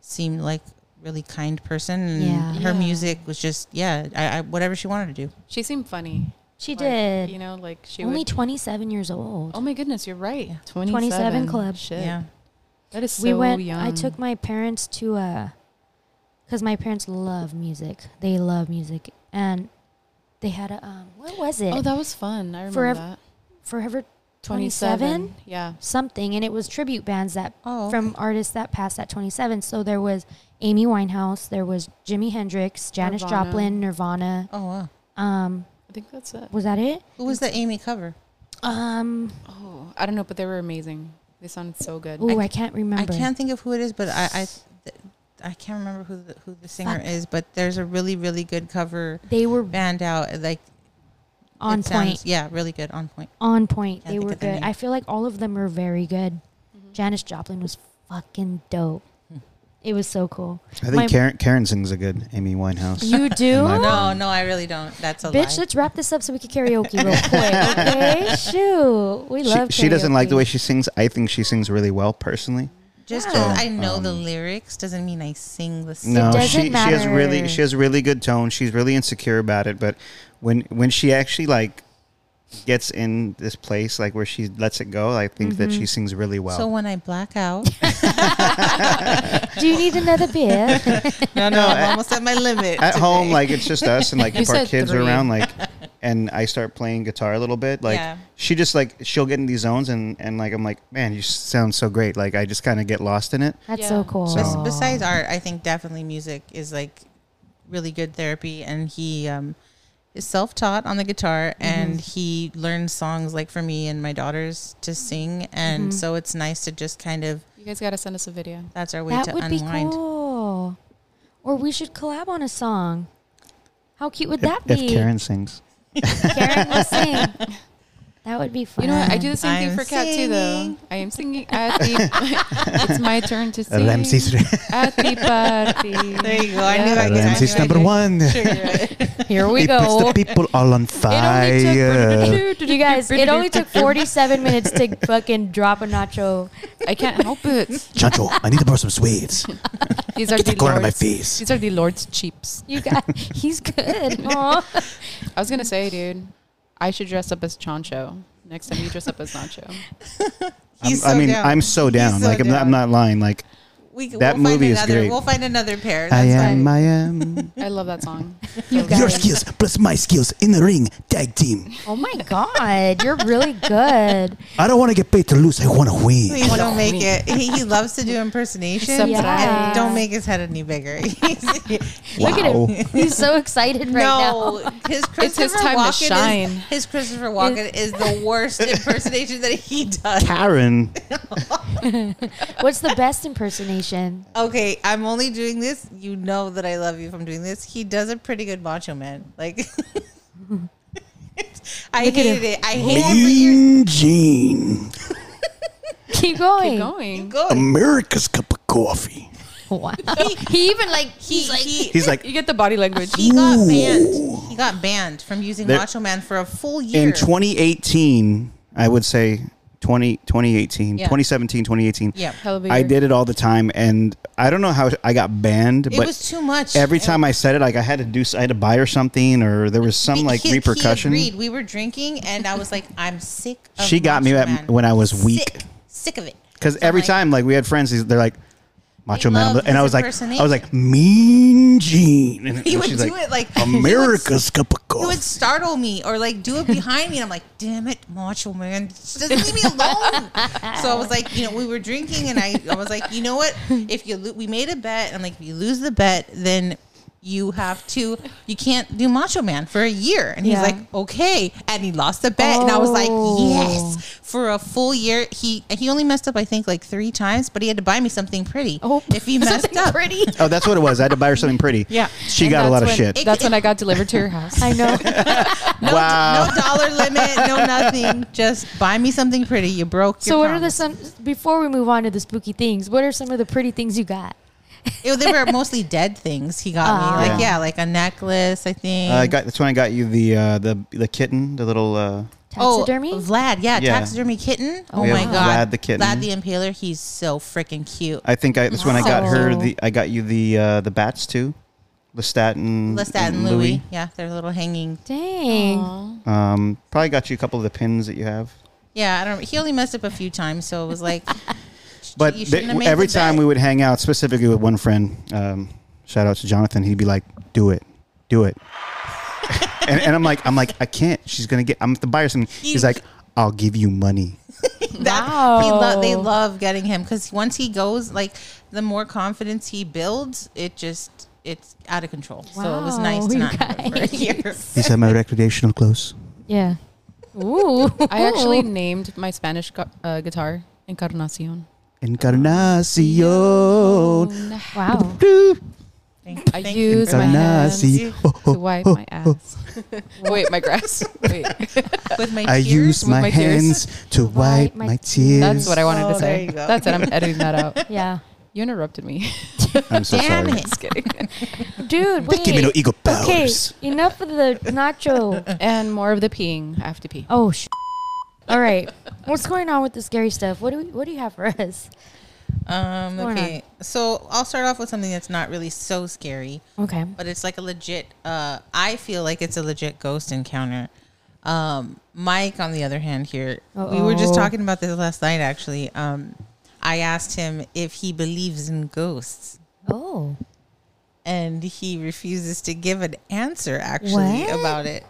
[SPEAKER 3] seemed like really kind person and
[SPEAKER 1] Yeah.
[SPEAKER 3] her
[SPEAKER 2] Yeah.
[SPEAKER 3] music was just yeah I, I whatever she wanted to do
[SPEAKER 2] She seemed funny.
[SPEAKER 1] She
[SPEAKER 2] Like,
[SPEAKER 1] did.
[SPEAKER 2] You know, like she
[SPEAKER 1] Only
[SPEAKER 2] would.
[SPEAKER 1] 27 years old.
[SPEAKER 2] oh my goodness, you're right. 27.
[SPEAKER 1] 27 club.
[SPEAKER 2] Shit.
[SPEAKER 3] yeah
[SPEAKER 2] That is so
[SPEAKER 1] we went.
[SPEAKER 2] young.
[SPEAKER 1] I took my parents to uh, because my parents love music. They love music, and they had a um, what was it?
[SPEAKER 2] Oh, that was fun. I remember
[SPEAKER 1] Forever-
[SPEAKER 2] that.
[SPEAKER 1] Forever
[SPEAKER 2] 27. Yeah.
[SPEAKER 1] something, and it was tribute bands that
[SPEAKER 3] oh
[SPEAKER 1] from artists that passed at 27. So there was Amy Winehouse, there was Jimi Hendrix, Janis
[SPEAKER 2] Nirvana.
[SPEAKER 1] Joplin, Nirvana.
[SPEAKER 3] oh wow
[SPEAKER 1] Um,
[SPEAKER 2] I think that's it.
[SPEAKER 1] was that it?
[SPEAKER 3] who was the Amy cover
[SPEAKER 1] Um,
[SPEAKER 2] Oh, I don't know, but they were amazing. They sounded so good.
[SPEAKER 1] oh, I,
[SPEAKER 3] I
[SPEAKER 1] can't remember.
[SPEAKER 3] I can't think of who it is, but I I, th- I can't remember who the, who the singer
[SPEAKER 1] Fuck.
[SPEAKER 3] is. But there's a really really good cover
[SPEAKER 1] They were
[SPEAKER 3] band out like
[SPEAKER 1] on point.
[SPEAKER 3] it sounds- yeah, really good on point.
[SPEAKER 1] on point.
[SPEAKER 3] Can't
[SPEAKER 1] They
[SPEAKER 3] think
[SPEAKER 1] were
[SPEAKER 3] of the
[SPEAKER 1] good.
[SPEAKER 3] name.
[SPEAKER 1] I feel like all of them were very good.
[SPEAKER 2] Mhm.
[SPEAKER 1] Janis Joplin was fucking dope.
[SPEAKER 3] Hmm.
[SPEAKER 1] It was so cool.
[SPEAKER 4] I think
[SPEAKER 1] My-
[SPEAKER 4] Karen, Karen sings a good Amy Winehouse.
[SPEAKER 1] You do?
[SPEAKER 4] My-
[SPEAKER 3] No, no, I really don't. That's a
[SPEAKER 1] Bitch,
[SPEAKER 3] lie.
[SPEAKER 1] let's wrap this up so we can karaoke real quick. Okay, shoot, we
[SPEAKER 4] she,
[SPEAKER 1] love.
[SPEAKER 4] she doesn't like the way
[SPEAKER 1] karaoke.
[SPEAKER 4] she sings. I think she sings really well, personally.
[SPEAKER 3] Just
[SPEAKER 1] Yeah.
[SPEAKER 3] because I know the
[SPEAKER 4] Um,
[SPEAKER 3] lyrics doesn't mean I sing the song.
[SPEAKER 4] No,
[SPEAKER 1] doesn't
[SPEAKER 4] she, she has really
[SPEAKER 1] matter.
[SPEAKER 4] she has really good tone. She's really insecure about it, but when when she actually like gets in this place like where she lets it go, I think that
[SPEAKER 1] Mhm.
[SPEAKER 4] she sings really well.
[SPEAKER 3] So when I black out,
[SPEAKER 1] Do you need another beer?
[SPEAKER 3] no, no, I'm almost at my limit.
[SPEAKER 4] At home, like it's just us and like
[SPEAKER 2] You
[SPEAKER 4] if our
[SPEAKER 2] said
[SPEAKER 4] kids are
[SPEAKER 2] three.
[SPEAKER 4] around, like and I start playing guitar a little bit, like
[SPEAKER 3] Yeah.
[SPEAKER 4] she just like she'll get in these zones and and like I'm like, man, you sound so great. Like I just kind of get lost in it.
[SPEAKER 1] That's
[SPEAKER 2] Yeah.
[SPEAKER 1] so cool.
[SPEAKER 4] Bes-
[SPEAKER 3] Bes- besides art, I think definitely music is like really good therapy. And he um, is self taught on the guitar
[SPEAKER 1] Mm-hmm.
[SPEAKER 3] and he learns songs like for me and my daughters to sing. And
[SPEAKER 1] Mhm.
[SPEAKER 3] so it's nice to just kind of,
[SPEAKER 2] You guys got to send us a video.
[SPEAKER 3] that's our way
[SPEAKER 1] that
[SPEAKER 3] to
[SPEAKER 1] would
[SPEAKER 3] unwind.
[SPEAKER 1] be cool. Or we should collab on a song. How cute would
[SPEAKER 4] If-
[SPEAKER 1] that
[SPEAKER 4] if,
[SPEAKER 1] be?
[SPEAKER 4] Karen sings.
[SPEAKER 1] Karen will sing. That would be fun.
[SPEAKER 2] You know what? I do the same
[SPEAKER 3] I'm
[SPEAKER 2] thing for Cat too, though.
[SPEAKER 3] singing.
[SPEAKER 2] I am singing at the. it's my turn to sing.
[SPEAKER 4] LMC3.
[SPEAKER 2] At the party.
[SPEAKER 3] There you go. I knew I could- I
[SPEAKER 4] LMC's
[SPEAKER 3] knew I
[SPEAKER 4] number
[SPEAKER 3] could
[SPEAKER 4] one.
[SPEAKER 3] trigger it.
[SPEAKER 2] Here we
[SPEAKER 4] It puts
[SPEAKER 2] go.
[SPEAKER 4] the people all on fire.
[SPEAKER 3] uh,
[SPEAKER 2] It only took.
[SPEAKER 1] You guys, it only took 47 minutes to fucking drop a nacho.
[SPEAKER 2] I can't help it.
[SPEAKER 5] Chacho, I need to borrow some sweets.
[SPEAKER 2] These are
[SPEAKER 5] Get
[SPEAKER 2] the
[SPEAKER 5] the corn out of my
[SPEAKER 2] lords.
[SPEAKER 5] face.
[SPEAKER 2] These are the lords' cheaps.
[SPEAKER 1] You guys, he's good. Aw.
[SPEAKER 2] I was gonna say, dude, I should dress up as Chancho next time you dress up as Nacho.
[SPEAKER 4] I'm,
[SPEAKER 3] He's
[SPEAKER 4] I
[SPEAKER 3] so
[SPEAKER 4] mean,
[SPEAKER 3] down.
[SPEAKER 4] I'm so
[SPEAKER 3] He's
[SPEAKER 4] down.
[SPEAKER 3] so
[SPEAKER 4] like I'm not, I'm
[SPEAKER 3] down.
[SPEAKER 4] not lying. Like
[SPEAKER 3] We,
[SPEAKER 4] That
[SPEAKER 3] we'll find
[SPEAKER 4] movie is
[SPEAKER 3] another,
[SPEAKER 4] great.
[SPEAKER 3] We'll find another pair.
[SPEAKER 4] I
[SPEAKER 3] That's
[SPEAKER 4] am,
[SPEAKER 3] fine.
[SPEAKER 4] I am.
[SPEAKER 2] I love that song.
[SPEAKER 1] You
[SPEAKER 5] Your
[SPEAKER 1] guys.
[SPEAKER 5] skills plus my skills in the ring tag team.
[SPEAKER 1] Oh my God. You're really good.
[SPEAKER 5] I don't want to get paid to lose. I want to win.
[SPEAKER 3] Please don't make it. He, he loves to do impersonations.
[SPEAKER 2] Yeah.
[SPEAKER 3] And don't make his head any bigger.
[SPEAKER 1] Look at him. He's so excited right now.
[SPEAKER 3] no, his
[SPEAKER 2] his
[SPEAKER 3] Christopher
[SPEAKER 2] time to
[SPEAKER 3] Walken is-
[SPEAKER 2] shine.
[SPEAKER 3] his Christopher Walken is the worst impersonation that he does.
[SPEAKER 4] Karen.
[SPEAKER 1] What's the best impersonation?
[SPEAKER 3] Okay, I'm only doing this. You know that I love you if I'm doing this. He does a pretty good Macho Man. Like, I
[SPEAKER 1] Look at
[SPEAKER 3] hated it. I hated it.
[SPEAKER 5] Mean Gene,
[SPEAKER 1] Keep going.
[SPEAKER 2] Keep
[SPEAKER 3] You're
[SPEAKER 2] going.
[SPEAKER 3] going.
[SPEAKER 5] America's cup of coffee.
[SPEAKER 1] Wow. He even like he's like
[SPEAKER 3] he,
[SPEAKER 4] He's like
[SPEAKER 2] You get the body language.
[SPEAKER 3] He got banned. He got banned from using
[SPEAKER 4] There-
[SPEAKER 3] Macho Man for a full year.
[SPEAKER 4] in 2018. I would say 20, 2018,
[SPEAKER 3] Yeah.
[SPEAKER 4] 2017, 2018.
[SPEAKER 3] yeah,
[SPEAKER 2] Hell of a
[SPEAKER 4] I
[SPEAKER 2] year.
[SPEAKER 4] did it all the time, and I don't know how I got banned,
[SPEAKER 3] it
[SPEAKER 4] but
[SPEAKER 3] was too much.
[SPEAKER 4] every time I said it, like I had to do, I had to buy her something, or there was some
[SPEAKER 3] He-
[SPEAKER 4] like
[SPEAKER 3] he- he
[SPEAKER 4] repercussion.
[SPEAKER 3] agreed. We were drinking, and I was like, "I'm sick." of
[SPEAKER 4] She got me
[SPEAKER 3] Macho
[SPEAKER 4] at-
[SPEAKER 3] Man.
[SPEAKER 4] when I was weak.
[SPEAKER 3] Sick, sick of it.
[SPEAKER 4] Because
[SPEAKER 3] So I'm
[SPEAKER 4] every
[SPEAKER 3] like,
[SPEAKER 4] time, like we had friends, these- they're like Macho Man, I'm
[SPEAKER 3] love
[SPEAKER 4] the-" and I
[SPEAKER 3] his
[SPEAKER 4] was like, I was like,
[SPEAKER 5] Mean Gene,
[SPEAKER 4] and
[SPEAKER 3] he
[SPEAKER 4] she's
[SPEAKER 3] would do
[SPEAKER 4] like,
[SPEAKER 3] it like he would-
[SPEAKER 5] America's cup of
[SPEAKER 3] He would
[SPEAKER 5] coffee.
[SPEAKER 3] startle me or like do it behind me. And I'm like, damn it, Macho Man. Just leave me alone. so I was like, you know, we were drinking and I, I was like, you know what? If you, lo- we made a bet. and I'm like, if you lose the bet, then you have to, you can't do Macho Man for a year. And he's
[SPEAKER 1] Yeah.
[SPEAKER 3] like, okay. And he lost the bet. And I was like,
[SPEAKER 1] Oh.
[SPEAKER 3] yes. For a full year, he he only messed up, I think, like three times, but he had to buy me something pretty.
[SPEAKER 1] Oh,
[SPEAKER 3] if he messed
[SPEAKER 1] something
[SPEAKER 3] up.
[SPEAKER 1] pretty.
[SPEAKER 4] oh, that's what it was. I had to buy her something pretty.
[SPEAKER 3] Yeah.
[SPEAKER 4] she
[SPEAKER 2] And
[SPEAKER 4] got a
[SPEAKER 2] that's
[SPEAKER 4] lot of
[SPEAKER 2] when-
[SPEAKER 4] shit.
[SPEAKER 2] That's when I got delivered to your house.
[SPEAKER 1] I know.
[SPEAKER 3] No,
[SPEAKER 4] Wow.
[SPEAKER 3] no dollar limit, no nothing. Just buy me something pretty. You broke. Your
[SPEAKER 1] So what are the
[SPEAKER 3] promise.
[SPEAKER 1] some before we move on to the spooky things? What are some of the pretty things you got?
[SPEAKER 3] It, they were mostly dead things he got me. Like
[SPEAKER 4] Yeah.
[SPEAKER 3] yeah. like a necklace, I think.
[SPEAKER 4] Uh, I got that's when I got you the uh, the the kitten, the little. Uh,
[SPEAKER 1] Taxidermy?
[SPEAKER 3] Oh, Vlad, yeah,
[SPEAKER 4] Yeah.
[SPEAKER 3] taxidermy kitten. Oh
[SPEAKER 4] Yeah,
[SPEAKER 3] my god,
[SPEAKER 4] Vlad the kitten.
[SPEAKER 3] Vlad the Impaler. He's so freaking cute.
[SPEAKER 4] I think I, that's when I got her
[SPEAKER 1] Wow.
[SPEAKER 4] the. I got you the uh, the bats too, Lestat and
[SPEAKER 3] Lestat and Louis. Yeah, they're little hanging.
[SPEAKER 1] Dang.
[SPEAKER 4] Um, probably got you a couple of the pins that you have.
[SPEAKER 3] Yeah, I don't. He only messed up a few times, so it was like.
[SPEAKER 4] But
[SPEAKER 3] you
[SPEAKER 4] they-
[SPEAKER 3] shouldn't have made
[SPEAKER 4] every
[SPEAKER 3] the
[SPEAKER 4] time
[SPEAKER 3] bet.
[SPEAKER 4] we would hang out, specifically with one friend, um, shout out to Jonathan, he'd be like, "Do it, do it," and, and I'm like, "I'm like, I can't. She's gonna get. I'm gonna have to buy her something." He's like, "I'll give you money."
[SPEAKER 3] that he lo-
[SPEAKER 2] Oh.
[SPEAKER 3] they love getting him because once he goes like the more confidence he builds it just it's out of control so it was nice
[SPEAKER 1] Wow,
[SPEAKER 3] to
[SPEAKER 1] you
[SPEAKER 3] not have him for a year.
[SPEAKER 4] These are my recreational clothes.
[SPEAKER 1] Yeah. Ooh.
[SPEAKER 2] I actually named my Spanish gu- uh, guitar Encarnacion.
[SPEAKER 4] Encarnacion.
[SPEAKER 1] wow.
[SPEAKER 3] Thank,
[SPEAKER 2] I
[SPEAKER 3] thank
[SPEAKER 2] use
[SPEAKER 3] very
[SPEAKER 2] my
[SPEAKER 3] much.
[SPEAKER 2] hands
[SPEAKER 4] Encarnacion.
[SPEAKER 2] to wipe my ass. Wait, my grass. Wait,
[SPEAKER 3] with my
[SPEAKER 4] I
[SPEAKER 3] tears.
[SPEAKER 4] use
[SPEAKER 2] with
[SPEAKER 4] my,
[SPEAKER 2] my tears.
[SPEAKER 4] hands to wipe my
[SPEAKER 1] my
[SPEAKER 4] tears.
[SPEAKER 2] that's what I wanted
[SPEAKER 3] Oh,
[SPEAKER 2] to say.
[SPEAKER 3] there you go.
[SPEAKER 2] That's it. I'm editing that out.
[SPEAKER 1] Yeah.
[SPEAKER 2] You interrupted me.
[SPEAKER 4] I'm so
[SPEAKER 3] Damn
[SPEAKER 4] sorry.
[SPEAKER 3] it.
[SPEAKER 2] Just kidding.
[SPEAKER 1] Dude, wait.
[SPEAKER 5] Give me no ego
[SPEAKER 1] okay.
[SPEAKER 5] powers.
[SPEAKER 1] Enough of the nacho.
[SPEAKER 2] And more of the peeing. I have to pee.
[SPEAKER 1] Oh, sh- All right. What's going on with the scary stuff? What do we, What do you have for us?
[SPEAKER 3] um
[SPEAKER 1] going
[SPEAKER 3] okay so i'll start off with something that's not really so scary
[SPEAKER 1] Okay.
[SPEAKER 3] but it's like a legit uh i feel like it's a legit ghost encounter um mike on the other hand here we were just
[SPEAKER 1] Uh-oh.
[SPEAKER 3] talking about this last night actually um i asked him if he believes in ghosts
[SPEAKER 1] Oh.
[SPEAKER 3] and he refuses to give an answer actually
[SPEAKER 1] What?
[SPEAKER 3] about it.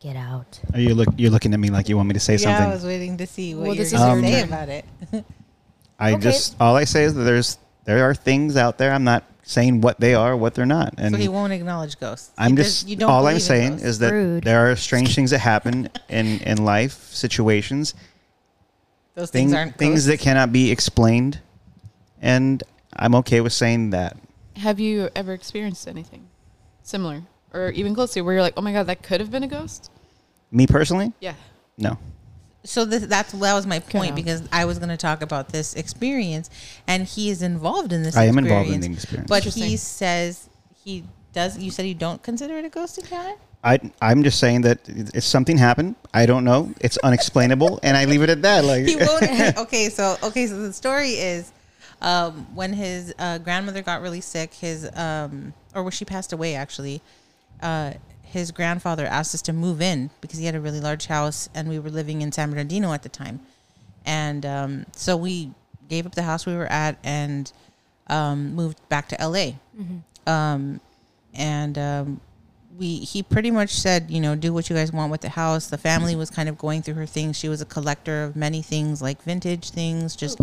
[SPEAKER 1] Get out.
[SPEAKER 4] Are you look? You're looking at me like you want me to say
[SPEAKER 3] Yeah, I was
[SPEAKER 4] something.
[SPEAKER 3] waiting to see what
[SPEAKER 2] Well,
[SPEAKER 3] you're
[SPEAKER 2] this is
[SPEAKER 3] going to
[SPEAKER 4] your
[SPEAKER 3] say
[SPEAKER 2] turn.
[SPEAKER 3] about it.
[SPEAKER 4] I
[SPEAKER 1] Okay.
[SPEAKER 4] just all I say is that there's there are things out there. I'm not saying what they are, what they're not, and
[SPEAKER 3] so he won't acknowledge ghosts.
[SPEAKER 4] I'm
[SPEAKER 3] He
[SPEAKER 4] just
[SPEAKER 3] does- you don't
[SPEAKER 4] all
[SPEAKER 3] believe
[SPEAKER 4] I'm
[SPEAKER 3] in
[SPEAKER 4] saying
[SPEAKER 3] ghosts.
[SPEAKER 4] is that
[SPEAKER 1] Rude.
[SPEAKER 4] there are strange things that happen in in life situations,
[SPEAKER 3] those
[SPEAKER 4] thing,
[SPEAKER 3] things
[SPEAKER 4] things
[SPEAKER 3] aren't
[SPEAKER 4] that cannot be explained, and I'm okay with saying that.
[SPEAKER 2] Have you ever experienced anything similar or even close to where you're like, oh my God, that could have been a ghost?
[SPEAKER 4] Me personally,
[SPEAKER 2] Yeah.
[SPEAKER 4] no.
[SPEAKER 3] so this, that's that was my point
[SPEAKER 2] on.
[SPEAKER 3] because I was going to talk about this experience, and he is involved in this.
[SPEAKER 4] I am
[SPEAKER 3] experience,
[SPEAKER 4] involved in the experience.
[SPEAKER 3] but he
[SPEAKER 2] Interesting.
[SPEAKER 3] says he does. You said you don't consider it a ghost encounter.
[SPEAKER 4] I I'm just saying that if something happened, I don't know. It's unexplainable, and I leave it at that. Like
[SPEAKER 3] he won't. admit- okay, so okay, so the story is, um, when his uh, grandmother got really sick, his um, or when she passed away, actually, uh, his grandfather asked us to move in because he had a really large house, and we were living in San Bernardino at the time, and um, so we gave up the house we were at and um, moved back to L.A. Um, and um, we he pretty much said, you know, do what you guys want with the house. The family was kind of going through her things. She was a collector of many things, like vintage things, just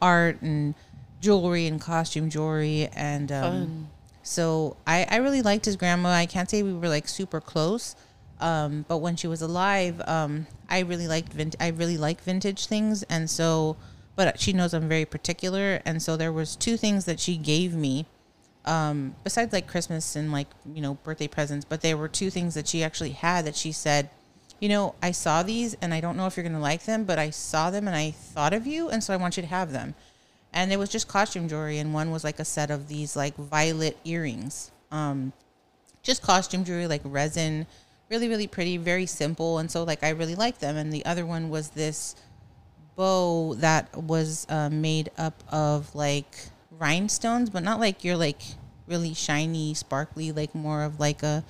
[SPEAKER 3] art and jewelry and costume jewelry. And um, so I, I really liked his grandma. I can't say we were like super close. Um, but when she was alive, um, I really liked vin- I really like vintage things, and so, but she knows I'm very particular, and so there was two things that she gave me um, besides like Christmas and like you know birthday presents, but there were two things that she actually had that she said, you know, I saw these and I don't know if you're gonna like them, but I saw them and I thought of you, and so I want you to have them. And it was just costume jewelry, and one was like a set of these like violet earrings, um, just costume jewelry like resin, really really pretty, very simple, and so like I really liked them. And the other one was this bow that was uh, made up of like rhinestones, but not like your like really shiny, sparkly, like more of like a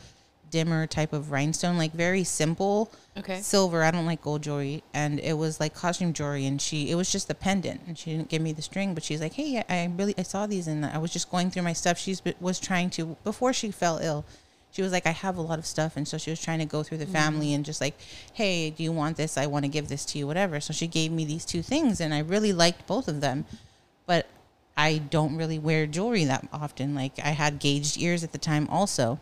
[SPEAKER 3] dimmer type of rhinestone, like very simple.
[SPEAKER 2] Okay.
[SPEAKER 3] Silver. I don't like gold jewelry, and it was like costume jewelry, and she it was just the pendant, and she didn't give me the string, but she's like, hey, I, I really I saw these, and I was just going through my stuff. She's be- was trying to before she fell ill she was like, I have a lot of stuff. And so she was trying to go through the family and just like, hey, do you want this? I want to give this to you, whatever. So she gave me these two things and I really liked both of them. But I don't really wear jewelry that often. Like I had gauged ears at the time also.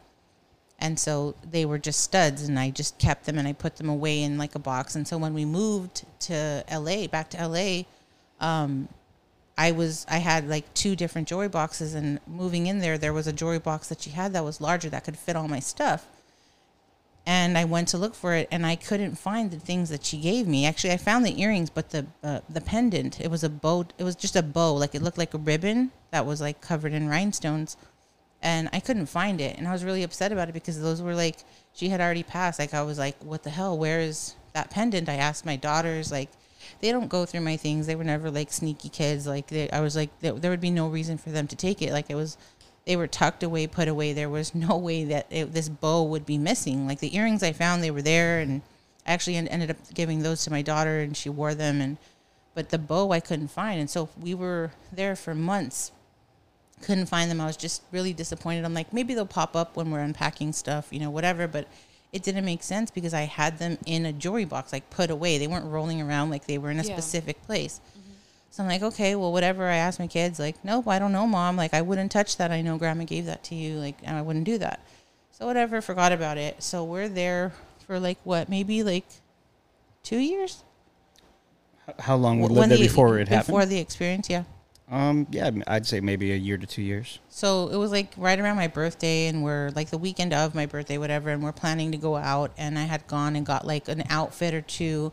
[SPEAKER 3] And so they were just studs and I just kept them and I put them away in like a box. And so when we moved to LA, back to LA, I was I had like two different jewelry boxes and moving in there there was a jewelry box that she had that was larger that could fit all my stuff. and I went to look for it, and I couldn't find the things that she gave me. Actually, I found the earrings, but the uh, the pendant. It was a bow. It was just a bow, like it looked like a ribbon that was like covered in rhinestones, and I couldn't find it. And I was really upset about it because those were like she had already passed. Like I was like, what the hell? Where is that pendant? I asked my daughters. Like they don't go through my things. They were never like sneaky kids. Like they, I was like there, there would be no reason for them to take it. Like it was they were tucked away, put away. There was no way that it, this bow would be missing. Like the earrings I found, they were there, and I actually en- ended up giving those to my daughter, and she wore them. And but the bow I couldn't find, and so we were there for months, couldn't find them. I was just really disappointed. I'm like, maybe they'll pop up when we're unpacking stuff, you know, whatever. But it didn't make sense because I had them in a jewelry box, like put away. They weren't rolling around like they were in a
[SPEAKER 2] Yeah.
[SPEAKER 3] specific place. So I'm like, okay, well, whatever. I asked my kids, like, nope, I don't know, mom. Like, I wouldn't touch that. I know grandma gave that to you. Like, and I wouldn't do that. So whatever, forgot about it. So we're there for like what, maybe like two years
[SPEAKER 4] How long would
[SPEAKER 3] When
[SPEAKER 4] live there
[SPEAKER 3] the-
[SPEAKER 4] before it
[SPEAKER 3] Before
[SPEAKER 4] happened?
[SPEAKER 3] the experience, yeah.
[SPEAKER 4] Um, yeah, I'd say maybe a year to two years.
[SPEAKER 3] So it was like right around my birthday, and we're like the weekend of my birthday, whatever, and we're planning to go out. And I had gone and got like an outfit or two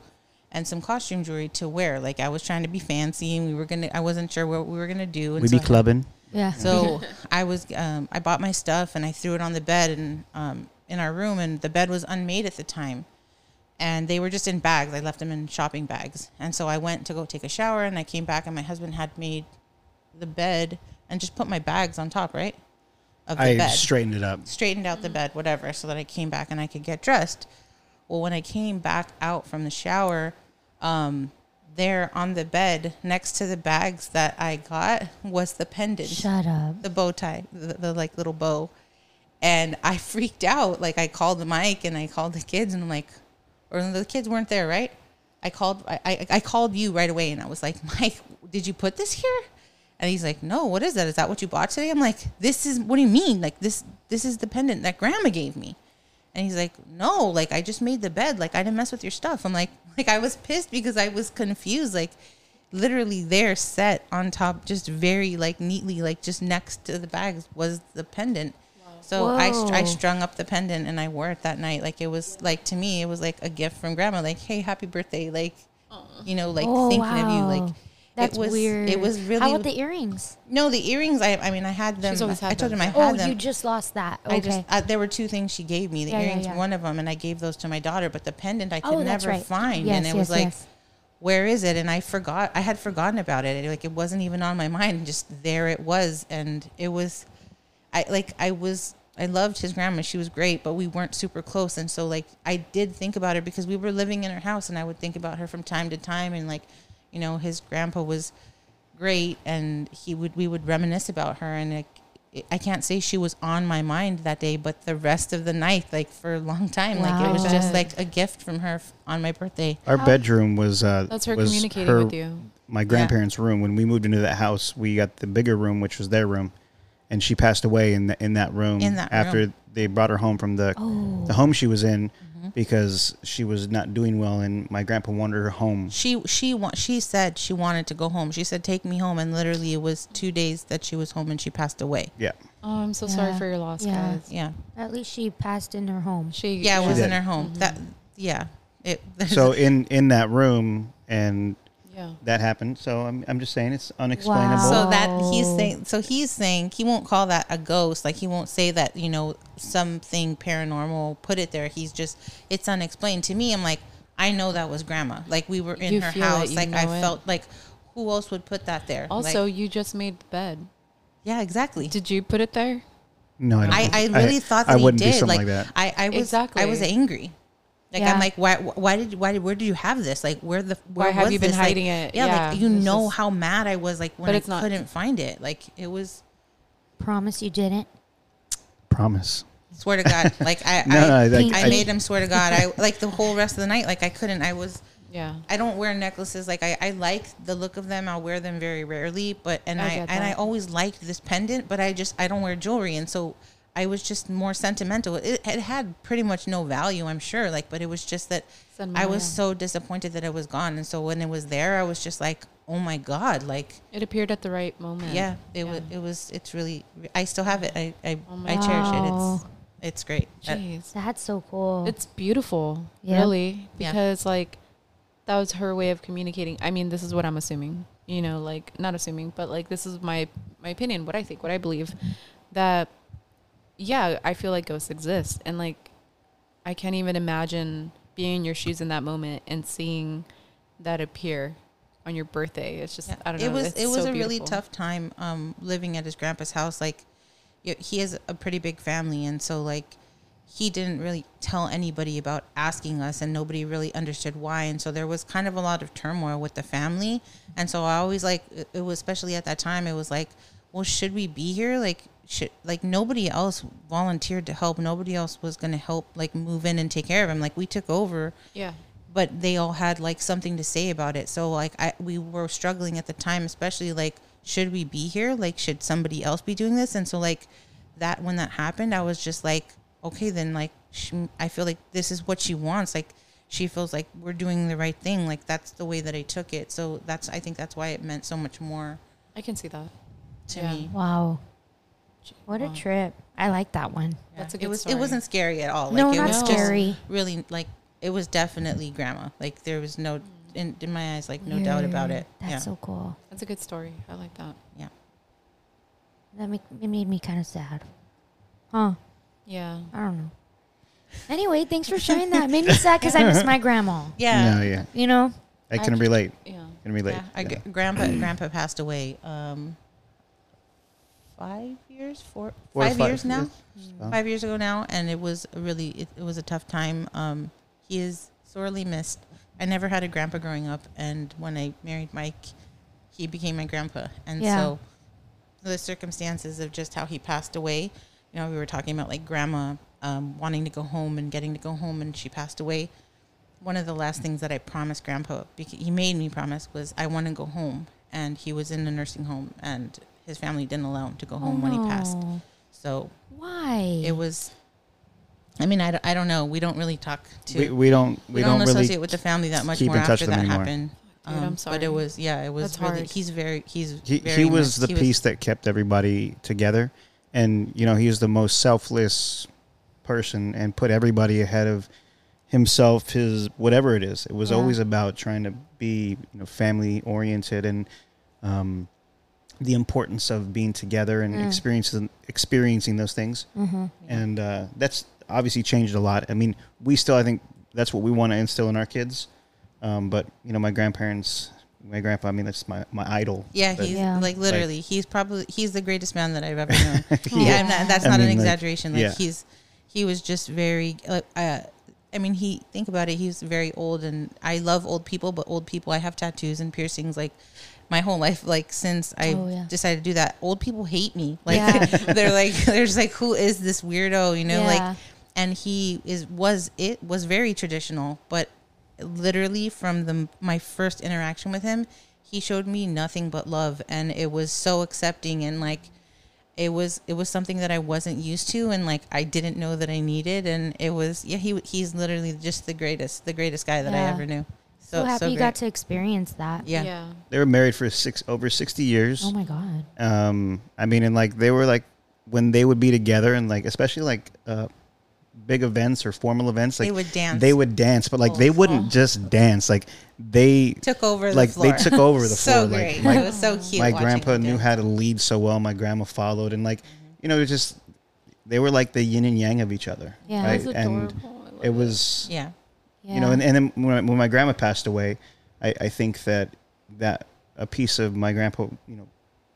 [SPEAKER 3] and some costume jewelry to wear. Like I was trying to be fancy, and we were gonna, I wasn't sure what we were gonna do. And
[SPEAKER 4] We
[SPEAKER 3] so
[SPEAKER 4] be clubbing.
[SPEAKER 1] Yeah.
[SPEAKER 3] So I was, um, I bought my stuff and I threw it on the bed and um, in our room, and the bed was unmade at the time, and they were just in bags. I left them in shopping bags, and so I went to go take a shower, and I came back, and my husband had made the bed and just put my bags on top, right, of the
[SPEAKER 4] I
[SPEAKER 3] bed
[SPEAKER 4] straightened it up.
[SPEAKER 3] straightened out the bed, whatever, so that I came back and I could get dressed. Well, when I came back out from the shower, um, there on the bed next to the bags that I got was the pendant
[SPEAKER 1] Shut up.
[SPEAKER 3] the bow tie, the, the like little bow. And I freaked out. Like I called Mike and I called the kids and I'm like, or the kids weren't there, right? I called, I, I, I called you right away and I was like, Mike, did you put this here? And he's like, No, what is that? Is that what you bought today? I'm like, This is what do you mean? Like this, this is the pendant that Grandma gave me. And he's like, "No, like I just made the bed. Like I didn't mess with your stuff." I'm like, like I was pissed because I was confused. Like literally there set on top just very like neatly like just next to the bags was the pendant. So I str- I
[SPEAKER 1] Whoa.
[SPEAKER 3] strung up the pendant and I wore it that night. Like it was like to me it was like a gift from grandma like, "Hey, happy birthday." Like you know, like
[SPEAKER 1] oh,
[SPEAKER 3] thinking
[SPEAKER 1] wow.
[SPEAKER 3] of you like
[SPEAKER 1] That's
[SPEAKER 3] it was
[SPEAKER 1] weird.
[SPEAKER 3] it was really
[SPEAKER 1] How about the earrings?
[SPEAKER 3] No, the earrings I I mean I had them.
[SPEAKER 2] She's always had
[SPEAKER 3] I told
[SPEAKER 2] them.
[SPEAKER 3] him I had
[SPEAKER 1] Oh,
[SPEAKER 3] them.
[SPEAKER 1] you just lost that. Okay.
[SPEAKER 3] I just uh, there were two things she gave me the
[SPEAKER 1] Yeah, yeah,
[SPEAKER 3] earrings
[SPEAKER 1] yeah.
[SPEAKER 3] one of them and I gave those to my daughter but the pendant I could
[SPEAKER 1] Oh, that's
[SPEAKER 3] never
[SPEAKER 1] right.
[SPEAKER 3] find
[SPEAKER 1] Yes,
[SPEAKER 3] and it
[SPEAKER 1] yes,
[SPEAKER 3] was like
[SPEAKER 1] yes.
[SPEAKER 3] where is it and I forgot I had forgotten about it like it wasn't even on my mind just there it was and it was I like I was I loved his grandma she was great but we weren't super close and so like I did think about her because we were living in her house and I would think about her from time to time and like you know his grandpa was great and he would we would reminisce about her and like it- I can't say she was on my mind that day, but the rest of the night, like for a long time, like it was
[SPEAKER 2] Wow.
[SPEAKER 3] just like a gift from her f- on my birthday.
[SPEAKER 4] Our bedroom was uh,
[SPEAKER 2] That's her
[SPEAKER 4] was
[SPEAKER 2] communicating
[SPEAKER 4] her-
[SPEAKER 2] with you.
[SPEAKER 4] My grandparents' room. When we moved into that house, we got the bigger room, which was their room, and she passed away in the, in that room.
[SPEAKER 3] In that
[SPEAKER 4] after
[SPEAKER 3] room. Oh. Mm-hmm.
[SPEAKER 4] they brought her home from the the home she was in because she was not doing well, and my grandpa wanted her home.
[SPEAKER 3] She she wa- she said she wanted to go home. She said take me home, and literally it was two days that she was home and she passed away.
[SPEAKER 4] Yeah,
[SPEAKER 2] Oh, I'm so sorry
[SPEAKER 1] Yeah.
[SPEAKER 2] for your loss,
[SPEAKER 1] Yeah.
[SPEAKER 2] guys.
[SPEAKER 3] Yeah,
[SPEAKER 1] At least she passed in her home.
[SPEAKER 2] She
[SPEAKER 3] yeah, it was
[SPEAKER 4] did.
[SPEAKER 3] in her home. That yeah, it
[SPEAKER 4] so in in that room, and
[SPEAKER 2] yeah.
[SPEAKER 4] that happened. So I'm I'm just saying it's unexplainable.
[SPEAKER 1] Wow.
[SPEAKER 3] So that he's
[SPEAKER 1] Oh.
[SPEAKER 3] saying, so he's saying he won't call that a ghost. Like he won't say that you know something paranormal put it there. He's just it's unexplained to me. I'm like, I know that was grandma. Like we were in
[SPEAKER 2] You
[SPEAKER 3] her
[SPEAKER 2] feel it,
[SPEAKER 3] house.
[SPEAKER 2] you
[SPEAKER 3] Like I
[SPEAKER 2] know it.
[SPEAKER 3] felt like who else would put that there?
[SPEAKER 2] Also,
[SPEAKER 3] Like-
[SPEAKER 2] you just made the bed.
[SPEAKER 3] yeah, exactly.
[SPEAKER 2] Did you put it there?
[SPEAKER 4] No, I don't.
[SPEAKER 3] I, I
[SPEAKER 4] think-
[SPEAKER 3] really thought that
[SPEAKER 4] I
[SPEAKER 3] he
[SPEAKER 4] wouldn't
[SPEAKER 3] did.
[SPEAKER 4] do something
[SPEAKER 3] like,
[SPEAKER 4] like, that.
[SPEAKER 3] I, I was I was
[SPEAKER 2] Exactly.
[SPEAKER 3] angry. Like
[SPEAKER 1] Yeah.
[SPEAKER 3] I'm like why why did why did where did you have this like where the where
[SPEAKER 2] Why have
[SPEAKER 3] was
[SPEAKER 2] you been
[SPEAKER 3] this? Like,
[SPEAKER 2] hiding it?
[SPEAKER 3] yeah,
[SPEAKER 2] Yeah,
[SPEAKER 3] like you
[SPEAKER 2] it's
[SPEAKER 3] know
[SPEAKER 2] just-
[SPEAKER 3] how mad I was like when
[SPEAKER 2] But
[SPEAKER 3] I
[SPEAKER 2] it's not-
[SPEAKER 3] couldn't find it like it was
[SPEAKER 1] Promise you didn't.
[SPEAKER 4] Promise.
[SPEAKER 3] Swear to God, like I,
[SPEAKER 4] No,
[SPEAKER 3] I,
[SPEAKER 4] no, like,
[SPEAKER 3] I,
[SPEAKER 1] I-
[SPEAKER 3] made him swear to God. I like the whole rest of the night, like I couldn't. I was,
[SPEAKER 2] Yeah.
[SPEAKER 3] I don't wear necklaces. Like I, I like the look of them. I'll wear them very rarely, but and
[SPEAKER 2] I
[SPEAKER 3] I,
[SPEAKER 2] get
[SPEAKER 3] and I
[SPEAKER 2] that.
[SPEAKER 3] always liked this pendant, but I just I don't wear jewelry, and so I was just more sentimental. It, it had pretty much no value, I'm sure. Like, but it was just that I
[SPEAKER 2] Sentimental,
[SPEAKER 3] was
[SPEAKER 2] yeah.
[SPEAKER 3] so disappointed that it was gone, and so when it was there, I was just like, oh my God, like
[SPEAKER 2] It appeared at the right moment.
[SPEAKER 3] yeah, it was it was it's really I still have it. I I,
[SPEAKER 2] Oh my
[SPEAKER 3] I cherish it. It's
[SPEAKER 1] Wow.
[SPEAKER 3] It's great. That-
[SPEAKER 2] Jeez.
[SPEAKER 1] That's so cool.
[SPEAKER 2] It's beautiful,
[SPEAKER 1] Yeah.
[SPEAKER 2] really,
[SPEAKER 3] Yeah.
[SPEAKER 2] because like that was her way of communicating. I mean, this is what I'm assuming, you know, like not assuming, but like this is my my opinion, what I think, what I believe that yeah, I feel like ghosts exist and like I can't even imagine being in your shoes in that moment and seeing that appear on your birthday. It's just
[SPEAKER 3] Yeah.
[SPEAKER 2] I don't
[SPEAKER 3] It
[SPEAKER 2] know.
[SPEAKER 3] was
[SPEAKER 2] it's
[SPEAKER 3] it was
[SPEAKER 2] so
[SPEAKER 3] a really
[SPEAKER 2] beautiful.
[SPEAKER 3] tough time um, living at his grandpa's house. Like y- he has a pretty big family, and so like he didn't really tell anybody about asking us, and nobody really understood why. And so there was kind of a lot of turmoil with the family. And so I always like it- it was especially at that time. It was like, well, should we be here? Like should like nobody else volunteered to help. Nobody else was going to help like move in and take care of him. Like we took over
[SPEAKER 2] Yeah.
[SPEAKER 3] but they all had like something to say about it. So like I we were struggling at the time, especially like should we be here? Like should somebody else be doing this? And so like that when that happened, I was just like, okay, then like she, I feel like this is what she wants. Like she feels like we're doing the right thing. Like that's the way that I took it. So that's I think that's why it meant so much more
[SPEAKER 2] I can see that.
[SPEAKER 3] to
[SPEAKER 2] Yeah.
[SPEAKER 3] me.
[SPEAKER 1] wow. What a trip. I like that one.
[SPEAKER 2] That's a
[SPEAKER 3] it
[SPEAKER 2] good
[SPEAKER 3] was
[SPEAKER 2] story.
[SPEAKER 3] it wasn't scary at all. Like
[SPEAKER 1] No,
[SPEAKER 3] it
[SPEAKER 1] not
[SPEAKER 3] was just
[SPEAKER 1] scary.
[SPEAKER 3] really like it was definitely grandma. Like there was no in, in my eyes like no doubt about
[SPEAKER 1] Weird.
[SPEAKER 3] it.
[SPEAKER 1] That's
[SPEAKER 3] yeah.
[SPEAKER 1] so cool.
[SPEAKER 2] That's a good story. I like that.
[SPEAKER 3] yeah.
[SPEAKER 1] That make, it made me kind of sad. Huh.
[SPEAKER 2] Yeah.
[SPEAKER 1] I don't know. Anyway, thanks for sharing that. It made me sad because I miss my grandma.
[SPEAKER 3] Yeah.
[SPEAKER 4] No, yeah.
[SPEAKER 1] You know?
[SPEAKER 4] I can relate.
[SPEAKER 2] Yeah.
[SPEAKER 4] Can relate.
[SPEAKER 3] Yeah, I,
[SPEAKER 4] Yeah.
[SPEAKER 3] g- grandpa grandpa passed away. Um, five years, four,
[SPEAKER 4] Four to
[SPEAKER 3] five years now,
[SPEAKER 4] Yes. Well,
[SPEAKER 3] five years ago now, and it was a really it, it was a tough time. Um, he is sorely missed. I never had a grandpa growing up, and when I married Mike, he became my grandpa, and
[SPEAKER 1] Yeah.
[SPEAKER 3] so the circumstances of just how he passed away. You know, we were talking about like grandma um, wanting to go home and getting to go home, and she passed away. One of the last things that I promised grandpa, because he made me promise, was I want to go home. And he was in a nursing home, and his family didn't allow him to go home Oh, when he passed.
[SPEAKER 1] No.
[SPEAKER 3] So
[SPEAKER 1] Oh, Why?
[SPEAKER 3] it was, I mean, I, d- I don't know. We don't really talk to,
[SPEAKER 4] we,
[SPEAKER 3] we,
[SPEAKER 4] we don't we,
[SPEAKER 3] don't, associate
[SPEAKER 4] really
[SPEAKER 3] with the family that much
[SPEAKER 4] keep
[SPEAKER 3] more
[SPEAKER 4] in touch
[SPEAKER 3] after
[SPEAKER 4] with them
[SPEAKER 3] that
[SPEAKER 4] anymore.
[SPEAKER 3] happened. Um,
[SPEAKER 2] Dude, I'm
[SPEAKER 3] But
[SPEAKER 2] sorry.
[SPEAKER 3] it was, yeah, it was
[SPEAKER 2] That's
[SPEAKER 3] really,
[SPEAKER 2] hard.
[SPEAKER 3] he's very, he's,
[SPEAKER 4] he,
[SPEAKER 3] very
[SPEAKER 4] he was
[SPEAKER 3] missed.
[SPEAKER 4] the
[SPEAKER 3] He
[SPEAKER 4] piece that kept everybody together and you know he was the most selfless person and put everybody ahead of himself his whatever it is it was
[SPEAKER 1] Yeah.
[SPEAKER 4] always about trying to be you know family oriented and um, the importance of being together and
[SPEAKER 3] Mm.
[SPEAKER 4] experiencing experiencing those things
[SPEAKER 3] Mm-hmm.
[SPEAKER 4] and uh, that's obviously changed a lot i mean we still i think that's what we want to instill in our kids um, but you know my grandparents my grandpa i mean that's my, my idol
[SPEAKER 3] Yeah,
[SPEAKER 4] But-
[SPEAKER 3] he's
[SPEAKER 1] Yeah.
[SPEAKER 3] like literally, he's probably he's the greatest man that I've ever known. yeah, I'm not, that's
[SPEAKER 4] I
[SPEAKER 3] not an
[SPEAKER 4] mean, like,
[SPEAKER 3] exaggeration. Like
[SPEAKER 4] yeah.
[SPEAKER 3] he's he was just very. Uh, uh, I mean, he think about it. He's very old, and I love old people, but old people. I have tattoos and piercings, like my whole life. Like since I
[SPEAKER 1] Oh, yeah.
[SPEAKER 3] decided to do that, old people hate me. Like
[SPEAKER 1] Yeah.
[SPEAKER 3] they're like they're just like, who is this weirdo? You know,
[SPEAKER 1] Yeah.
[SPEAKER 3] like and he is was it was very traditional but literally from the my first interaction with him he showed me nothing but love and it was so accepting and like it was it was something that I wasn't used to and like I didn't know that I needed and it was yeah he he's literally just the greatest the greatest guy that
[SPEAKER 1] Yeah.
[SPEAKER 3] I ever knew so
[SPEAKER 1] so happy
[SPEAKER 3] so
[SPEAKER 1] you
[SPEAKER 3] great.
[SPEAKER 1] got to experience that.
[SPEAKER 3] yeah.
[SPEAKER 2] yeah.
[SPEAKER 4] they were married for six over 60 years
[SPEAKER 1] Oh my God.
[SPEAKER 4] um i mean and like they were like when they would be together and like especially like uh big events or formal events like
[SPEAKER 3] They would dance.
[SPEAKER 4] they would dance but like they wouldn't just dance like they
[SPEAKER 3] took over
[SPEAKER 4] like
[SPEAKER 3] the floor.
[SPEAKER 4] they took over the
[SPEAKER 3] so
[SPEAKER 4] floor
[SPEAKER 3] great
[SPEAKER 4] like my,
[SPEAKER 3] it was so cute
[SPEAKER 4] my
[SPEAKER 3] watching
[SPEAKER 4] grandpa
[SPEAKER 3] him
[SPEAKER 4] knew
[SPEAKER 3] dance.
[SPEAKER 4] how to lead so well my grandma followed and like you know it was just they were like the yin and yang of each other
[SPEAKER 1] Yeah.
[SPEAKER 4] right
[SPEAKER 1] That's
[SPEAKER 4] and it was
[SPEAKER 3] yeah
[SPEAKER 1] Yeah.
[SPEAKER 4] you know and, and then when, I- when my grandma passed away I, I think that that a piece of my grandpa you know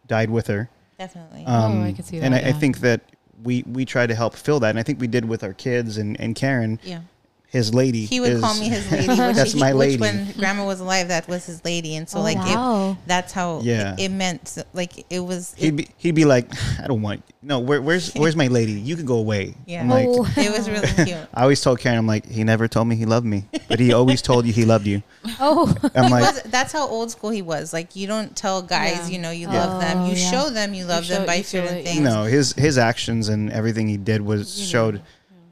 [SPEAKER 4] died with her
[SPEAKER 3] definitely
[SPEAKER 4] Uh,
[SPEAKER 2] I can see
[SPEAKER 4] Um, and I,
[SPEAKER 2] that,
[SPEAKER 4] I
[SPEAKER 2] yeah.
[SPEAKER 4] think that we we try to help fill that and i think we did with our kids and and karen
[SPEAKER 3] yeah
[SPEAKER 4] his lady
[SPEAKER 3] He would
[SPEAKER 4] is-
[SPEAKER 3] call me his lady. Which
[SPEAKER 4] That's
[SPEAKER 3] he-
[SPEAKER 4] my lady.
[SPEAKER 3] Which when grandma was alive, that was his lady, and so
[SPEAKER 1] Oh,
[SPEAKER 3] like
[SPEAKER 1] wow.
[SPEAKER 3] it, that's how
[SPEAKER 4] Yeah.
[SPEAKER 3] it, it meant. so- Like it was.
[SPEAKER 4] he'd
[SPEAKER 3] It,
[SPEAKER 4] be, he'd be like i don't want no where, where's where's my lady you can go away
[SPEAKER 3] Yeah.
[SPEAKER 4] i'm like
[SPEAKER 1] Oh.
[SPEAKER 3] it was really cute.
[SPEAKER 4] i always told karen i'm like he never told me he loved me but he always told you he loved you
[SPEAKER 1] oh,
[SPEAKER 4] i'm
[SPEAKER 3] He
[SPEAKER 4] like
[SPEAKER 3] was, that's how old school he was. Like you don't tell guys,
[SPEAKER 2] Yeah.
[SPEAKER 3] you know, you
[SPEAKER 1] Oh,
[SPEAKER 3] love them. You
[SPEAKER 1] yeah.
[SPEAKER 3] show them you love
[SPEAKER 2] show-
[SPEAKER 3] them by
[SPEAKER 2] you feel
[SPEAKER 3] certain
[SPEAKER 2] it, yeah.
[SPEAKER 3] things.
[SPEAKER 4] no his his actions and everything he did was showed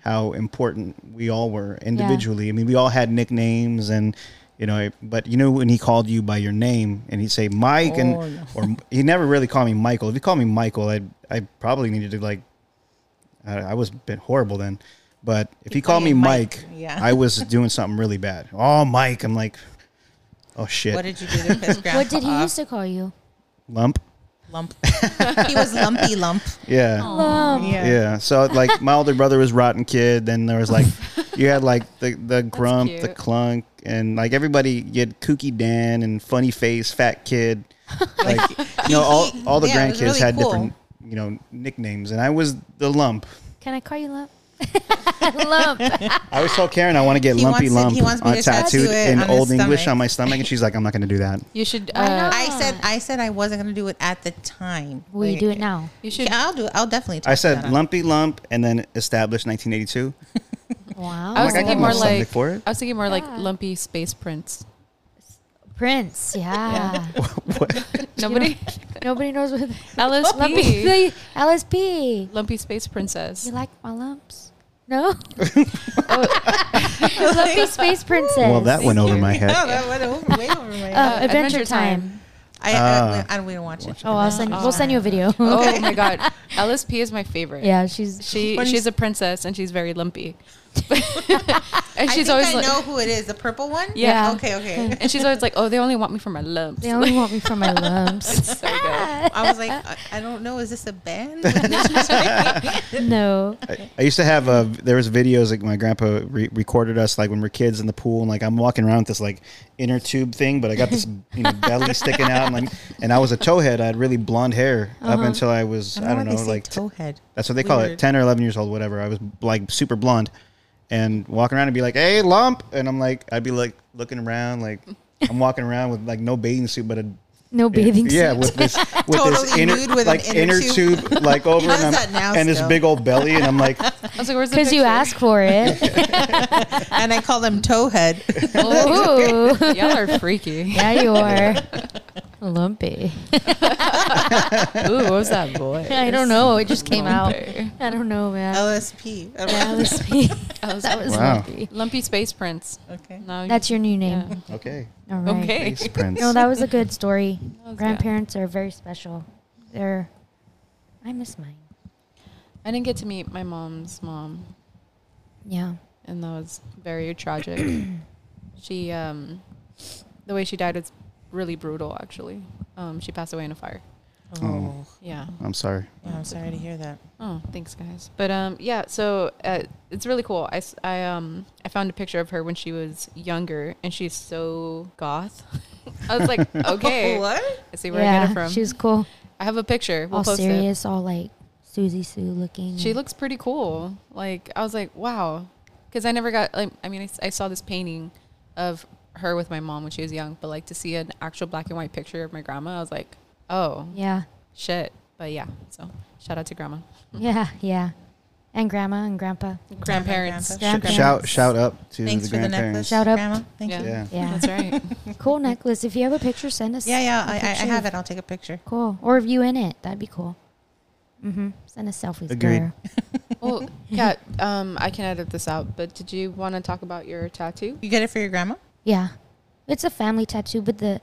[SPEAKER 4] how important we all were individually i mean we all had nicknames and you know but you know when he called you by your name and he'd say mike
[SPEAKER 3] Oh,
[SPEAKER 4] and
[SPEAKER 3] yeah.
[SPEAKER 4] or he never really called me michael if he called me michael i i probably needed to like i I, I was been horrible then. But if he
[SPEAKER 3] Keep
[SPEAKER 4] called me
[SPEAKER 3] calling you Mike.
[SPEAKER 4] Mike,
[SPEAKER 3] Yeah.
[SPEAKER 4] I was doing something really bad. Oh, Mike! I'm like, oh shit,
[SPEAKER 3] What did you do to piss grandpa
[SPEAKER 1] What did he
[SPEAKER 3] off?
[SPEAKER 1] used to call you?
[SPEAKER 4] lump.
[SPEAKER 3] lump? he was lumpy lump.
[SPEAKER 4] Yeah.
[SPEAKER 1] Um,
[SPEAKER 4] Yeah. So like my older brother was rotten kid. Then there was like you had like the the grump, the
[SPEAKER 2] cute.
[SPEAKER 4] clunk, and like everybody you had kooky Dan and funny face, fat kid. Like you know all all the
[SPEAKER 3] Yeah, it
[SPEAKER 4] grandkids
[SPEAKER 3] was really
[SPEAKER 4] had
[SPEAKER 3] cool.
[SPEAKER 4] different you know nicknames, and I was the lump.
[SPEAKER 1] Can I call you lump? lump.
[SPEAKER 4] I always told Karen I want to get
[SPEAKER 3] He
[SPEAKER 4] lumpy
[SPEAKER 3] wants it-
[SPEAKER 4] lump
[SPEAKER 3] he wants me
[SPEAKER 4] on
[SPEAKER 3] to tattoo
[SPEAKER 4] tattooed
[SPEAKER 3] it
[SPEAKER 4] in
[SPEAKER 3] on his
[SPEAKER 4] old English
[SPEAKER 3] stomach.
[SPEAKER 4] on my stomach, and she's like, I'm not going to do that.
[SPEAKER 2] You should.
[SPEAKER 1] Why
[SPEAKER 2] Uh,
[SPEAKER 1] not?
[SPEAKER 3] I said I said I wasn't gonna do it at the time.
[SPEAKER 1] Oh. Will you
[SPEAKER 3] Like,
[SPEAKER 1] do it now?
[SPEAKER 2] you should.
[SPEAKER 3] Yeah, I'll do it. I'll definitely.
[SPEAKER 4] I
[SPEAKER 3] talk
[SPEAKER 4] said
[SPEAKER 3] about it.
[SPEAKER 4] lumpy lump, and then established 1982.
[SPEAKER 1] Wow.
[SPEAKER 3] Oh
[SPEAKER 2] I was
[SPEAKER 4] I got
[SPEAKER 2] thinking
[SPEAKER 4] Oh my
[SPEAKER 2] more
[SPEAKER 4] stomach
[SPEAKER 2] like.
[SPEAKER 4] for it.
[SPEAKER 2] I was thinking more like
[SPEAKER 1] Yeah.
[SPEAKER 2] lumpy space prints.
[SPEAKER 1] Prince. Yeah.
[SPEAKER 4] What?
[SPEAKER 2] Nobody.
[SPEAKER 1] Nobody knows what
[SPEAKER 2] LSP.
[SPEAKER 1] lumpy. LSP.
[SPEAKER 2] Lumpy space princess.
[SPEAKER 1] You like my lumps? No. lumpy space princess.
[SPEAKER 4] well, that went over my head.
[SPEAKER 3] No, Oh, that went over, way over my
[SPEAKER 1] Uh,
[SPEAKER 3] head.
[SPEAKER 1] Adventure,
[SPEAKER 2] Adventure
[SPEAKER 1] time.
[SPEAKER 2] Time.
[SPEAKER 3] I,
[SPEAKER 4] Ah.
[SPEAKER 3] I, I, we don't watch it.
[SPEAKER 1] Oh, I'll send. We'll send you a video.
[SPEAKER 2] Oh my god, LSP is my favorite.
[SPEAKER 1] yeah, she's.
[SPEAKER 2] She
[SPEAKER 3] Funny
[SPEAKER 2] she's a princess and she's very lumpy. and
[SPEAKER 3] I
[SPEAKER 2] she's
[SPEAKER 3] think
[SPEAKER 2] always
[SPEAKER 3] I
[SPEAKER 2] like,
[SPEAKER 3] know who it is. The purple one.
[SPEAKER 2] Yeah.
[SPEAKER 3] Okay. Okay.
[SPEAKER 2] and she's always like, oh, they only want me for my lumps.
[SPEAKER 1] They only want me for my lumps.
[SPEAKER 2] so good.
[SPEAKER 3] I was like, I, I don't know. Is this a band? With
[SPEAKER 1] no.
[SPEAKER 4] I, I used to have uh, there was videos like my grandpa re- recorded us like when we are kids in the pool and like I'm walking around with this like inner tube thing, but I got this you know, belly sticking out and like and I was a towhead. I had really blonde hair
[SPEAKER 3] Uh-huh.
[SPEAKER 4] up until I was I don't know, like t-
[SPEAKER 3] Toadhead.
[SPEAKER 4] that's what they call it,
[SPEAKER 3] Weird.
[SPEAKER 4] ten or eleven years old, whatever. I was like super blonde and walking around and be like, hey lump, and I'm like I'd be like looking around like I'm walking around with like no bathing suit but a
[SPEAKER 1] No bathing suit.
[SPEAKER 4] yeah, with this, with this
[SPEAKER 3] Totally
[SPEAKER 4] inner,
[SPEAKER 3] nude with an
[SPEAKER 4] like
[SPEAKER 3] inner
[SPEAKER 4] inner
[SPEAKER 3] tube.
[SPEAKER 4] tube, like over,
[SPEAKER 3] How's
[SPEAKER 4] and,
[SPEAKER 3] that
[SPEAKER 4] I'm-
[SPEAKER 3] now
[SPEAKER 4] and this
[SPEAKER 3] still?
[SPEAKER 4] big old belly, and I'm like,
[SPEAKER 2] I was like, where's the
[SPEAKER 1] Because you
[SPEAKER 2] picture?"
[SPEAKER 1] asked for it.
[SPEAKER 3] And I call them Toadhead.
[SPEAKER 1] Ooh.
[SPEAKER 2] Y'all are freaky.
[SPEAKER 1] Yeah, you are. Lumpy.
[SPEAKER 2] Ooh, what was that boy?
[SPEAKER 1] I don't know. It just came out. I don't know, man.
[SPEAKER 3] LSP. I don't know.
[SPEAKER 1] That was me. That was
[SPEAKER 4] Wow.
[SPEAKER 1] lumpy.
[SPEAKER 2] Oh, Lumpy space prince.
[SPEAKER 3] Okay.
[SPEAKER 2] No, you-
[SPEAKER 1] That's your new name.
[SPEAKER 2] yeah.
[SPEAKER 4] okay,
[SPEAKER 1] All right.
[SPEAKER 2] okay.
[SPEAKER 4] face prints.
[SPEAKER 1] No, that was a good story.
[SPEAKER 2] was good.
[SPEAKER 1] Grandparents are very special. They're. I miss mine.
[SPEAKER 2] I didn't get to meet my mom's mom.
[SPEAKER 1] Yeah.
[SPEAKER 2] and that was very tragic. she, um, the way she died was really brutal. Actually, um, she passed away in a fire.
[SPEAKER 3] Oh,
[SPEAKER 2] Yeah.
[SPEAKER 4] I'm sorry.
[SPEAKER 3] yeah, I'm sorry to hear that.
[SPEAKER 2] Oh, thanks, guys. But um, yeah. So uh, it's really cool. I, s- I, um I found a picture of her when she was younger, and she's so goth. I was like, okay,
[SPEAKER 3] Oh, What?
[SPEAKER 2] I see where I get it
[SPEAKER 1] yeah.
[SPEAKER 2] from.
[SPEAKER 1] She was cool.
[SPEAKER 2] I have a picture. We'll
[SPEAKER 1] all
[SPEAKER 2] post it.
[SPEAKER 1] serious, all like Susie Sue looking.
[SPEAKER 2] She looks pretty cool. Like I was like, wow, because I never got. Like, I mean, I s- I, saw this painting of her with my mom when she was young, but like to see an actual black and white picture of my grandma, I was like, oh
[SPEAKER 1] Yeah.
[SPEAKER 2] shit. But yeah, so shout out to grandma,
[SPEAKER 1] Yeah. Yeah. And grandma and grandpa.
[SPEAKER 2] grandparents.
[SPEAKER 3] grandpa.
[SPEAKER 1] Grandparents.
[SPEAKER 4] Shout shout up to
[SPEAKER 3] Thanks
[SPEAKER 4] the
[SPEAKER 3] for the
[SPEAKER 4] grandparents.
[SPEAKER 3] necklace.
[SPEAKER 1] Shout out.
[SPEAKER 3] Grandma. Thank
[SPEAKER 2] Yeah.
[SPEAKER 3] you.
[SPEAKER 4] Yeah.
[SPEAKER 1] Yeah.
[SPEAKER 2] That's right.
[SPEAKER 1] Cool necklace. If you have a picture, send us.
[SPEAKER 3] Yeah, yeah.
[SPEAKER 1] a
[SPEAKER 3] I, I, I
[SPEAKER 1] picture.
[SPEAKER 3] have it. I'll take a picture.
[SPEAKER 1] Cool. Or if you in it, that'd be cool. Mm-hmm. Send us selfies.
[SPEAKER 4] Agreed.
[SPEAKER 1] girl.
[SPEAKER 2] well, Kat, um, I can edit this out, but did you want to talk about your tattoo?
[SPEAKER 3] You get it for your grandma?
[SPEAKER 1] Yeah. It's a family tattoo, but the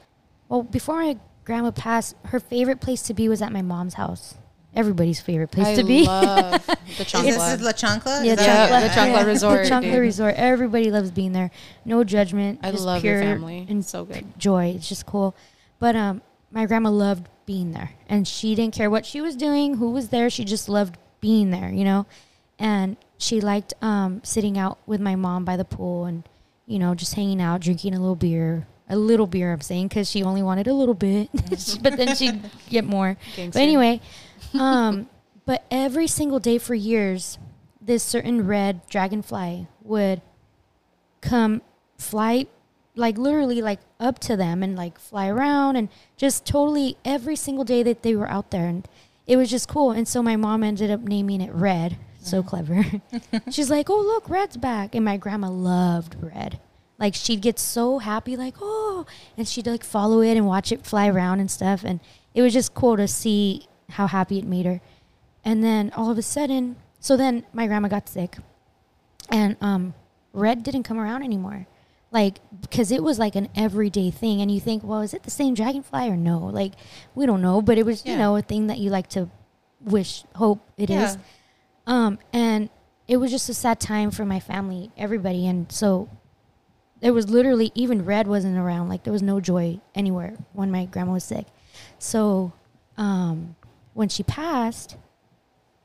[SPEAKER 1] well, before my grandma passed, her favorite place to be was at my mom's house. Everybody's favorite place
[SPEAKER 2] I
[SPEAKER 1] to be.
[SPEAKER 2] love the
[SPEAKER 3] Is this is
[SPEAKER 2] chancla.
[SPEAKER 3] La Chancla?
[SPEAKER 1] Yeah,
[SPEAKER 3] Is
[SPEAKER 2] Yeah,
[SPEAKER 3] that-
[SPEAKER 2] the Chancla
[SPEAKER 1] yeah,
[SPEAKER 2] Resort,
[SPEAKER 1] The Chancla
[SPEAKER 2] dude.
[SPEAKER 1] Resort. Everybody loves being there. No judgment.
[SPEAKER 2] I
[SPEAKER 1] just
[SPEAKER 2] love your
[SPEAKER 1] pure
[SPEAKER 2] family.
[SPEAKER 1] And
[SPEAKER 2] So good.
[SPEAKER 1] p- Joy. It's just cool. But um, my grandma loved being there, and she didn't care what she was doing, who was there. She just loved being there, you know. And she liked um sitting out with my mom by the pool and you know just hanging out, drinking a little beer. A little beer, I'm saying, because she only wanted a little bit, but then she'd get more.
[SPEAKER 2] Gangster.
[SPEAKER 1] But anyway, um, but every single day for years, this certain red dragonfly would come fly, like literally, like up to them and like fly around and just totally every single day that they were out there, and it was just cool. And so my mom ended up naming it Red. So clever. She's like, "Oh look, Red's back," and my grandma loved Red. Like she'd get so happy, like oh, and she'd like follow it and watch it fly around and stuff, and it was just cool to see how happy it made her. And then all of a sudden, so then my grandma got sick, and um, red didn't come around anymore, like because it was like an everyday thing. And you think, well, is it the same dragonfly or no? Like we don't know, but it was
[SPEAKER 3] Yeah.
[SPEAKER 1] you know a thing that you like to wish, hope it is.
[SPEAKER 3] Yeah.
[SPEAKER 1] Um, and it was just a sad time for my family, everybody, and so there was literally even red wasn't around. Like there was no joy anywhere when my grandma was sick. So um, when she passed,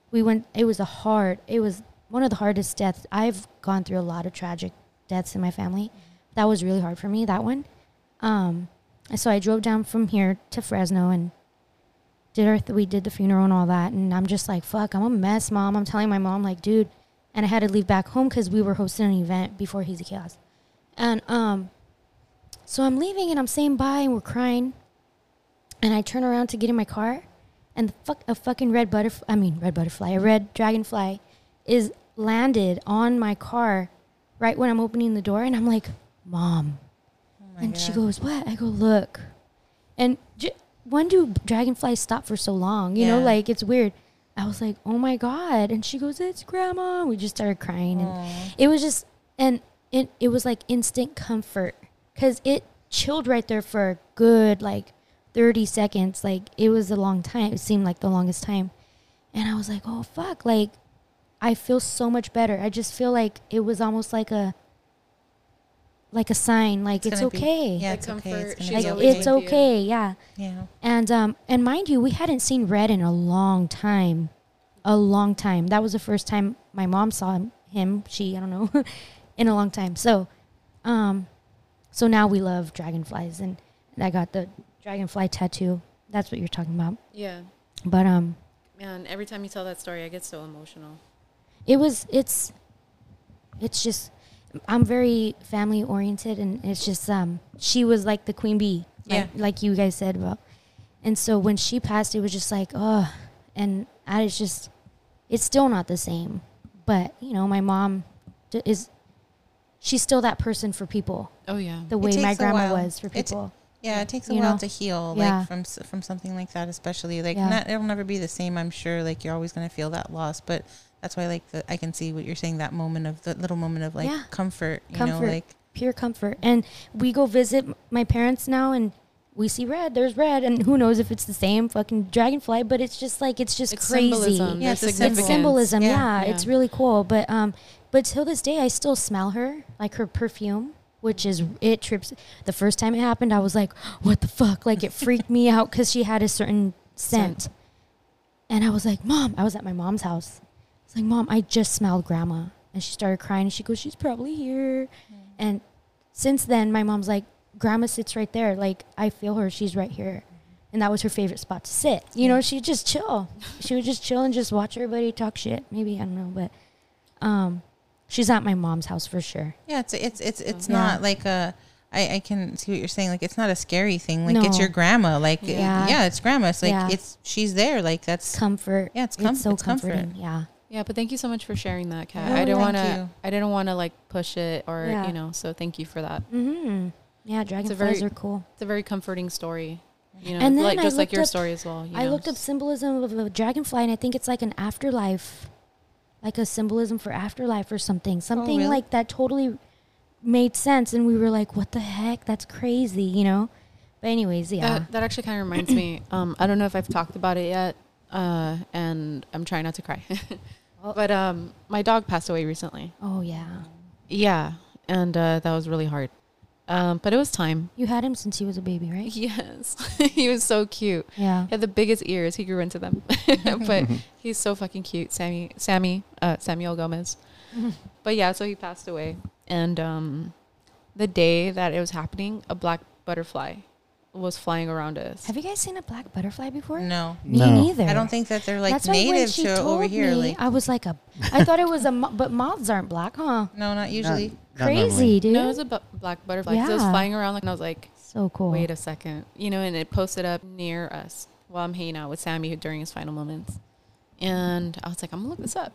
[SPEAKER 1] we went. It was a hard. It was one of the hardest deaths I've gone through. A lot of tragic deaths in my family. That was really hard for me. That one. Um, and so I drove down from here to Fresno and did our th- we did the funeral and all that and i'm just like fuck i'm a mess mom i'm telling my mom like dude and i had to leave back home because we were hosting an event before he's a chaos and um so i'm leaving and i'm saying bye and we're crying and i turn around to get in my car and the fuck a fucking red butterfly i mean red butterfly a red dragonfly is landed on my car right when i'm opening the door and i'm like mom
[SPEAKER 3] Oh
[SPEAKER 1] and she goes what i go look and j- when do dragonflies stop for so long? You know,
[SPEAKER 3] Yeah.
[SPEAKER 1] like it's weird. I was like, oh my God. And she goes, it's grandma. We just started crying. And it was just, and it, it was like instant comfort because it chilled right there for a good like 30 seconds. Like it was a long time. It seemed like the longest time. And I was like, oh fuck. Like I feel so much better. I just feel like it was almost like a, like a sign, like it's,
[SPEAKER 3] gonna be-
[SPEAKER 1] okay.
[SPEAKER 3] yeah,
[SPEAKER 2] The
[SPEAKER 3] it's okay.
[SPEAKER 2] comfort,
[SPEAKER 3] It's,
[SPEAKER 1] Like,
[SPEAKER 3] gonna
[SPEAKER 2] she's
[SPEAKER 3] be
[SPEAKER 2] always
[SPEAKER 1] it's
[SPEAKER 3] okay.
[SPEAKER 2] with you.
[SPEAKER 1] okay. Yeah.
[SPEAKER 3] Yeah.
[SPEAKER 1] And um and mind you, we hadn't seen Red in a long time. A long time. That was the first time my mom saw him, him she, I don't know, in a long time. So um so now we love dragonflies and I got the dragonfly tattoo. That's what you're talking about.
[SPEAKER 2] Yeah.
[SPEAKER 1] But um
[SPEAKER 2] Man, every time you tell that story, I get so emotional.
[SPEAKER 1] it was it's it's just I'm very family oriented and it's just um she was like the queen bee like,
[SPEAKER 3] Yeah.
[SPEAKER 1] like you guys said about and so when she passed it was just like oh and I was just it's still not the same but you know my mom d- is she's still that person for people
[SPEAKER 2] Oh yeah.
[SPEAKER 1] the way my
[SPEAKER 3] takes a
[SPEAKER 1] grandma
[SPEAKER 3] while.
[SPEAKER 1] was for
[SPEAKER 3] It's-
[SPEAKER 1] people
[SPEAKER 3] Yeah, it takes a
[SPEAKER 1] You
[SPEAKER 3] while
[SPEAKER 1] know?
[SPEAKER 3] to heal,
[SPEAKER 1] Yeah.
[SPEAKER 3] like from s- from something like that, especially like
[SPEAKER 1] Yeah.
[SPEAKER 3] not, it'll never be the same. I'm sure, like you're always gonna feel that loss, but that's why, like, the, I can see what you're saying. That moment of the little moment of like
[SPEAKER 1] Yeah.
[SPEAKER 3] comfort, you
[SPEAKER 1] Comfort.
[SPEAKER 3] know, like
[SPEAKER 1] pure comfort and we go visit m- my parents now and we see red there's red and who knows if it's the same fucking dragonfly but it's just like it's just
[SPEAKER 2] It's
[SPEAKER 1] crazy
[SPEAKER 2] symbolism.
[SPEAKER 3] Yeah,
[SPEAKER 2] There's
[SPEAKER 3] it's a symbol.
[SPEAKER 1] it's
[SPEAKER 2] significance.
[SPEAKER 1] symbolism. Yeah,
[SPEAKER 3] Yeah.
[SPEAKER 1] it's
[SPEAKER 2] Yeah.
[SPEAKER 1] really cool. But um, but till this day, I still smell her, like her perfume, which is it trips. The first time it happened, I was like, "What the fuck!" Like it freaked me out because she had a certain scent, and I was like, "Mom," I was at my mom's house. I was like, "Mom, I just smelled Grandma," and she started crying. And she goes, "She's probably here," and since then, my mom's like, Grandma sits right there. Like, I feel her. She's right here. And that was her favorite spot to sit. You know, she'd just chill. she would just chill and just watch everybody talk shit. Maybe, I don't know. But um, she's at my mom's house for sure.
[SPEAKER 3] yeah, it's it's it's it's
[SPEAKER 1] Yeah.
[SPEAKER 3] not like a. I, I can see what you're saying. Like it's not a scary thing. Like it's
[SPEAKER 1] No.
[SPEAKER 3] your grandma. Like
[SPEAKER 1] Yeah.
[SPEAKER 3] yeah, it's grandma. It's like
[SPEAKER 1] Yeah.
[SPEAKER 3] it's she's there. Like that's
[SPEAKER 1] Comfort.
[SPEAKER 3] Yeah, it's com-
[SPEAKER 1] so
[SPEAKER 3] it's comfort.
[SPEAKER 1] comforting. Yeah.
[SPEAKER 2] Yeah, but thank you so much for sharing that, Kat.
[SPEAKER 3] Oh,
[SPEAKER 2] I didn't
[SPEAKER 3] thank
[SPEAKER 2] want to.
[SPEAKER 3] you.
[SPEAKER 2] I didn't want to like push it or
[SPEAKER 1] Yeah.
[SPEAKER 2] you know. So thank you for that.
[SPEAKER 1] Mm-hmm. Yeah, dragonflies
[SPEAKER 2] very-
[SPEAKER 1] are cool.
[SPEAKER 2] It's a very comforting story. You know,
[SPEAKER 1] And then
[SPEAKER 2] like
[SPEAKER 1] I
[SPEAKER 2] just like
[SPEAKER 1] looked
[SPEAKER 2] your
[SPEAKER 1] up-
[SPEAKER 2] story as well. you
[SPEAKER 1] I
[SPEAKER 2] know,
[SPEAKER 1] looked up
[SPEAKER 2] just-
[SPEAKER 1] symbolism of a dragonfly, and I think it's like an afterlife, like a symbolism for afterlife or something. Something
[SPEAKER 3] Oh, really?
[SPEAKER 1] like that totally made sense, and we were like, "What the heck? That's crazy," you know. But anyways, yeah,
[SPEAKER 3] Uh,
[SPEAKER 2] That, that actually kind of reminds me. Um, I don't know if I've talked about it yet, uh, and I'm trying not to cry. but um, my dog passed away recently.
[SPEAKER 1] oh yeah,
[SPEAKER 2] Yeah, and uh, that was really hard. Um, but it was time.
[SPEAKER 1] you had him since he was a baby, right?
[SPEAKER 2] Yes, he was so cute.
[SPEAKER 1] Yeah,
[SPEAKER 2] He had the biggest ears. He grew into them, but
[SPEAKER 1] Mm-hmm.
[SPEAKER 2] he's so fucking cute. Sammy, Sammy, uh, Samuel Gomez. but yeah, so he passed away, and um, the day that it was happening, a black butterfly was flying around us.
[SPEAKER 1] Have you guys seen a black butterfly before?
[SPEAKER 3] no.
[SPEAKER 1] Me
[SPEAKER 4] No.
[SPEAKER 1] neither.
[SPEAKER 3] I don't think that they're like
[SPEAKER 1] That's why when
[SPEAKER 3] native
[SPEAKER 1] she
[SPEAKER 3] to
[SPEAKER 1] told
[SPEAKER 3] over here.
[SPEAKER 1] me,
[SPEAKER 3] Like
[SPEAKER 1] I was like a, I thought it was a, mo- but moths aren't black, huh?
[SPEAKER 3] no, not
[SPEAKER 4] Not-
[SPEAKER 3] usually.
[SPEAKER 4] not normally.
[SPEAKER 1] Crazy, dude.
[SPEAKER 2] No, it was a bu- black butterfly. 'cause it was
[SPEAKER 1] Yeah.
[SPEAKER 2] flying around, like, and I was like,
[SPEAKER 1] so cool.
[SPEAKER 2] wait a second, you know. And it posted up near us while I'm hanging out with Sammy during his final moments, and I was like, I'm gonna look this up.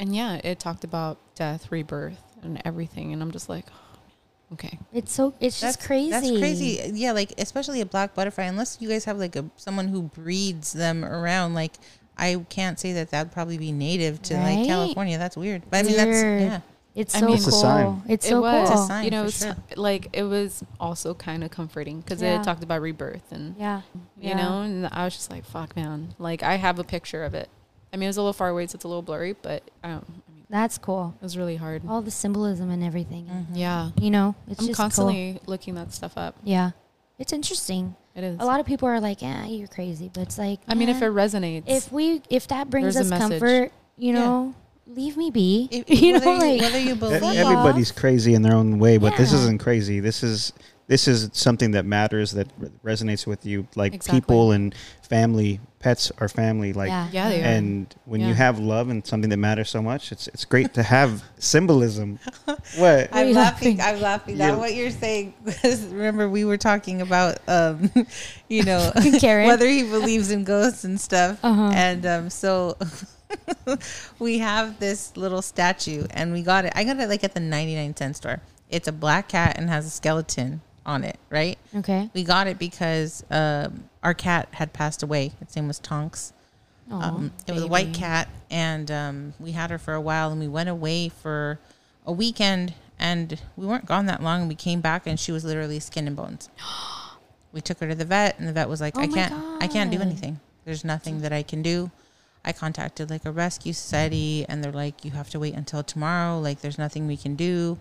[SPEAKER 2] And yeah, it talked about death, rebirth, and everything. And I'm just like, "Oh, okay,
[SPEAKER 1] it's so, it's just crazy.
[SPEAKER 3] That's crazy. Yeah, like especially a black butterfly. Unless you guys have like a someone who breeds them around, like I can't say that that'd probably be native to
[SPEAKER 1] Right?
[SPEAKER 3] like California. That's weird. But I mean, that's
[SPEAKER 1] Weird.
[SPEAKER 3] yeah.
[SPEAKER 1] It's
[SPEAKER 2] I
[SPEAKER 1] so
[SPEAKER 2] mean-
[SPEAKER 1] cool.
[SPEAKER 2] It's
[SPEAKER 4] a sign.
[SPEAKER 1] It's
[SPEAKER 2] it
[SPEAKER 1] so
[SPEAKER 2] was,
[SPEAKER 1] cool.
[SPEAKER 3] It's a sign
[SPEAKER 2] you know,
[SPEAKER 3] for
[SPEAKER 2] it's-
[SPEAKER 3] sure.
[SPEAKER 2] like it was also kind of comforting because
[SPEAKER 1] Yeah.
[SPEAKER 2] it talked about rebirth and
[SPEAKER 1] Yeah.
[SPEAKER 2] you know, and I was just like, fuck, man, like I have a picture of it. I mean, it was a little far away, so it's a little blurry, but um, I mean,
[SPEAKER 1] That's cool.
[SPEAKER 2] it was really hard.
[SPEAKER 1] All the symbolism and everything.
[SPEAKER 2] Yeah.
[SPEAKER 1] You know, it's
[SPEAKER 2] Mm. I'm
[SPEAKER 1] just
[SPEAKER 2] constantly looking that stuff up.
[SPEAKER 1] Cool. Yeah, it's interesting.
[SPEAKER 2] It is.
[SPEAKER 1] A lot of people are like, "Yeah, you're crazy," but it's like,
[SPEAKER 2] I mean, if
[SPEAKER 1] "Eh,
[SPEAKER 2] it resonates,
[SPEAKER 1] if we if that brings
[SPEAKER 2] There's
[SPEAKER 1] us
[SPEAKER 2] a message.
[SPEAKER 1] comfort, you
[SPEAKER 2] Yeah.
[SPEAKER 1] know, leave me be.
[SPEAKER 3] If,
[SPEAKER 1] you know,
[SPEAKER 3] whether
[SPEAKER 1] like
[SPEAKER 3] whether you believe
[SPEAKER 1] Fuck
[SPEAKER 4] E-, Everybody's crazy in their own way, but this
[SPEAKER 1] Yeah.
[SPEAKER 4] isn't crazy. This is this is something that matters that re- resonates with you, like
[SPEAKER 2] Exactly.
[SPEAKER 4] people and family. Pets are family, like.
[SPEAKER 1] yeah,
[SPEAKER 2] yeah, they are.
[SPEAKER 4] And when
[SPEAKER 2] Yeah.
[SPEAKER 4] you have love and something that matters so much, it's it's great to have symbolism. What?
[SPEAKER 1] are
[SPEAKER 3] I'm
[SPEAKER 1] you
[SPEAKER 3] laughing. I'm laughing
[SPEAKER 4] Yeah.
[SPEAKER 3] at what you're saying. 'Cause remember, we were talking about, um, you know,
[SPEAKER 1] Karen.
[SPEAKER 3] whether he believes in ghosts and stuff.
[SPEAKER 1] Uh-huh.
[SPEAKER 3] And um, so we have this little statue, and we got it. I got it like at the 99 cent store. It's a black cat and has a skeleton on it, right?
[SPEAKER 1] okay.
[SPEAKER 3] We got it because um, our cat had passed away. Its name was Tonks. Um, it was a white cat, and um, we had her for a while, and we went away for a weekend, and we weren't gone that long, and we came back, and she was literally skin and bones. we took her to the vet, and the vet was like,
[SPEAKER 1] Oh
[SPEAKER 3] "I
[SPEAKER 1] my
[SPEAKER 3] can't, I can't do
[SPEAKER 1] God.
[SPEAKER 3] anything. There's nothing that I can do." I contacted like a rescue society, and they're like, "You have to wait until tomorrow. Like, there's nothing we can do."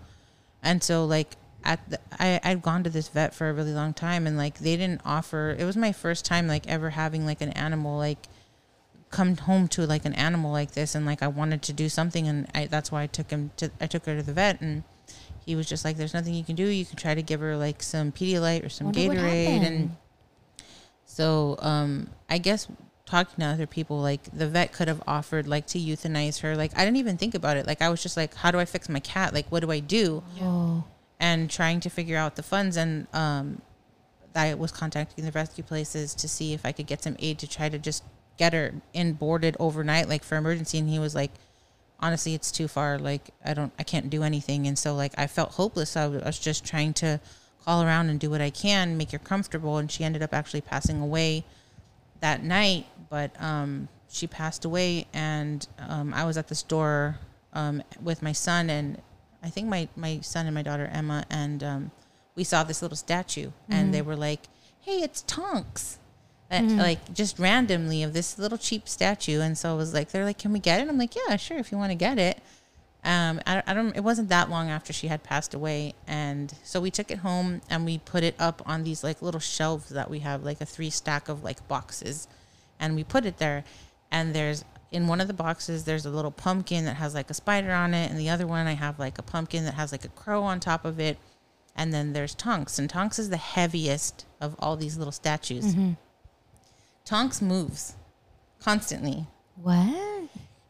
[SPEAKER 3] And so like at the, I I'd gone to this vet for a really long time and like they didn't offer it was my first time like ever having like an animal like come home to like an animal like this and like I wanted to do something and I that's why I took him to I took her to the vet and he was just like there's nothing you can do you can try to give her like some Pedialyte or some
[SPEAKER 1] Wonder what
[SPEAKER 3] Gatorade and
[SPEAKER 1] happened.
[SPEAKER 3] so um I guess talking to other people like the vet could have offered like to euthanize her like I didn't even think about it like I was just like how do I fix my cat like what do I do
[SPEAKER 1] Oh,
[SPEAKER 3] and trying to figure out the funds and um I was contacting the rescue places to see if I could get some aid to try to just get her in boarded overnight like for emergency and he was like honestly it's too far like I don't I can't do anything and so like I felt hopeless I was just trying to call around and do what I can make her comfortable and she ended up actually passing away that night, but um, she passed away, and um, I was at the store um, with my son and I think my my son and my daughter Emma, and um, we saw this little statue, and they were like, "Hey, it's Tonks." And, Like just randomly of this little cheap statue, and so I was like, "They're like, can we get it?" I'm like, "Yeah, sure, if you want to get it." Um, I, I don't. It wasn't that long after she had passed away, and so we took it home and we put it up on these like little shelves that we have, like a three stack of like boxes, and we put it there. And there's in one of the boxes there's a little pumpkin that has like a spider on it, and the other one I have like a pumpkin that has like a crow on top of it, and then there's Tonks, and Tonks is the heaviest of all these little statues. Tonks moves constantly
[SPEAKER 1] what?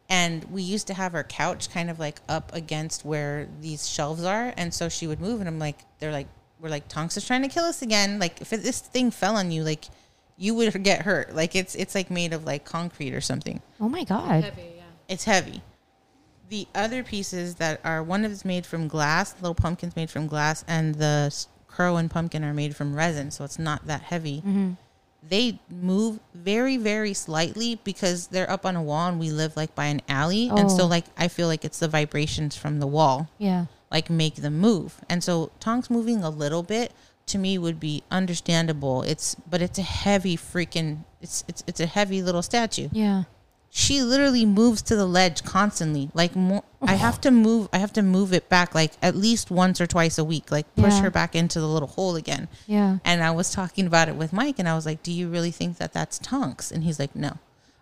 [SPEAKER 3] and we used to have our couch kind of like up against where these shelves are and so she would move and i'm like they're like we're like tonks is trying to kill us again like if this thing fell on you like you would get hurt like it's it's like made of like concrete or something
[SPEAKER 1] Oh my god.
[SPEAKER 3] it's heavy. The other pieces that are one is made from glass, the little pumpkin's made from glass, and the s- crow and pumpkin are made from resin, so it's not that heavy.
[SPEAKER 1] Mm-hmm.
[SPEAKER 3] They move very, very slightly because they're up on a wall and we live like by an alley. And so,
[SPEAKER 1] Oh.
[SPEAKER 3] like, I feel like it's the vibrations from the wall
[SPEAKER 1] Yeah.
[SPEAKER 3] like make them move. And so Tonks moving a little bit to me would be understandable. It's but it's a heavy freaking it's it's it's a heavy little statue
[SPEAKER 1] Yeah.
[SPEAKER 3] she literally moves to the ledge constantly like more i have to move i have to move it back like at least once or twice a week like push
[SPEAKER 1] Yeah.
[SPEAKER 3] her back into the little hole again
[SPEAKER 1] Yeah.
[SPEAKER 3] and i was talking about it with mike and i was like do you really think that that's tonks and he's like no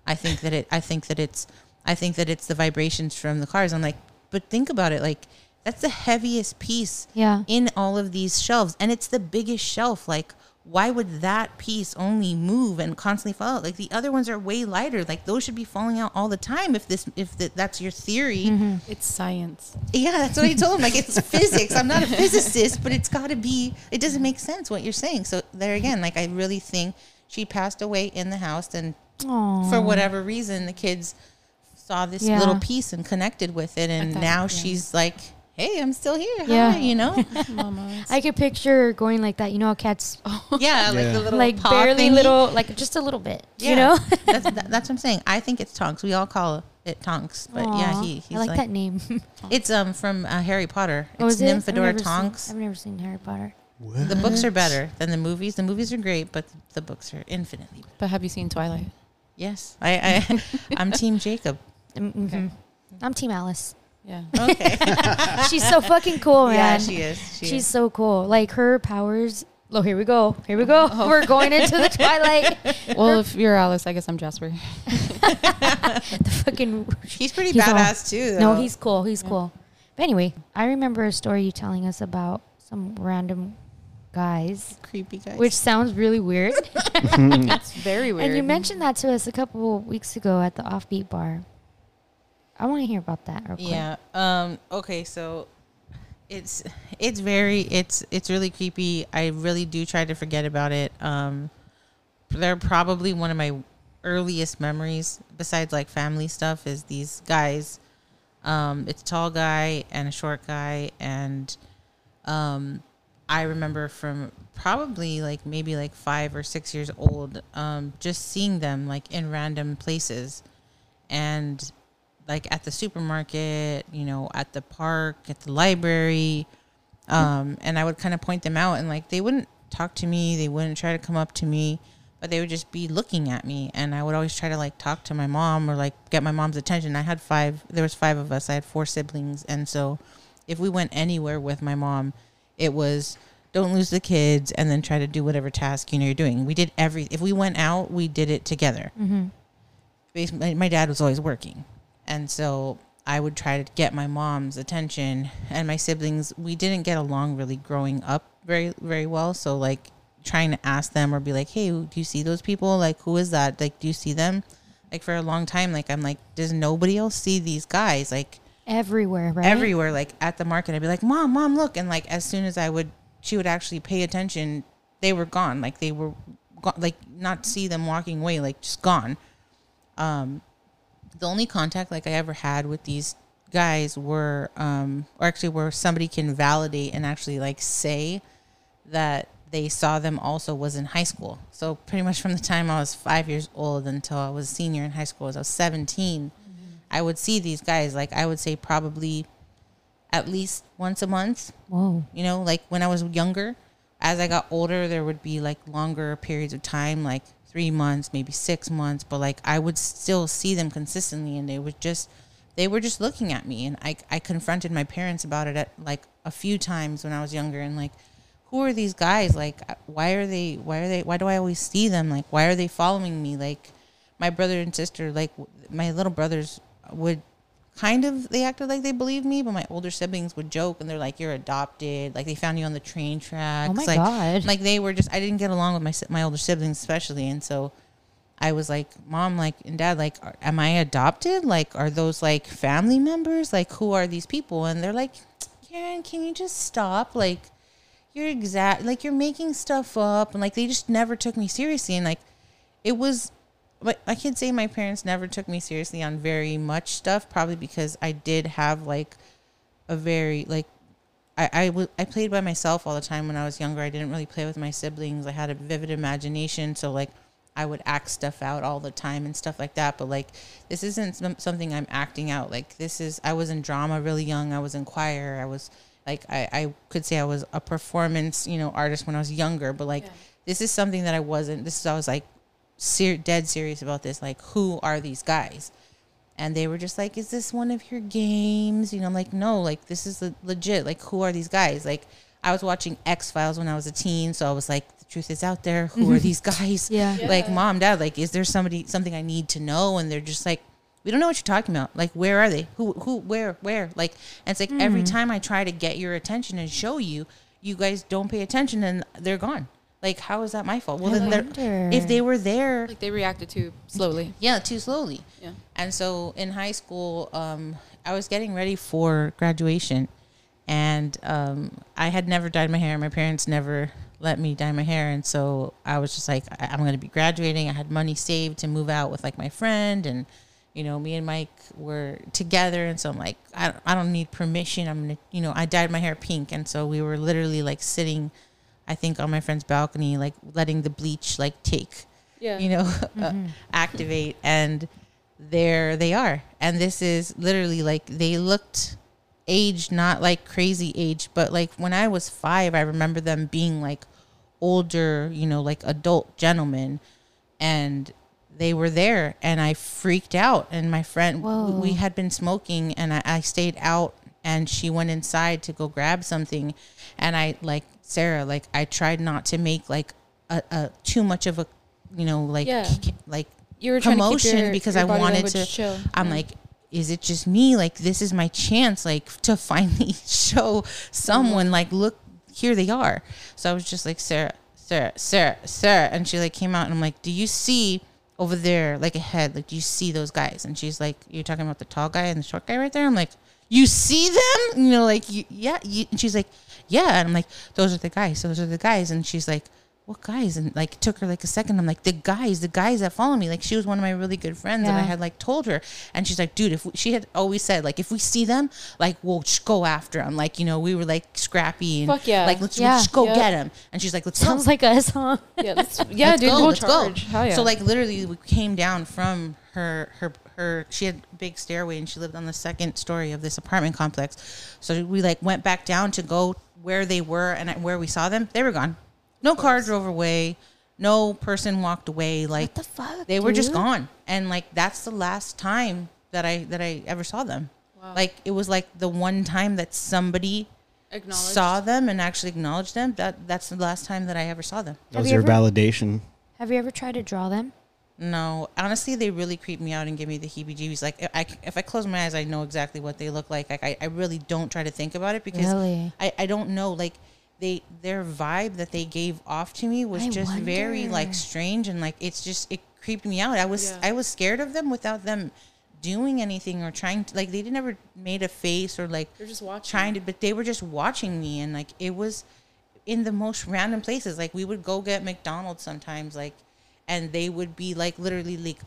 [SPEAKER 3] i think that it i think that it's i think that it's the vibrations from the cars i'm like but think about it like that's the heaviest piece
[SPEAKER 1] Yeah.
[SPEAKER 3] in all of these shelves and it's the biggest shelf like why would that piece only move and constantly fall out like the other ones are way lighter like those should be falling out all the time if this if th- that's your theory
[SPEAKER 1] Mm-hmm.
[SPEAKER 2] it's science.
[SPEAKER 3] yeah that's what i told him like it's physics i'm not a physicist but it's got to be it doesn't make sense what you're saying so there again like i really think she passed away in the house and
[SPEAKER 1] Oh.
[SPEAKER 3] for whatever reason the kids saw this
[SPEAKER 1] Yeah.
[SPEAKER 3] little piece and connected with it and
[SPEAKER 2] thought-
[SPEAKER 3] now
[SPEAKER 2] yeah.
[SPEAKER 3] she's like hey i'm still here
[SPEAKER 1] Yeah.
[SPEAKER 3] Hi, you know
[SPEAKER 2] Mama,
[SPEAKER 1] I could picture her going like that. You know, how cats
[SPEAKER 3] Yeah, like
[SPEAKER 4] Yeah.
[SPEAKER 3] the little
[SPEAKER 1] like
[SPEAKER 3] paw
[SPEAKER 1] barely
[SPEAKER 3] thingy.
[SPEAKER 1] little, like just a little bit. You
[SPEAKER 3] Yeah.
[SPEAKER 1] know.
[SPEAKER 3] that's, that, that's what I'm saying. I think it's Tonks. We all call it Tonks, but yeah,
[SPEAKER 1] Aw,
[SPEAKER 3] he, he's
[SPEAKER 1] I like,
[SPEAKER 3] like,
[SPEAKER 1] that name.
[SPEAKER 3] it's um from uh, Harry Potter. It's
[SPEAKER 1] Oh, is it? I've
[SPEAKER 3] Nymphadora
[SPEAKER 1] never seen-
[SPEAKER 3] Tonks.
[SPEAKER 1] I've never seen Harry Potter.
[SPEAKER 3] The books are better than the movies. The movies are great, but the books are infinitely.
[SPEAKER 2] but have you seen Twilight?
[SPEAKER 3] Yes, I, I I'm Team Jacob.
[SPEAKER 1] Mm-hmm. I'm Team Alice.
[SPEAKER 2] Yeah.
[SPEAKER 3] Okay.
[SPEAKER 1] She's so fucking cool, man.
[SPEAKER 3] yeah, she is. She
[SPEAKER 1] She's
[SPEAKER 3] is.
[SPEAKER 1] so cool. Like her powers. Oh, here we go. Here we go.
[SPEAKER 3] Oh.
[SPEAKER 1] We're going into the twilight.
[SPEAKER 2] Well, if you're Alice, I guess I'm Jasper.
[SPEAKER 1] the fucking.
[SPEAKER 3] He's pretty
[SPEAKER 1] He's all-
[SPEAKER 3] badass too.
[SPEAKER 1] No,
[SPEAKER 3] though.
[SPEAKER 1] he's cool. He's cool. But anyway, I remember a story you telling us about some random guys,
[SPEAKER 3] creepy guy.
[SPEAKER 1] which sounds really weird.
[SPEAKER 2] That's very weird.
[SPEAKER 1] And you mentioned that to us a couple weeks ago at the Offbeat Bar. I want to hear about that real quick.
[SPEAKER 3] Yeah. Um, okay, so it's it's very it's it's really creepy. I really do try to forget about it. Um, they're probably one of my earliest memories, besides like family stuff, is these guys. Um, it's a tall guy and a short guy, and um, I remember from probably like maybe like five or six years old, um, just seeing them like in random places, and like at the supermarket, you know, at the park, at the library, um, and I would kind of point them out, and like they wouldn't talk to me, they wouldn't try to come up to me, but they would just be looking at me, and I would always try to like talk to my mom or like get my mom's attention. I had five, there was five of us, I had four siblings, and so if we went anywhere with my mom, it was don't lose the kids and then try to do whatever task you know you're doing. We did every if we went out, we did it together. Bas- My, my dad was always working, and so I would try to get my mom's attention and my siblings. We didn't get along really growing up very very well. So like trying to ask them or be like, hey, do you see those people? Like who is that? Like do you see them? Like for a long time, like I'm like, does nobody else see these guys? Like
[SPEAKER 1] Everywhere, right?
[SPEAKER 3] everywhere, like at the market. I'd be like, "Mom, mom, look!" And like as soon as I would, she would actually pay attention. They were gone. Like they were, go- like not see them walking away. Like just gone. Um, the only contact like I ever had with these guys were, um, or actually where somebody can validate and actually like say that they saw them also was in high school. So pretty much from the time I was five years old until I was a senior in high school, as I was 17 I would see these guys. Like I would say probably at least once a month.
[SPEAKER 1] Whoa.
[SPEAKER 3] You know, like when I was younger, as I got older, there would be like longer periods of time, like three months, maybe six months, but like I would still see them consistently and they would just, they were just looking at me. And I, I confronted my parents about it at like a few times when I was younger and like, who are these guys? Like, uh, why are they, why are they, why do I always see them? Like, why are they following me? Like, my brother and sister, like, w- my little brothers would kind of they acted like they believed me, but my older siblings would joke and they're like, "You're adopted." Like they found you on the train tracks.
[SPEAKER 1] Oh my
[SPEAKER 3] like,
[SPEAKER 1] God.
[SPEAKER 3] Like they were just I didn't get along with my si- my older siblings especially, and so I was like, "Mom, like and Dad, like, are, am I adopted? Like, are those like family members? Like, who are these people?" And they're like, "Karen, can you just stop? Like, you're exact like you're making stuff up." And like they just never took me seriously, and like it was but I can say my parents never took me seriously on very much stuff, probably because I did have like a very like I I wa- I played by myself all the time when I was younger. I didn't really play with my siblings. I had a vivid imagination, so like I would act stuff out all the time and stuff like that. But like this isn't som- something I'm acting out. Like this is I was in drama really young. I was in choir. I was like I I could say I was a performance you know artist when I was younger. But like this is something that I wasn't. This is I was like ser- dead serious about this. Like who are these guys? and they were just like is this one of your games you know i'm like no like this is le- legit like who are these guys like i was watching x files when i was a teen so i was like the truth is out there who are these guys
[SPEAKER 1] Yeah.
[SPEAKER 3] like mom dad like is there somebody something i need to know and they're just like we don't know what you're talking about like where are they who who where where like and it's like every time i try to get your attention and show you you guys don't pay attention and they're gone like how is that my fault well
[SPEAKER 1] I
[SPEAKER 3] then they're
[SPEAKER 1] wonder.
[SPEAKER 3] if they were there
[SPEAKER 2] like they reacted too slowly.
[SPEAKER 3] yeah, too slowly.
[SPEAKER 2] Yeah.
[SPEAKER 3] And so in high school, um, I was getting ready for graduation, and um, I had never dyed my hair. My parents never let me dye my hair, and so I was just like, I- I'm going to be graduating. I had money saved to move out with like my friend, and you know, me and Mike were together, and so I'm like, I don't, I don't need permission. I'm gonna, you know, I dyed my hair pink, and so we were literally like sitting, I think, on my friend's balcony, like letting the bleach like take
[SPEAKER 2] Yeah.
[SPEAKER 3] you know, uh, activate. And there they are. And this is literally like they looked aged, not like crazy age, but like when I was five, I remember them being like older, you know, like adult gentlemen. And they were there and I freaked out. And my friend,
[SPEAKER 1] Whoa.
[SPEAKER 3] we had been smoking and I, I stayed out and she went inside to go grab something. And I, like Sarah, like I tried not to make like a, a too much of a, you know, like,
[SPEAKER 2] Yeah.
[SPEAKER 3] k- like
[SPEAKER 2] You were trying to keep
[SPEAKER 3] commotion
[SPEAKER 2] your-
[SPEAKER 3] because
[SPEAKER 2] your
[SPEAKER 3] I
[SPEAKER 2] body
[SPEAKER 3] wanted
[SPEAKER 2] language
[SPEAKER 3] to,
[SPEAKER 2] chill.
[SPEAKER 3] I'm like, is it just me? Like, this is my chance, like, to finally show someone, like, look, here they are. So I was just like, Sarah, Sarah, Sarah, Sarah. And she, like, came out and I'm like, do you see over there, like, ahead? Like, do you see those guys? And she's like, you're talking about the tall guy and the short guy right there? I'm like, you see them? You know, like, you, yeah. You, and she's like, yeah. And I'm like, those are the guys. Those are the guys. And she's like, what guys? And like, it took her like a second. I'm like, the guys, the guys that follow me. Like, she was one of my really good friends, and I
[SPEAKER 1] Yeah.
[SPEAKER 3] had like told her, and she's like, dude, if we, she had always said like, if we see them, like, we'll just go after them. Like, you know, we were like scrappy and
[SPEAKER 2] Fuck yeah.
[SPEAKER 3] like, let's
[SPEAKER 1] Yeah.
[SPEAKER 3] we'll just go
[SPEAKER 2] Yeah.
[SPEAKER 3] get 'em. get them. And she's like, let's go.
[SPEAKER 1] Sounds like us, huh?
[SPEAKER 2] Yeah, let's- yeah, dude,
[SPEAKER 3] Go,
[SPEAKER 2] we'll
[SPEAKER 3] let's
[SPEAKER 2] charge.
[SPEAKER 3] go.
[SPEAKER 2] Hell yeah.
[SPEAKER 3] So like literally we came down from her her her she had a big stairway and she lived on the second story of this apartment complex. So we like went back down to go where they were and at- where we saw them. They were gone. No car drove away. No person walked away. Like
[SPEAKER 1] the fuck,
[SPEAKER 3] They were just
[SPEAKER 1] dude?
[SPEAKER 3] gone. And like that's the last time that I that I ever saw them. Like it was like the one time that somebody
[SPEAKER 2] Acknowledged.
[SPEAKER 3] saw them and actually acknowledged them. That that's the last time that I ever saw them.
[SPEAKER 1] Have
[SPEAKER 4] That was
[SPEAKER 1] you
[SPEAKER 4] their
[SPEAKER 1] ever-
[SPEAKER 4] validation.
[SPEAKER 1] Have you ever tried to draw them?
[SPEAKER 3] No, honestly, they really creep me out and give me the heebie-jeebies. Like, if I, if I close my eyes, I know exactly what they look like. Like, I, I really don't try to think about it because
[SPEAKER 1] Really?
[SPEAKER 3] I, I don't know. Like, they their vibe that they gave off to me was
[SPEAKER 1] I
[SPEAKER 3] just very like
[SPEAKER 1] wonder.
[SPEAKER 3] strange and like it's just it creeped me out. I was
[SPEAKER 2] Yeah.
[SPEAKER 3] I was scared of them without them doing anything or trying to like they didn't ever made a face or like
[SPEAKER 2] They're just watching.
[SPEAKER 3] trying to but they were just watching me and like it was in the most random places like we would go get mcdonald's sometimes like and they would be like literally like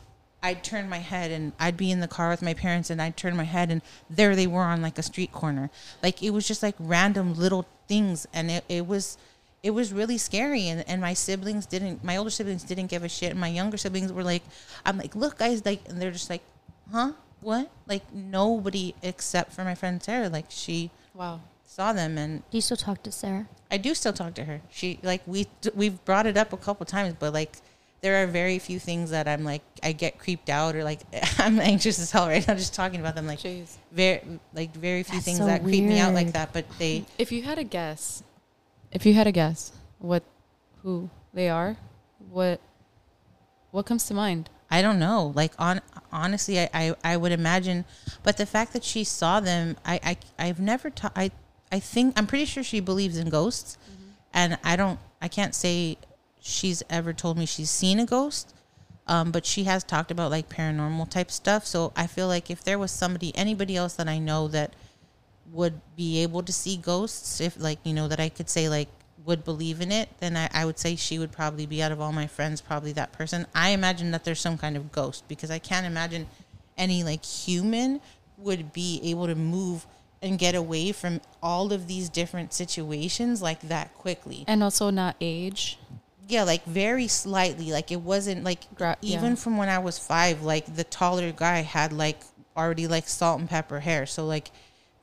[SPEAKER 3] i'd turn my head and i'd be in the car with my parents and i'd turn my head and there they were on like a street corner like it was just like random little things and it, it was it was really scary and, and my siblings didn't my older siblings didn't give a shit and my younger siblings were like i'm like look guys like and they're just like huh what like nobody except for my friend sarah like she
[SPEAKER 2] Wow.
[SPEAKER 3] saw them and
[SPEAKER 1] Do you still talk to Sarah?
[SPEAKER 3] I do still talk to her. She like we we've brought it up a couple times, but like there are very few things that I'm like I get creeped out or like I'm anxious as hell right now just talking about them. Like
[SPEAKER 2] Jeez.
[SPEAKER 3] very like very few
[SPEAKER 1] That's
[SPEAKER 3] things
[SPEAKER 1] so
[SPEAKER 3] that creep me out like
[SPEAKER 1] weird.
[SPEAKER 3] that, but they
[SPEAKER 2] If you had a guess, if you had a guess, what, who they are, what, what comes to mind?
[SPEAKER 3] I don't know. Like on honestly, I, I, I would imagine, but the fact that she saw them, I, I I've never ta- I I think I'm pretty sure she believes in ghosts,
[SPEAKER 1] Mm-hmm.
[SPEAKER 3] and I don't I can't say she's ever told me she's seen a ghost, um, but she has talked about like paranormal type stuff. So I feel like if there was somebody anybody else that I know that would be able to see ghosts if like you know that i could say like would believe in it then I, I would say she would probably be out of all my friends probably that person i imagine that there's some kind of ghost because i can't imagine any like human would be able to move and get away from all of these different situations like that quickly
[SPEAKER 2] And also not age.
[SPEAKER 3] yeah like very slightly like it wasn't like
[SPEAKER 2] Gra- yeah.
[SPEAKER 3] even from when i was five like the taller guy had like already like salt and pepper hair so like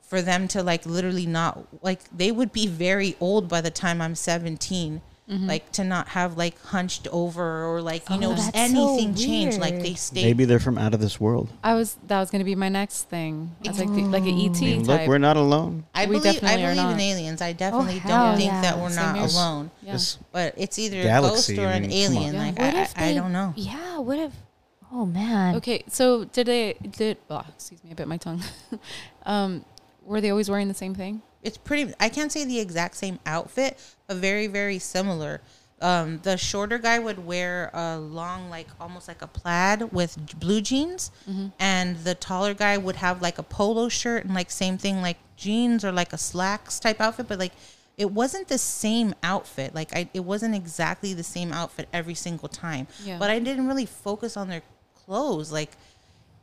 [SPEAKER 3] for them to like literally not like they would be very old by the time i'm 17 like to not have like hunched over or like you
[SPEAKER 1] Oh,
[SPEAKER 3] know just
[SPEAKER 1] that's so
[SPEAKER 3] anything change like they
[SPEAKER 1] weird.
[SPEAKER 3] stayed
[SPEAKER 4] Maybe they're from out of this world.
[SPEAKER 2] I was that was gonna be my next thing. I was like the, like an ET
[SPEAKER 4] I mean,
[SPEAKER 2] type.
[SPEAKER 4] look, we're not alone.
[SPEAKER 3] i
[SPEAKER 2] We
[SPEAKER 3] believe i
[SPEAKER 2] definitely are
[SPEAKER 3] believe in
[SPEAKER 2] not.
[SPEAKER 3] aliens i definitely
[SPEAKER 1] hell
[SPEAKER 3] don't think
[SPEAKER 1] yeah.
[SPEAKER 3] that we're
[SPEAKER 2] Same
[SPEAKER 3] not
[SPEAKER 2] here.
[SPEAKER 3] alone
[SPEAKER 2] Yeah.
[SPEAKER 4] This-
[SPEAKER 3] but it's either
[SPEAKER 4] Galaxy,
[SPEAKER 3] a ghost or
[SPEAKER 4] I
[SPEAKER 3] an
[SPEAKER 4] mean, come on.
[SPEAKER 3] alien
[SPEAKER 2] Yeah.
[SPEAKER 3] like
[SPEAKER 1] What
[SPEAKER 3] I,
[SPEAKER 1] if
[SPEAKER 3] I, I
[SPEAKER 1] they-
[SPEAKER 3] don't know
[SPEAKER 1] Yeah. What if? Oh man.
[SPEAKER 2] Okay, so did they did oh, excuse me, I bit my tongue. um, were they always wearing the same thing?
[SPEAKER 3] it's pretty i can't say the exact same outfit but very very similar um, the shorter guy would wear a long like almost like a plaid with j- blue jeans and the taller guy would have like a polo shirt and like same thing like jeans or like a slacks type outfit but like it wasn't the same outfit like I, it wasn't exactly the same outfit every single time
[SPEAKER 2] Yeah.
[SPEAKER 3] but i didn't really focus on their clothes like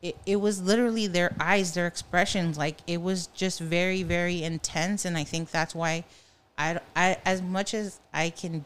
[SPEAKER 3] it, it was literally their eyes, their expressions. Like it was just very, very intense. And I think that's why I, I as much as I can,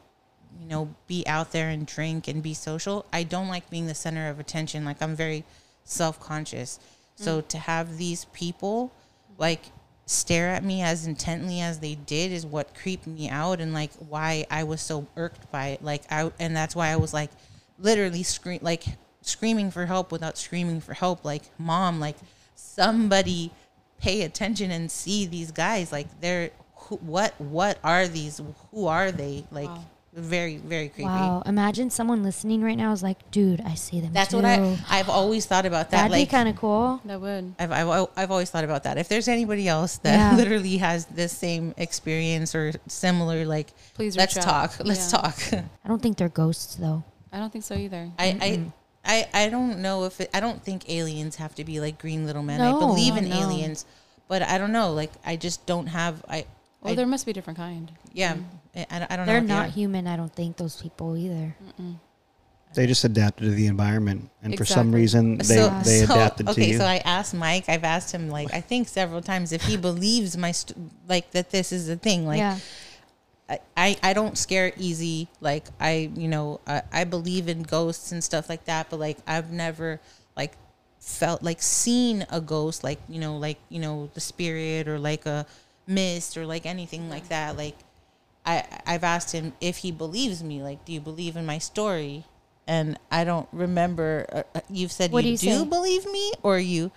[SPEAKER 3] you know, be out there and drink and be social, I don't like being the center of attention. Like I'm very self conscious. So to have these people like stare at me as intently as they did is what creeped me out and like why I was so irked by it. Like I, and that's why I was like literally scream, like screaming for help without screaming for help. Like, mom, like somebody pay attention and see these guys. Like, they're who, what? What are these? Who are they? Like, very, very creepy.
[SPEAKER 1] Wow. Imagine someone listening right now is like, dude, I see them.
[SPEAKER 3] That's what
[SPEAKER 1] too."
[SPEAKER 3] I I've always thought about that.
[SPEAKER 1] That'd
[SPEAKER 3] like,
[SPEAKER 1] be kind of cool.
[SPEAKER 2] That would.
[SPEAKER 3] I've, I've I've always thought about that. If there's anybody else that
[SPEAKER 1] Yeah.
[SPEAKER 3] literally has this same experience or similar, like
[SPEAKER 2] Please
[SPEAKER 3] let's
[SPEAKER 2] reach out.
[SPEAKER 3] talk. Let's
[SPEAKER 2] Yeah.
[SPEAKER 3] talk.
[SPEAKER 1] I don't think they're ghosts though.
[SPEAKER 2] I don't think so either.
[SPEAKER 3] I,
[SPEAKER 1] Mm-hmm.
[SPEAKER 3] I I I don't know if it, I don't think aliens have to be like green little men. I
[SPEAKER 1] No,
[SPEAKER 3] believe
[SPEAKER 1] no,
[SPEAKER 3] in
[SPEAKER 2] no.
[SPEAKER 3] aliens, but I don't know. Like I just don't have I.
[SPEAKER 2] Well,
[SPEAKER 3] I-
[SPEAKER 2] there must be different kind.
[SPEAKER 3] yeah, I, I don't- I don't
[SPEAKER 1] Mm. They're
[SPEAKER 3] know.
[SPEAKER 1] not
[SPEAKER 3] what they are.
[SPEAKER 1] human. I don't think those people either.
[SPEAKER 4] They just adapted to the environment, and for some
[SPEAKER 2] Exactly.
[SPEAKER 4] reason, they they
[SPEAKER 3] so-
[SPEAKER 4] adapted
[SPEAKER 3] okay,
[SPEAKER 4] to you.
[SPEAKER 3] so I asked Mike. I've asked him like I think several times if he believes my st- like that this is a thing. Like
[SPEAKER 1] yeah.
[SPEAKER 3] I- I, I don't scare easy. Like I, you know, I, I believe in ghosts and stuff like that, but like I've never like felt like seen a ghost, like, you know, like, you know, the spirit or like a mist or like anything like that. Like I I've asked him if he believes me, like, do you believe in my story? And I don't remember. Uh, uh, you've said
[SPEAKER 1] What
[SPEAKER 3] you
[SPEAKER 1] do you
[SPEAKER 3] do
[SPEAKER 1] say?
[SPEAKER 3] believe me, or you,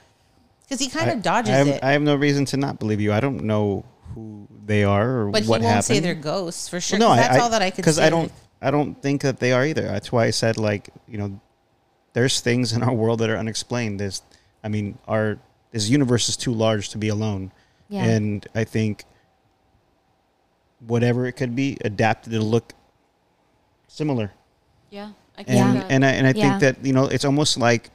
[SPEAKER 3] because he kind
[SPEAKER 4] I-
[SPEAKER 3] of dodges
[SPEAKER 4] I have,
[SPEAKER 3] it.
[SPEAKER 4] I have no reason to not believe you. I don't know who they are or
[SPEAKER 3] but he
[SPEAKER 4] what
[SPEAKER 3] won't
[SPEAKER 4] happened.
[SPEAKER 3] say they're ghosts for sure.
[SPEAKER 4] Well,
[SPEAKER 3] 'cause that's all that I could.
[SPEAKER 4] Because I
[SPEAKER 3] say.
[SPEAKER 4] don't, I don't think that they are either. That's why I said like you know, there's things in our world that are unexplained. There's, I mean, our this universe is too large to be alone,
[SPEAKER 1] Yeah.
[SPEAKER 4] and I think whatever it could be adapted to look similar
[SPEAKER 2] Yeah. I can
[SPEAKER 4] and
[SPEAKER 2] see that.
[SPEAKER 4] and I, and I
[SPEAKER 1] Yeah.
[SPEAKER 4] think that you know it's almost like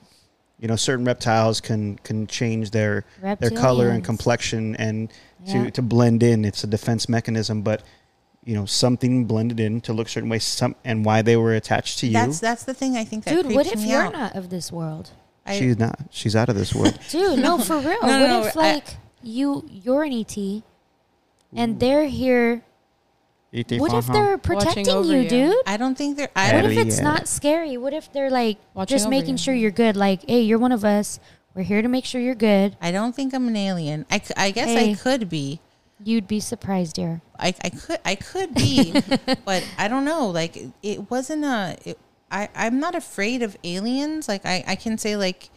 [SPEAKER 4] you know certain reptiles can can change their their color and
[SPEAKER 1] Reptilians.
[SPEAKER 4] complexion and
[SPEAKER 1] Yeah.
[SPEAKER 4] to to blend in it's a defense mechanism but you know something blended in to look certain way some and why they were attached to you
[SPEAKER 3] That's that's the thing I think that
[SPEAKER 1] Dude, what
[SPEAKER 3] creeps
[SPEAKER 1] if
[SPEAKER 3] me
[SPEAKER 1] you're
[SPEAKER 3] out.
[SPEAKER 1] not of this world?
[SPEAKER 3] I,
[SPEAKER 4] she's not she's out of this world
[SPEAKER 1] Dude, no, for real.
[SPEAKER 3] No, no,
[SPEAKER 1] what
[SPEAKER 3] no,
[SPEAKER 1] if
[SPEAKER 3] I-
[SPEAKER 1] like you you're an ET and they're here?
[SPEAKER 4] ET
[SPEAKER 1] What
[SPEAKER 4] phone
[SPEAKER 1] if
[SPEAKER 4] home.
[SPEAKER 1] they're
[SPEAKER 2] Watching
[SPEAKER 1] protecting
[SPEAKER 2] over
[SPEAKER 1] you,
[SPEAKER 2] you.
[SPEAKER 1] dude?
[SPEAKER 3] I don't think they're.
[SPEAKER 4] Yeah.
[SPEAKER 3] I
[SPEAKER 1] What
[SPEAKER 3] don't,
[SPEAKER 1] if
[SPEAKER 4] Hell
[SPEAKER 1] it's
[SPEAKER 4] yeah.
[SPEAKER 1] not scary? What if they're like
[SPEAKER 2] Watching
[SPEAKER 1] just
[SPEAKER 2] over
[SPEAKER 1] making
[SPEAKER 2] you.
[SPEAKER 1] sure you're good? Like, hey, you're one of us. We're here to make sure you're good.
[SPEAKER 3] I don't think I'm an alien. I, c- I guess I
[SPEAKER 1] Hey.
[SPEAKER 3] could be.
[SPEAKER 1] You'd be surprised, dear.
[SPEAKER 3] I, I could I could be, but I don't know. Like it- it wasn't a. It, I I'm not afraid of aliens. Like I I can say like,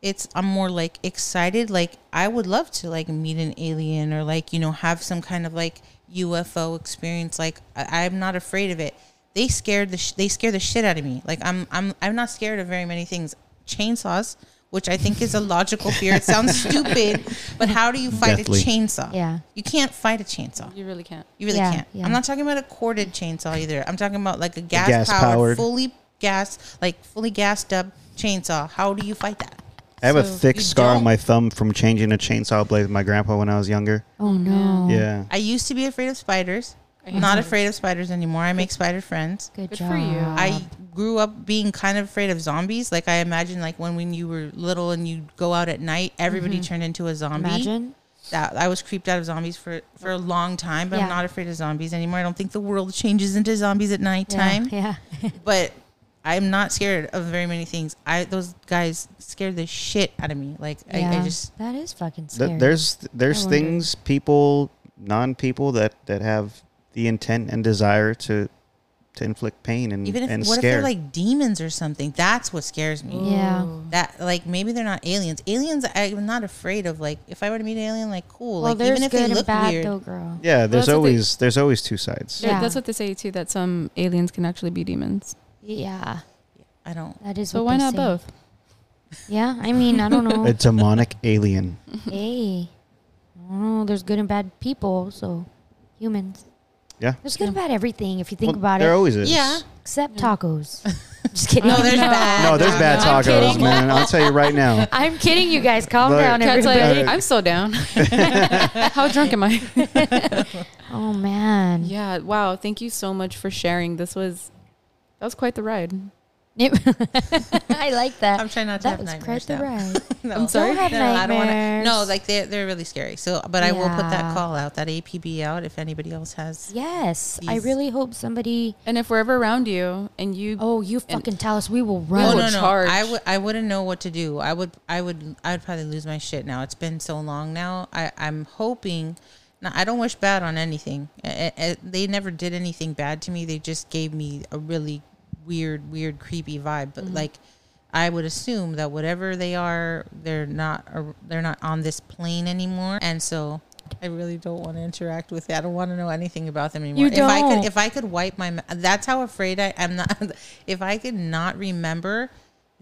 [SPEAKER 3] it's I'm more like excited. Like I would love to like meet an alien or like you know have some kind of like UFO experience. Like I, I'm not afraid of it. They scared the sh- they scare the shit out of me. Like I'm I'm I'm not scared of very many things. Chainsaws, which I think is a logical fear. It sounds stupid, but how do you fight
[SPEAKER 4] Deathly.
[SPEAKER 3] a chainsaw?
[SPEAKER 1] Yeah.
[SPEAKER 3] you can't fight a chainsaw.
[SPEAKER 2] you really can't.
[SPEAKER 3] You really
[SPEAKER 1] Yeah,
[SPEAKER 3] can't.
[SPEAKER 1] yeah.
[SPEAKER 3] I'm not talking about a corded chainsaw either. I'm talking about like a gas, powered,
[SPEAKER 4] gas-powered.
[SPEAKER 3] fully gas, like fully gassed up chainsaw. How do you fight that?
[SPEAKER 4] i have a
[SPEAKER 2] so
[SPEAKER 4] thick
[SPEAKER 3] you
[SPEAKER 4] scar
[SPEAKER 3] don't-
[SPEAKER 4] on my thumb from changing a chainsaw blade with my grandpa when i was younger
[SPEAKER 1] Oh no.
[SPEAKER 4] yeah
[SPEAKER 3] I used to be afraid of spiders.
[SPEAKER 2] I
[SPEAKER 3] I'm not afraid of spiders anymore. I make spider friends.
[SPEAKER 1] Mm-hmm. Good,
[SPEAKER 2] Good
[SPEAKER 1] job.
[SPEAKER 2] for you.
[SPEAKER 3] I grew up being kind of afraid of zombies. Like I imagine, like when when you were little and you go out at night, everybody turned into a zombie.
[SPEAKER 1] Mm-hmm. imagine.
[SPEAKER 3] That I was creeped out of zombies for for a long time, but I'm
[SPEAKER 1] Yeah.
[SPEAKER 3] not afraid of zombies anymore. I don't think the world changes into zombies at nighttime.
[SPEAKER 1] Yeah. yeah.
[SPEAKER 3] but I'm not scared of very many things. I those guys scared the shit out of me. Like I, I
[SPEAKER 1] Yeah.
[SPEAKER 3] just
[SPEAKER 1] that is fucking
[SPEAKER 4] Th-
[SPEAKER 1] scary.
[SPEAKER 4] there's there's
[SPEAKER 1] I wonder.
[SPEAKER 4] things people non-people that that have the intent and desire to to inflict pain and
[SPEAKER 3] even if
[SPEAKER 4] and
[SPEAKER 3] what if
[SPEAKER 4] scare
[SPEAKER 3] they're like demons or something? That's what scares me.
[SPEAKER 1] Yeah.
[SPEAKER 3] That like maybe they're not aliens. Aliens, I'm not afraid of. Like if I were to meet an alien, like cool.
[SPEAKER 1] well,
[SPEAKER 3] like
[SPEAKER 1] there's
[SPEAKER 3] even if
[SPEAKER 1] good
[SPEAKER 3] they
[SPEAKER 1] and
[SPEAKER 3] look
[SPEAKER 1] bad
[SPEAKER 3] weird,
[SPEAKER 1] though, girl.
[SPEAKER 4] yeah there's
[SPEAKER 2] that's the thing.
[SPEAKER 4] always there's always two sides
[SPEAKER 1] Yeah.
[SPEAKER 2] Yeah. That's what they say too. That some aliens can actually be demons.
[SPEAKER 1] Yeah.
[SPEAKER 3] I don't.
[SPEAKER 1] That is.
[SPEAKER 2] So
[SPEAKER 1] what
[SPEAKER 2] why
[SPEAKER 1] they
[SPEAKER 2] not
[SPEAKER 1] say.
[SPEAKER 2] both?
[SPEAKER 1] Yeah. I mean, I don't know.
[SPEAKER 4] a demonic alien
[SPEAKER 1] hey. I don't know. There's good and bad people. So humans.
[SPEAKER 4] yeah
[SPEAKER 1] There's good and bad everything if you think
[SPEAKER 4] Well,
[SPEAKER 1] about
[SPEAKER 4] there
[SPEAKER 1] it.
[SPEAKER 4] always is
[SPEAKER 3] Yeah.
[SPEAKER 1] except tacos. Just kidding.
[SPEAKER 3] No, there's bad.
[SPEAKER 4] no there's bad
[SPEAKER 1] I'm
[SPEAKER 4] tacos
[SPEAKER 1] kidding.
[SPEAKER 4] man i'll tell you right now
[SPEAKER 1] I'm kidding, you guys. Calm
[SPEAKER 4] Look,
[SPEAKER 1] down,
[SPEAKER 2] Cat's
[SPEAKER 1] everybody.
[SPEAKER 2] like,
[SPEAKER 4] Uh,
[SPEAKER 2] I'm so down. How drunk am I?
[SPEAKER 1] oh man.
[SPEAKER 2] yeah. Wow. Thank you so much for sharing. This was that was quite the ride.
[SPEAKER 1] It- I like that.
[SPEAKER 3] I'm trying not to
[SPEAKER 1] that
[SPEAKER 3] have
[SPEAKER 1] was
[SPEAKER 3] nightmares
[SPEAKER 1] quite the
[SPEAKER 3] now.
[SPEAKER 1] ride.
[SPEAKER 3] No.
[SPEAKER 2] I'm sorry.
[SPEAKER 1] Don't have
[SPEAKER 3] No, I don't want to.
[SPEAKER 1] nightmares.
[SPEAKER 3] No, like they're they're really scary. So, but I will put that
[SPEAKER 1] Yeah.
[SPEAKER 3] call out, that APB out, if anybody else has.
[SPEAKER 1] Yes, I
[SPEAKER 3] These-
[SPEAKER 1] really hope somebody.
[SPEAKER 2] And if we're ever around you and you
[SPEAKER 1] Oh, you fucking tell us, we will
[SPEAKER 2] I
[SPEAKER 3] Oh
[SPEAKER 1] run.
[SPEAKER 2] would
[SPEAKER 3] no no!
[SPEAKER 2] charge.
[SPEAKER 3] I would I wouldn't know what to do. I would I would I would probably lose my shit now. It's been so long now. I I'm hoping. Now I don't wish bad on anything. Eh, eh, eh, they never did anything bad to me. They just gave me a really weird weird creepy vibe. But like, I would assume that whatever they are, they're not a- they're not on this plane anymore, and so I really don't want to interact with it. I don't want to know anything about them anymore. If I
[SPEAKER 1] don't.
[SPEAKER 3] could, if I could wipe my, me- that's how afraid I am. Not if I could not remember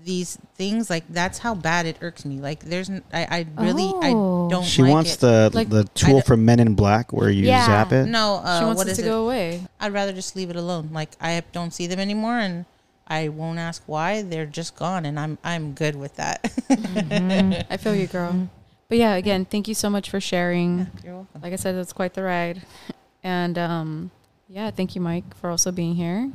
[SPEAKER 3] these things, like that's how bad it irks me. Like there's, n- I, I really,
[SPEAKER 1] Oh.
[SPEAKER 3] I don't.
[SPEAKER 4] She
[SPEAKER 3] like
[SPEAKER 4] wants
[SPEAKER 3] it.
[SPEAKER 4] the
[SPEAKER 2] Like,
[SPEAKER 4] the tool
[SPEAKER 3] d-
[SPEAKER 4] for Men in Black where you
[SPEAKER 1] Yeah.
[SPEAKER 4] zap it.
[SPEAKER 3] no. Uh,
[SPEAKER 2] she wants
[SPEAKER 3] what
[SPEAKER 2] it
[SPEAKER 3] is
[SPEAKER 2] to
[SPEAKER 3] it?
[SPEAKER 2] go away.
[SPEAKER 3] I'd rather just leave it alone. Like I don't see them anymore, and I won't ask why. They're just gone, and I'm I'm good with that.
[SPEAKER 2] I feel you, girl. But yeah, again, thank you so much for sharing.
[SPEAKER 3] You're welcome.
[SPEAKER 2] Like I said, that's quite the ride. And um, yeah, thank you, Mike, for also being here.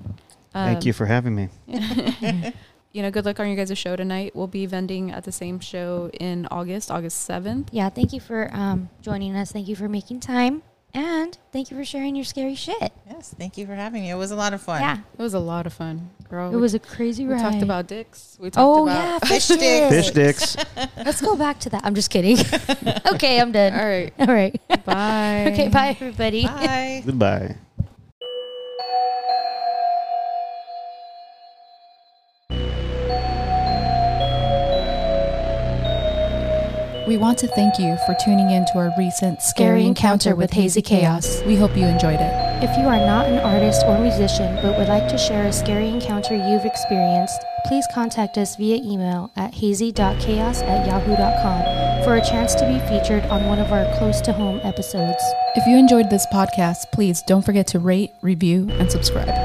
[SPEAKER 2] Um,
[SPEAKER 4] Thank you for having me.
[SPEAKER 2] You know, good luck on your guys' show tonight. We'll be vending at the same show in August, August 7th.
[SPEAKER 1] Yeah, thank you for um, joining us. Thank you for making time. And thank you for sharing your scary shit.
[SPEAKER 3] Yes, thank you for having me. It was a lot of fun.
[SPEAKER 1] Yeah.
[SPEAKER 2] It was a lot of fun, girl.
[SPEAKER 1] It was a crazy
[SPEAKER 2] We
[SPEAKER 1] ride.
[SPEAKER 2] talked about dicks. We talked
[SPEAKER 1] Oh
[SPEAKER 2] about.
[SPEAKER 1] yeah, fish
[SPEAKER 3] Fish
[SPEAKER 1] dicks.
[SPEAKER 4] Fish dicks.
[SPEAKER 1] Let's go back to that. I'm just kidding. okay, I'm done.
[SPEAKER 2] All right.
[SPEAKER 1] All right.
[SPEAKER 2] Bye.
[SPEAKER 1] Okay, bye everybody.
[SPEAKER 3] Bye.
[SPEAKER 4] Goodbye.
[SPEAKER 6] We want to thank you for tuning in to our recent Scary Encounter with Hazy Chaos. We hope you enjoyed it.
[SPEAKER 1] If you are not an artist or musician but would like to share a scary encounter you've experienced, please contact us via email at hazy.chaos at yahoo.com for a chance to be featured on one of our close to home episodes.
[SPEAKER 6] If you enjoyed this podcast, please don't forget to rate, review, and subscribe.